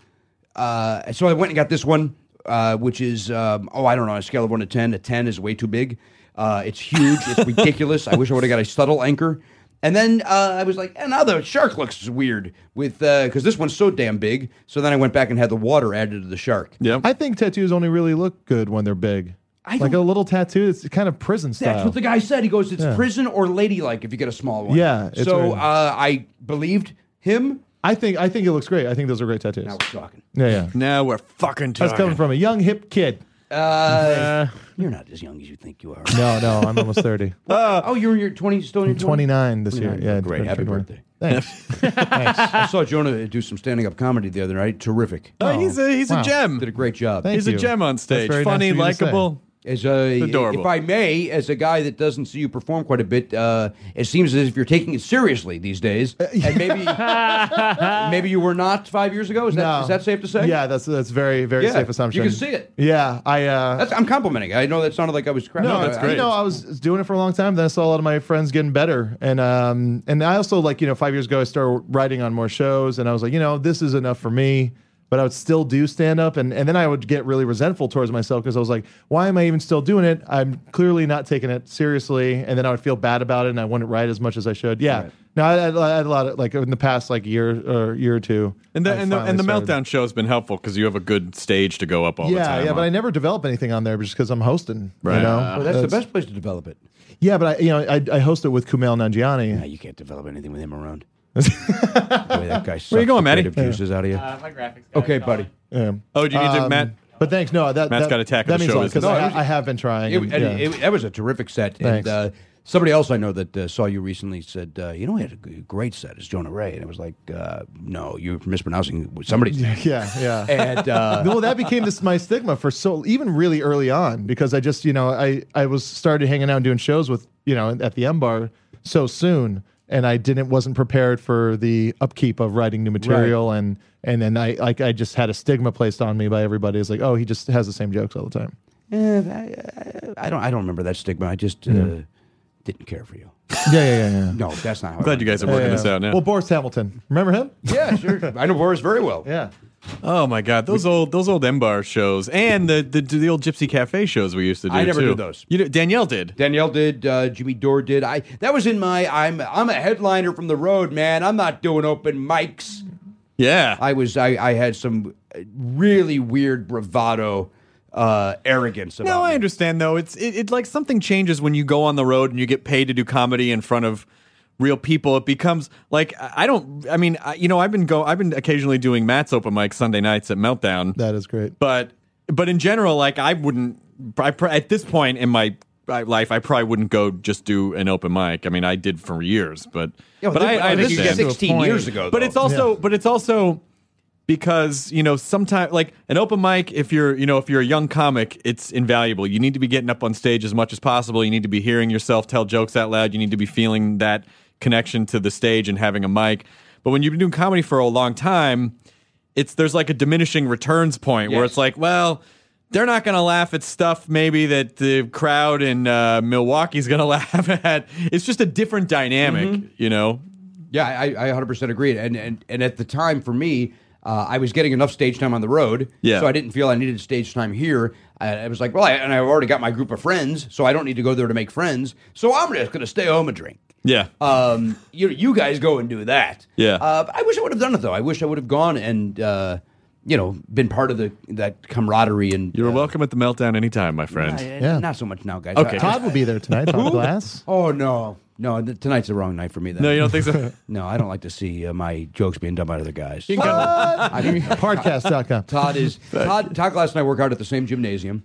[SPEAKER 5] uh, and so I went and got this one, uh, which is um, oh I don't know on a scale of one to ten. A ten is way too big. Uh, it's huge. It's ridiculous. I wish I would have got a subtle anchor. And then uh, I was like, and now the shark looks weird with because this one's so damn big. So then I went back and had the water added to the shark.
[SPEAKER 6] Yep.
[SPEAKER 4] I think tattoos only really look good when they're big.
[SPEAKER 5] I
[SPEAKER 4] like a
[SPEAKER 5] don't-
[SPEAKER 4] little tattoo, it's kind of prison style.
[SPEAKER 5] That's what the guy said. He goes, "It's prison or ladylike if you get a small one."
[SPEAKER 4] Yeah, it's
[SPEAKER 5] So
[SPEAKER 4] weird.
[SPEAKER 5] uh, I believed him.
[SPEAKER 4] I think I think it looks great. I think those are great tattoos.
[SPEAKER 5] Now we're talking.
[SPEAKER 4] Yeah, yeah.
[SPEAKER 6] now we're fucking talking.
[SPEAKER 4] That's coming from a young hip kid.
[SPEAKER 5] Uh, you're not as young as you think you are.
[SPEAKER 4] No, no, I'm almost thirty.
[SPEAKER 5] oh, you're in your 20s, still in your
[SPEAKER 4] I'm 29 this year.
[SPEAKER 5] 29.
[SPEAKER 4] Yeah,
[SPEAKER 5] great. Happy
[SPEAKER 4] 21.
[SPEAKER 5] birthday.
[SPEAKER 4] Thanks.
[SPEAKER 5] I saw Jonah do some standing up comedy the other night. Terrific.
[SPEAKER 6] Oh, he's a he's a
[SPEAKER 4] Wow.
[SPEAKER 5] Did a
[SPEAKER 6] gem.
[SPEAKER 5] great job.
[SPEAKER 4] Thank
[SPEAKER 6] He's a
[SPEAKER 4] you.
[SPEAKER 6] gem on
[SPEAKER 4] That's
[SPEAKER 6] stage.
[SPEAKER 4] very nice
[SPEAKER 6] Funny,
[SPEAKER 4] of you to say.
[SPEAKER 6] likable.
[SPEAKER 5] As a,
[SPEAKER 6] Adorable.
[SPEAKER 5] If I may, as a guy that doesn't see you perform quite a bit, uh, it seems as if you're taking it seriously these days. And maybe maybe you were not five years ago. Is that,
[SPEAKER 4] No.
[SPEAKER 5] is that safe to say?
[SPEAKER 4] Yeah, that's that's very very
[SPEAKER 5] Yeah,
[SPEAKER 4] safe assumption.
[SPEAKER 5] you can see it.
[SPEAKER 4] Yeah, I. Uh,
[SPEAKER 5] That's, I'm complimenting. I know that sounded like I was crap.
[SPEAKER 6] No, that's
[SPEAKER 5] I-
[SPEAKER 6] great.
[SPEAKER 4] You know, I was doing it for a long time. Then I saw a lot of my friends getting better, and um, and I also like you know five years ago I started writing on more shows, and I was like, you know, this is enough for me. But I would still do stand up, and and then I would get really resentful towards myself because I was like, why am I even still doing it? I'm clearly not taking it seriously, and then I would feel bad about it, and I wouldn't write as much as I should. Yeah. No, I, I, I had a lot of like in the past like year or year or two,
[SPEAKER 6] And the,
[SPEAKER 4] I
[SPEAKER 6] and the, and the
[SPEAKER 4] finally started-
[SPEAKER 6] meltdown show has been helpful because you have a good stage to go up all the
[SPEAKER 4] Yeah,
[SPEAKER 6] time.
[SPEAKER 4] yeah, but
[SPEAKER 6] on.
[SPEAKER 4] I never develop anything on there just because I'm hosting.
[SPEAKER 6] Right.
[SPEAKER 4] You know,
[SPEAKER 5] Well, that's the best place to develop it.
[SPEAKER 4] Yeah, but I, you know, I, I host it with Kumail Nanjiani.
[SPEAKER 5] No, you can't develop anything with him around. the way that guy sucks
[SPEAKER 6] Where you going,
[SPEAKER 5] the
[SPEAKER 6] Matty?
[SPEAKER 5] creative juices out of you.
[SPEAKER 7] Uh, my graphics.
[SPEAKER 5] okay, buddy.
[SPEAKER 6] Oh, do you need to,
[SPEAKER 4] Um,
[SPEAKER 6] Matt?
[SPEAKER 4] But thanks. No, that
[SPEAKER 6] Matt's
[SPEAKER 4] that,
[SPEAKER 6] got a tackle
[SPEAKER 4] That
[SPEAKER 6] the
[SPEAKER 4] means
[SPEAKER 6] show
[SPEAKER 4] a lot
[SPEAKER 6] business.
[SPEAKER 4] because I, I have been trying.
[SPEAKER 5] It,
[SPEAKER 4] and,
[SPEAKER 5] and
[SPEAKER 4] yeah.
[SPEAKER 5] it, that was a terrific set.
[SPEAKER 4] Thanks.
[SPEAKER 5] And, uh, somebody else I know that uh, saw you recently said, uh, you know, he had a g- great set. It's Jonah Ray. And I was like, uh, no, you're mispronouncing somebody's name.
[SPEAKER 4] yeah, yeah.
[SPEAKER 5] And uh,
[SPEAKER 4] well, that became this my stigma for so even really early on because I just you know I I was started hanging out and doing shows with you know at the M bar so soon and I didn't wasn't prepared for the upkeep of writing new material and and then I like I just had a stigma placed on me by everybody. It's like oh he just has the same jokes all the time.
[SPEAKER 5] eh, I, I- I don't I don't remember that stigma. I just uh, didn't care for you.
[SPEAKER 4] Yeah, yeah, yeah. yeah.
[SPEAKER 5] No, that's not how I
[SPEAKER 6] Glad you guys are working this out now.
[SPEAKER 4] Well, Boris Hamilton, remember him?
[SPEAKER 5] Yeah, sure. I know Boris very well.
[SPEAKER 4] Yeah.
[SPEAKER 6] oh my God, those old those old M bar shows and the, the the old Gypsy Cafe shows we used to do.
[SPEAKER 5] I never
[SPEAKER 6] too.
[SPEAKER 5] did those.
[SPEAKER 6] You did, Danielle did.
[SPEAKER 5] Danielle did. Uh, Jimmy Dore did. I that was in my. I'm I'm a headliner from the road, man. I'm not doing open mics.
[SPEAKER 6] yeah.
[SPEAKER 5] I was I, I had some really weird bravado uh arrogance about
[SPEAKER 6] No, I
[SPEAKER 5] me.
[SPEAKER 6] understand though. It's it, it like something changes when you go on the road and you get paid to do comedy in front of real people. It becomes like I I don't. I mean, I, you know, I've been go. I've been occasionally doing Matt's open mic Sunday nights at Meltdown.
[SPEAKER 4] That is great.
[SPEAKER 6] but but in general, like I wouldn't. I pr- at this point in my uh, life, I probably wouldn't go just do an open mic. I mean, I did for years, but
[SPEAKER 5] Yeah,
[SPEAKER 6] but I, I
[SPEAKER 5] think you
[SPEAKER 6] understand.
[SPEAKER 5] get 16
[SPEAKER 4] point.
[SPEAKER 5] years ago.
[SPEAKER 6] But
[SPEAKER 5] though.
[SPEAKER 6] it's also but it's also because you know sometimes like an open mic if you're you know if you're a young comic it's invaluable you need to be getting up on stage as much as possible you need to be hearing yourself tell jokes out loud you need to be feeling that connection to the stage and having a mic but when you've been doing comedy for a long time it's there's like a diminishing returns point where
[SPEAKER 5] Yes.
[SPEAKER 6] it's like well they're not going to laugh at stuff maybe that the crowd in uh, Milwaukee's going to laugh at it's just a different dynamic
[SPEAKER 4] Mm-hmm.
[SPEAKER 6] you know
[SPEAKER 5] yeah, I, I 100% agree. And, and and at the time for me, uh, I was getting enough stage time on the road,
[SPEAKER 6] Yeah.
[SPEAKER 5] so I didn't feel I needed stage time here. I, I was like, well, I, and I've already got my group of friends, so I don't need to go there to make friends. So I'm just going to stay home and drink.
[SPEAKER 6] yeah
[SPEAKER 5] Um, you you guys go and do that.
[SPEAKER 6] Yeah.
[SPEAKER 5] Uh, I wish I would have done it though. I wish I would have gone and uh, you know been part of the that camaraderie and
[SPEAKER 6] You're
[SPEAKER 5] uh,
[SPEAKER 6] welcome at the meltdown anytime, my friend.
[SPEAKER 5] I- I-
[SPEAKER 4] Yeah.
[SPEAKER 5] Not so much now, guys.
[SPEAKER 6] Okay.
[SPEAKER 5] I-
[SPEAKER 4] Todd will be there tonight. Todd Glass.
[SPEAKER 5] oh no, no. th- tonight's the wrong night for me. Then.
[SPEAKER 6] no, you don't think so?
[SPEAKER 5] No, I don't like to see uh, my jokes being done by other guys.
[SPEAKER 6] You can come.
[SPEAKER 5] I mean,
[SPEAKER 4] Podcast.com.
[SPEAKER 5] Todd is Todd. Todd Glass and I work out at the same gymnasium,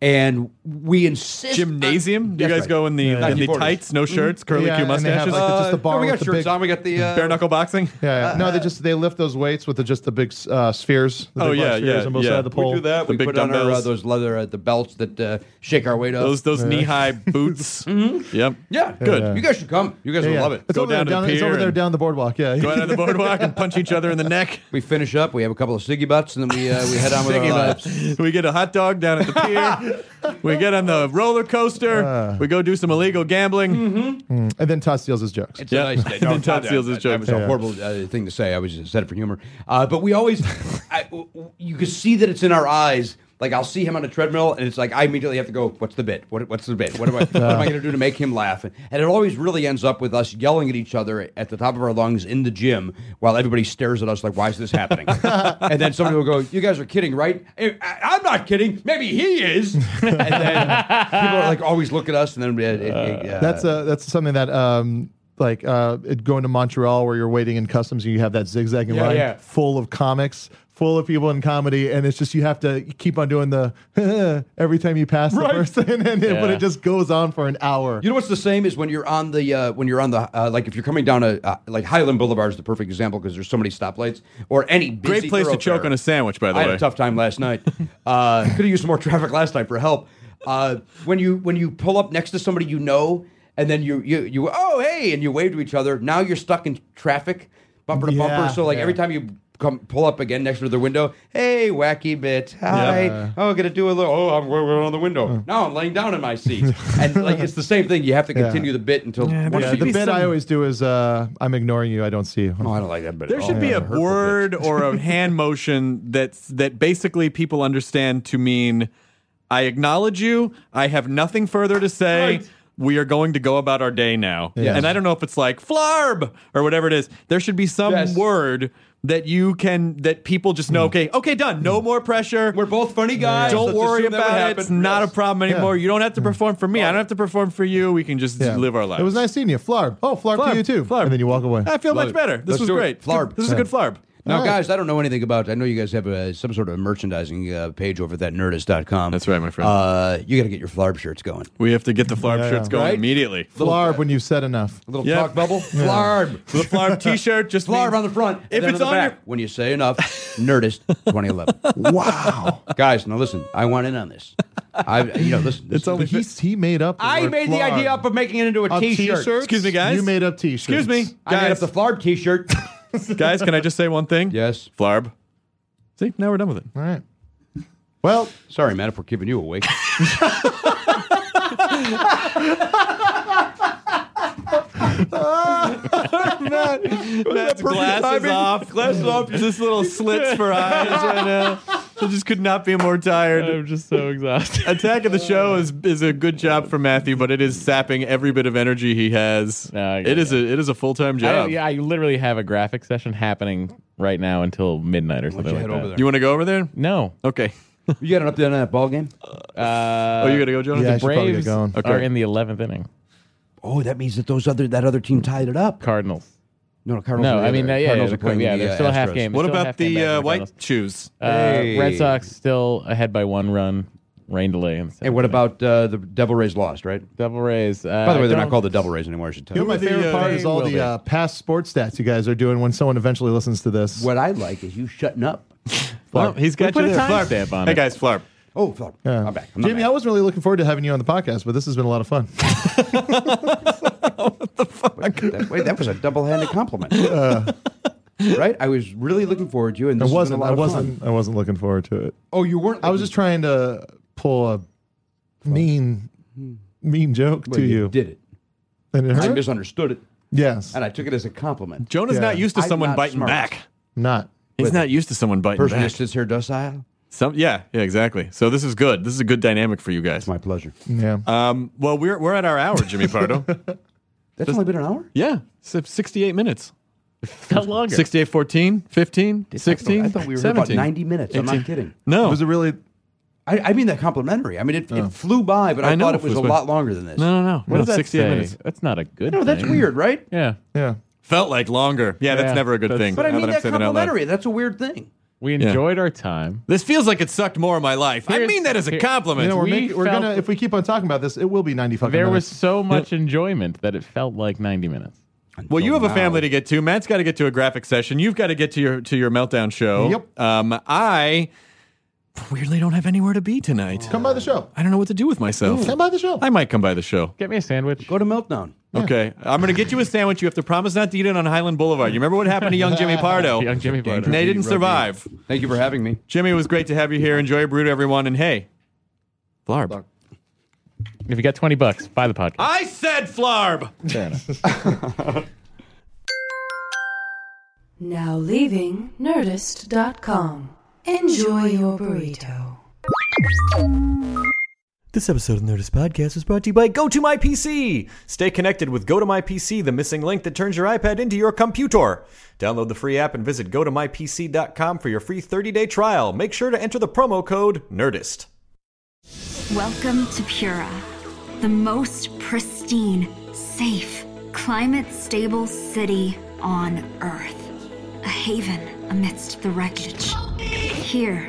[SPEAKER 5] and we
[SPEAKER 4] uh,
[SPEAKER 5] insist.
[SPEAKER 6] Gymnasium? Do you
[SPEAKER 5] That's
[SPEAKER 6] guys
[SPEAKER 5] right.
[SPEAKER 6] go in the in the
[SPEAKER 5] 1940s.
[SPEAKER 6] tights, no shirts, curly
[SPEAKER 4] Mm-hmm. Yeah,
[SPEAKER 6] Q
[SPEAKER 4] and they have, like,
[SPEAKER 6] mustaches, uh,
[SPEAKER 4] the- just
[SPEAKER 5] Uh,
[SPEAKER 4] bar
[SPEAKER 5] no, we
[SPEAKER 4] with
[SPEAKER 5] got
[SPEAKER 4] the
[SPEAKER 5] shirts
[SPEAKER 4] big-
[SPEAKER 5] on. We got the uh,
[SPEAKER 6] bare knuckle boxing?
[SPEAKER 4] Yeah, yeah. no, they just they lift those weights with the, just the big uh, spheres. The
[SPEAKER 6] Oh,
[SPEAKER 4] big black
[SPEAKER 6] yeah,
[SPEAKER 4] spheres
[SPEAKER 6] yeah,
[SPEAKER 4] on both
[SPEAKER 6] yeah.
[SPEAKER 4] sides of the
[SPEAKER 6] We
[SPEAKER 4] pole.
[SPEAKER 5] We do that.
[SPEAKER 6] The
[SPEAKER 5] we
[SPEAKER 6] big
[SPEAKER 5] put on our, uh,
[SPEAKER 6] dumbbells.
[SPEAKER 5] those leather uh, the belts that uh, shake our weight up.
[SPEAKER 6] Those those knee high boots.
[SPEAKER 4] Mm-hmm.
[SPEAKER 6] Yep.
[SPEAKER 5] yeah,
[SPEAKER 6] Good.
[SPEAKER 5] You guys should come. You guys
[SPEAKER 4] Yeah,
[SPEAKER 5] will
[SPEAKER 4] yeah.
[SPEAKER 5] love it.
[SPEAKER 4] It's
[SPEAKER 6] Go
[SPEAKER 4] over there
[SPEAKER 6] down to the
[SPEAKER 4] down, it's
[SPEAKER 6] pier
[SPEAKER 4] over there
[SPEAKER 6] and-
[SPEAKER 4] down the boardwalk. Yeah,
[SPEAKER 6] Go out on the boardwalk and punch each other in the neck.
[SPEAKER 5] We finish up. We have a couple of ciggy butts, and then we uh, we head on with our
[SPEAKER 6] Thinking about-
[SPEAKER 5] lives.
[SPEAKER 6] we get a hot dog down at the pier. we get on the roller coaster.
[SPEAKER 5] Uh.
[SPEAKER 6] we go do some illegal gambling.
[SPEAKER 5] Mm-hmm.
[SPEAKER 4] and then Todd steals his jokes.
[SPEAKER 5] It's a nice day. No,
[SPEAKER 6] And Todd
[SPEAKER 5] that-
[SPEAKER 6] steals his
[SPEAKER 5] that-
[SPEAKER 6] joke.
[SPEAKER 5] That was a
[SPEAKER 4] Yeah.
[SPEAKER 5] horrible uh, thing to say. I was just said it for humor. Uh, but we always, I, w- w- you can see that it's in our eyes. Like I'll see him on a treadmill, and it's like I immediately have to go. What's the bit? What, what's the bit? What am I? What am I going to do to make him laugh? And, and it always really ends up with us yelling at each other at the top of our lungs in the gym, while everybody stares at us like, "Why is this happening?" and then somebody will go, "You guys are kidding, right?" I, I- I'm not kidding. Maybe he is. And then people are like always look at us, and then it, it, it, uh,
[SPEAKER 4] That's uh, that's something that um like uh it- going to Montreal where you're waiting in customs and you have that zigzagging
[SPEAKER 5] Yeah,
[SPEAKER 4] line
[SPEAKER 5] yeah.
[SPEAKER 4] full of comics, full of people in comedy, and it's just you have to keep on doing the every time you pass the person, and it,
[SPEAKER 7] Yeah.
[SPEAKER 4] but it just goes on for an hour.
[SPEAKER 5] You know what's the same is when you're on the uh, when you're on the uh, like if you're coming down a uh, like Highland Boulevard is the perfect example because there's so many stoplights or any busy
[SPEAKER 6] Great place to
[SPEAKER 5] thoroughfare.
[SPEAKER 6] choke on a sandwich, by the
[SPEAKER 5] I
[SPEAKER 6] way.
[SPEAKER 5] had a tough time last night. Uh, Could have used some more traffic last night for help. Uh, when you when you pull up next to somebody you know, and then you you you oh hey, and you wave to each other. Now you're stuck in traffic, bumper to
[SPEAKER 4] Yeah,
[SPEAKER 5] bumper. So like
[SPEAKER 4] yeah.
[SPEAKER 5] every time you come pull up again next to the window, hey wacky bit, hi, oh gonna do a little, oh I'm we're on the window. Now I'm laying down in my seat, and like it's the same thing. You have to continue the bit until.
[SPEAKER 6] Yeah,
[SPEAKER 5] one
[SPEAKER 6] there
[SPEAKER 5] of
[SPEAKER 6] should
[SPEAKER 4] the
[SPEAKER 5] you-
[SPEAKER 6] be
[SPEAKER 4] bit I
[SPEAKER 6] some-
[SPEAKER 4] always do is uh I'm ignoring you, I don't see you.
[SPEAKER 5] Oh, I don't like that bit. at
[SPEAKER 6] There
[SPEAKER 5] all.
[SPEAKER 6] should be
[SPEAKER 5] Yeah,
[SPEAKER 6] a
[SPEAKER 5] hurtful bit.
[SPEAKER 6] word or a hand motion that's that basically people understand to mean I acknowledge you, I have nothing further to say.
[SPEAKER 5] Right.
[SPEAKER 6] We are going to go about our day now.
[SPEAKER 4] Yes.
[SPEAKER 6] And I don't know if it's like flarb or whatever it is. There should be some
[SPEAKER 5] Yes.
[SPEAKER 6] word that you can that people just
[SPEAKER 5] Hmm.
[SPEAKER 6] know, okay, okay, done. No more pressure.
[SPEAKER 5] We're both funny guys.
[SPEAKER 6] don't
[SPEAKER 5] Let's
[SPEAKER 6] worry
[SPEAKER 5] assume that would
[SPEAKER 6] about it.
[SPEAKER 5] happen.
[SPEAKER 6] It's not
[SPEAKER 5] Yes.
[SPEAKER 6] a problem anymore. You don't have to perform for me. I don't have to perform for you. We can just
[SPEAKER 4] Yeah.
[SPEAKER 6] live our lives.
[SPEAKER 4] It was nice seeing you. Flarb. Oh, flarb,
[SPEAKER 6] Flarb,
[SPEAKER 4] to you too.
[SPEAKER 6] flarb.
[SPEAKER 4] And then you walk away.
[SPEAKER 6] I feel
[SPEAKER 5] Love
[SPEAKER 6] much
[SPEAKER 5] it.
[SPEAKER 6] better. This
[SPEAKER 5] Let's
[SPEAKER 6] was
[SPEAKER 5] do it.
[SPEAKER 6] great.
[SPEAKER 5] Flarb.
[SPEAKER 6] This is a good flarb.
[SPEAKER 5] Now,
[SPEAKER 4] All right.
[SPEAKER 5] guys, I don't know anything about. I know you guys have uh some sort of merchandising uh, page over at that nerdist.com.
[SPEAKER 6] That's right, my friend.
[SPEAKER 5] Uh, you got to get your flarb shirts going.
[SPEAKER 6] We have to get the flarb
[SPEAKER 4] Yeah.
[SPEAKER 6] shirts going
[SPEAKER 5] Right?
[SPEAKER 6] immediately.
[SPEAKER 4] flarb when you've said enough.
[SPEAKER 5] A little
[SPEAKER 6] Yeah.
[SPEAKER 5] talk bubble. Flarb.
[SPEAKER 6] The flarb T-shirt just
[SPEAKER 5] Flarb
[SPEAKER 6] means-
[SPEAKER 5] on the front.
[SPEAKER 6] If
[SPEAKER 5] then
[SPEAKER 6] it's
[SPEAKER 5] the
[SPEAKER 6] on
[SPEAKER 5] back.
[SPEAKER 6] your-
[SPEAKER 5] when you say enough, Nerdist 2011. wow, guys, now listen. I want in on this. I, you know, listen. This
[SPEAKER 6] It's only-
[SPEAKER 4] But he, he made up. the
[SPEAKER 5] I
[SPEAKER 4] word
[SPEAKER 5] made the
[SPEAKER 4] flarb.
[SPEAKER 5] idea up of making it into a
[SPEAKER 4] Of
[SPEAKER 5] t-shirt.
[SPEAKER 4] t-shirts?
[SPEAKER 6] Excuse me, guys.
[SPEAKER 4] You made up t-shirts.
[SPEAKER 6] Excuse me,
[SPEAKER 5] I made up
[SPEAKER 6] guys.
[SPEAKER 5] the flarb t-shirt.
[SPEAKER 6] guys, can I just say one thing?
[SPEAKER 5] yes.
[SPEAKER 6] Flarb. See, now we're done with it.
[SPEAKER 4] All right. Well,
[SPEAKER 5] Sorry, man, if we're keeping you awake.
[SPEAKER 6] Matt's glasses off. Glasses off. Just little slits for eyes right now. I just could not be more tired.
[SPEAKER 7] I'm just so exhausted.
[SPEAKER 6] Attack of the show is is a good job for Matthew, but it is sapping every bit of energy he has.
[SPEAKER 7] No, I get
[SPEAKER 6] it is
[SPEAKER 7] it.
[SPEAKER 6] a it is a full time
[SPEAKER 7] I,
[SPEAKER 6] job.
[SPEAKER 7] yeah, I literally have a graphic session happening right now until midnight or something
[SPEAKER 5] you
[SPEAKER 7] like
[SPEAKER 5] head
[SPEAKER 7] that.
[SPEAKER 5] over there?
[SPEAKER 6] You want to go over there?
[SPEAKER 7] No.
[SPEAKER 6] Okay.
[SPEAKER 5] you got an update on that ball game?
[SPEAKER 7] Uh,
[SPEAKER 6] oh, you gotta go, Jonathan.
[SPEAKER 4] yeah, I should probably get
[SPEAKER 7] Braves
[SPEAKER 4] going.
[SPEAKER 6] Okay.
[SPEAKER 7] are in the 11th inning.
[SPEAKER 5] Oh, that means that those other that other team tied it up.
[SPEAKER 7] Cardinals.
[SPEAKER 5] No, no, Cardinals.
[SPEAKER 7] No,
[SPEAKER 5] are the
[SPEAKER 7] I mean,
[SPEAKER 5] other-
[SPEAKER 7] uh, yeah,
[SPEAKER 5] Cardinals
[SPEAKER 7] yeah,
[SPEAKER 5] are playing
[SPEAKER 7] yeah,
[SPEAKER 5] the,
[SPEAKER 7] they're
[SPEAKER 5] uh,
[SPEAKER 7] still a half
[SPEAKER 5] Astros.
[SPEAKER 7] game.
[SPEAKER 6] What
[SPEAKER 7] Still
[SPEAKER 6] about
[SPEAKER 7] half game
[SPEAKER 6] the
[SPEAKER 7] back
[SPEAKER 6] uh,
[SPEAKER 7] on
[SPEAKER 6] white
[SPEAKER 7] Cardinals.
[SPEAKER 6] shoes?
[SPEAKER 7] Uh, Red
[SPEAKER 5] Hey.
[SPEAKER 7] Sox still ahead by one run. Rain delay. And
[SPEAKER 5] And what about uh, the Devil Rays lost? Right.
[SPEAKER 7] Devil Rays? Uh,
[SPEAKER 5] By the way, they're
[SPEAKER 7] I
[SPEAKER 5] not
[SPEAKER 7] don't-
[SPEAKER 5] called the Devil Rays anymore. I should tell
[SPEAKER 4] You
[SPEAKER 5] you.
[SPEAKER 4] know, my
[SPEAKER 6] the,
[SPEAKER 4] favorite
[SPEAKER 6] uh,
[SPEAKER 4] part is all
[SPEAKER 7] will be.
[SPEAKER 4] the uh, past sports stats you guys are doing when someone eventually listens to this.
[SPEAKER 5] What I like is you shutting up.
[SPEAKER 6] Well, Oh, he's got
[SPEAKER 7] We
[SPEAKER 6] you
[SPEAKER 7] put a
[SPEAKER 6] there. Flarb.
[SPEAKER 7] timestamp on
[SPEAKER 6] Hey
[SPEAKER 7] it.
[SPEAKER 6] guys, Flarb.
[SPEAKER 5] Oh, fuck. I'm back. I'm not
[SPEAKER 4] Jamie,
[SPEAKER 5] mad.
[SPEAKER 4] I wasn't really looking forward to having you on the podcast, but this has been a lot of fun.
[SPEAKER 5] That- wait, that was a double-handed compliment. right? I was really looking forward to you, and
[SPEAKER 4] I
[SPEAKER 5] this has
[SPEAKER 4] wasn't.
[SPEAKER 5] been a lot
[SPEAKER 4] I
[SPEAKER 5] of fun.
[SPEAKER 4] wasn't. I wasn't looking forward to it.
[SPEAKER 5] Oh, you weren't.
[SPEAKER 4] I was just trying to pull a mean, mean joke
[SPEAKER 5] Well,
[SPEAKER 4] to you.
[SPEAKER 5] Did it?
[SPEAKER 4] And it
[SPEAKER 5] I
[SPEAKER 4] hurt?
[SPEAKER 5] misunderstood it,
[SPEAKER 4] yes,
[SPEAKER 5] and I took it as a compliment.
[SPEAKER 6] Jonah's
[SPEAKER 4] Yeah.
[SPEAKER 6] not used to
[SPEAKER 5] I'm
[SPEAKER 6] someone
[SPEAKER 5] not
[SPEAKER 6] biting
[SPEAKER 5] smart.
[SPEAKER 6] back.
[SPEAKER 4] not.
[SPEAKER 6] He's not used to someone biting
[SPEAKER 5] Person who
[SPEAKER 6] back.
[SPEAKER 5] sits here docile.
[SPEAKER 6] Some, yeah, yeah, exactly. So this is good. This is a good dynamic for you guys.
[SPEAKER 5] My pleasure.
[SPEAKER 7] Mm.
[SPEAKER 4] Yeah.
[SPEAKER 6] Um, well, we're we're at our hour, Jimmy Pardo.
[SPEAKER 5] That's only been an hour.
[SPEAKER 6] yeah, so 68 minutes.
[SPEAKER 7] Felt longer.
[SPEAKER 6] 68, 14, 15,
[SPEAKER 5] I
[SPEAKER 6] 16,
[SPEAKER 5] thought, I thought we were here
[SPEAKER 6] 17.
[SPEAKER 5] about 90 minutes. I'm not
[SPEAKER 6] 18.
[SPEAKER 5] kidding.
[SPEAKER 6] No,
[SPEAKER 4] was it really?
[SPEAKER 5] I, I mean that complimentary. I mean it, it flew by, but I,
[SPEAKER 6] Oh. I know
[SPEAKER 5] thought it
[SPEAKER 6] it
[SPEAKER 5] was a
[SPEAKER 6] flew by.
[SPEAKER 5] lot longer than this.
[SPEAKER 6] no, no, no.
[SPEAKER 7] What
[SPEAKER 6] no
[SPEAKER 7] does that
[SPEAKER 6] 68
[SPEAKER 7] say?
[SPEAKER 6] minutes.
[SPEAKER 7] That's not a good
[SPEAKER 5] No, that's
[SPEAKER 7] thing.
[SPEAKER 5] weird, right?
[SPEAKER 7] Yeah.
[SPEAKER 4] Yeah.
[SPEAKER 6] Felt like longer. Yeah, that's
[SPEAKER 7] Yeah.
[SPEAKER 6] never a good
[SPEAKER 7] That's-
[SPEAKER 6] thing.
[SPEAKER 5] But I
[SPEAKER 6] now
[SPEAKER 5] mean
[SPEAKER 6] that I'm
[SPEAKER 5] that
[SPEAKER 6] saying it out loud.
[SPEAKER 5] complimentary. That's a weird thing.
[SPEAKER 7] We enjoyed our time.
[SPEAKER 6] This feels like it sucked more of my life. I
[SPEAKER 7] Here's-
[SPEAKER 6] mean that as a
[SPEAKER 7] here-
[SPEAKER 6] compliment.
[SPEAKER 4] You know, we're,
[SPEAKER 7] We
[SPEAKER 4] making, we're
[SPEAKER 7] felt-
[SPEAKER 4] gonna if we keep on talking about this, it will be ninety five.
[SPEAKER 7] There was
[SPEAKER 4] minutes.
[SPEAKER 7] so much enjoyment that it felt like 90 minutes.
[SPEAKER 6] well,
[SPEAKER 4] Oh,
[SPEAKER 6] you have a
[SPEAKER 5] now.
[SPEAKER 6] family to get to. Matt's got to get to a graphic session. You've got to get to your to your meltdown show.
[SPEAKER 4] Yep.
[SPEAKER 6] Um, I weirdly don't have anywhere to be tonight.
[SPEAKER 4] come by the show.
[SPEAKER 6] I don't know what to do with myself.
[SPEAKER 4] Come by the show.
[SPEAKER 6] I might come by the show.
[SPEAKER 7] Get me a sandwich.
[SPEAKER 5] Go to Meltdown.
[SPEAKER 6] Okay, I'm gonna get you a sandwich. You have to promise not to eat it on Highland Boulevard. You remember what happened to young Jimmy Pardo?
[SPEAKER 7] Young Jimmy
[SPEAKER 6] And
[SPEAKER 7] Barter.
[SPEAKER 6] they didn't
[SPEAKER 5] Rugby.
[SPEAKER 6] survive.
[SPEAKER 5] Thank you for having me.
[SPEAKER 6] Jimmy, it was great to have you here. Enjoy your brew to everyone. And hey, Flarb.
[SPEAKER 7] If you got 20 bucks, buy the podcast.
[SPEAKER 6] I said Flarb.
[SPEAKER 3] Now leaving Nerdist.com. Enjoy your burrito.
[SPEAKER 8] This episode of the Nerdist Podcast was brought to you by Go To My PC.
[SPEAKER 2] Stay connected with GoToMyPC, the missing link that turns your iPad into your computer. Download the free app and visit gotomypc.com for your free 30-day trial. Make sure to enter the promo code NERDIST.
[SPEAKER 9] Welcome to Pura, the most pristine, safe, climate stable city on Earth. A haven amidst the wreckage. Here,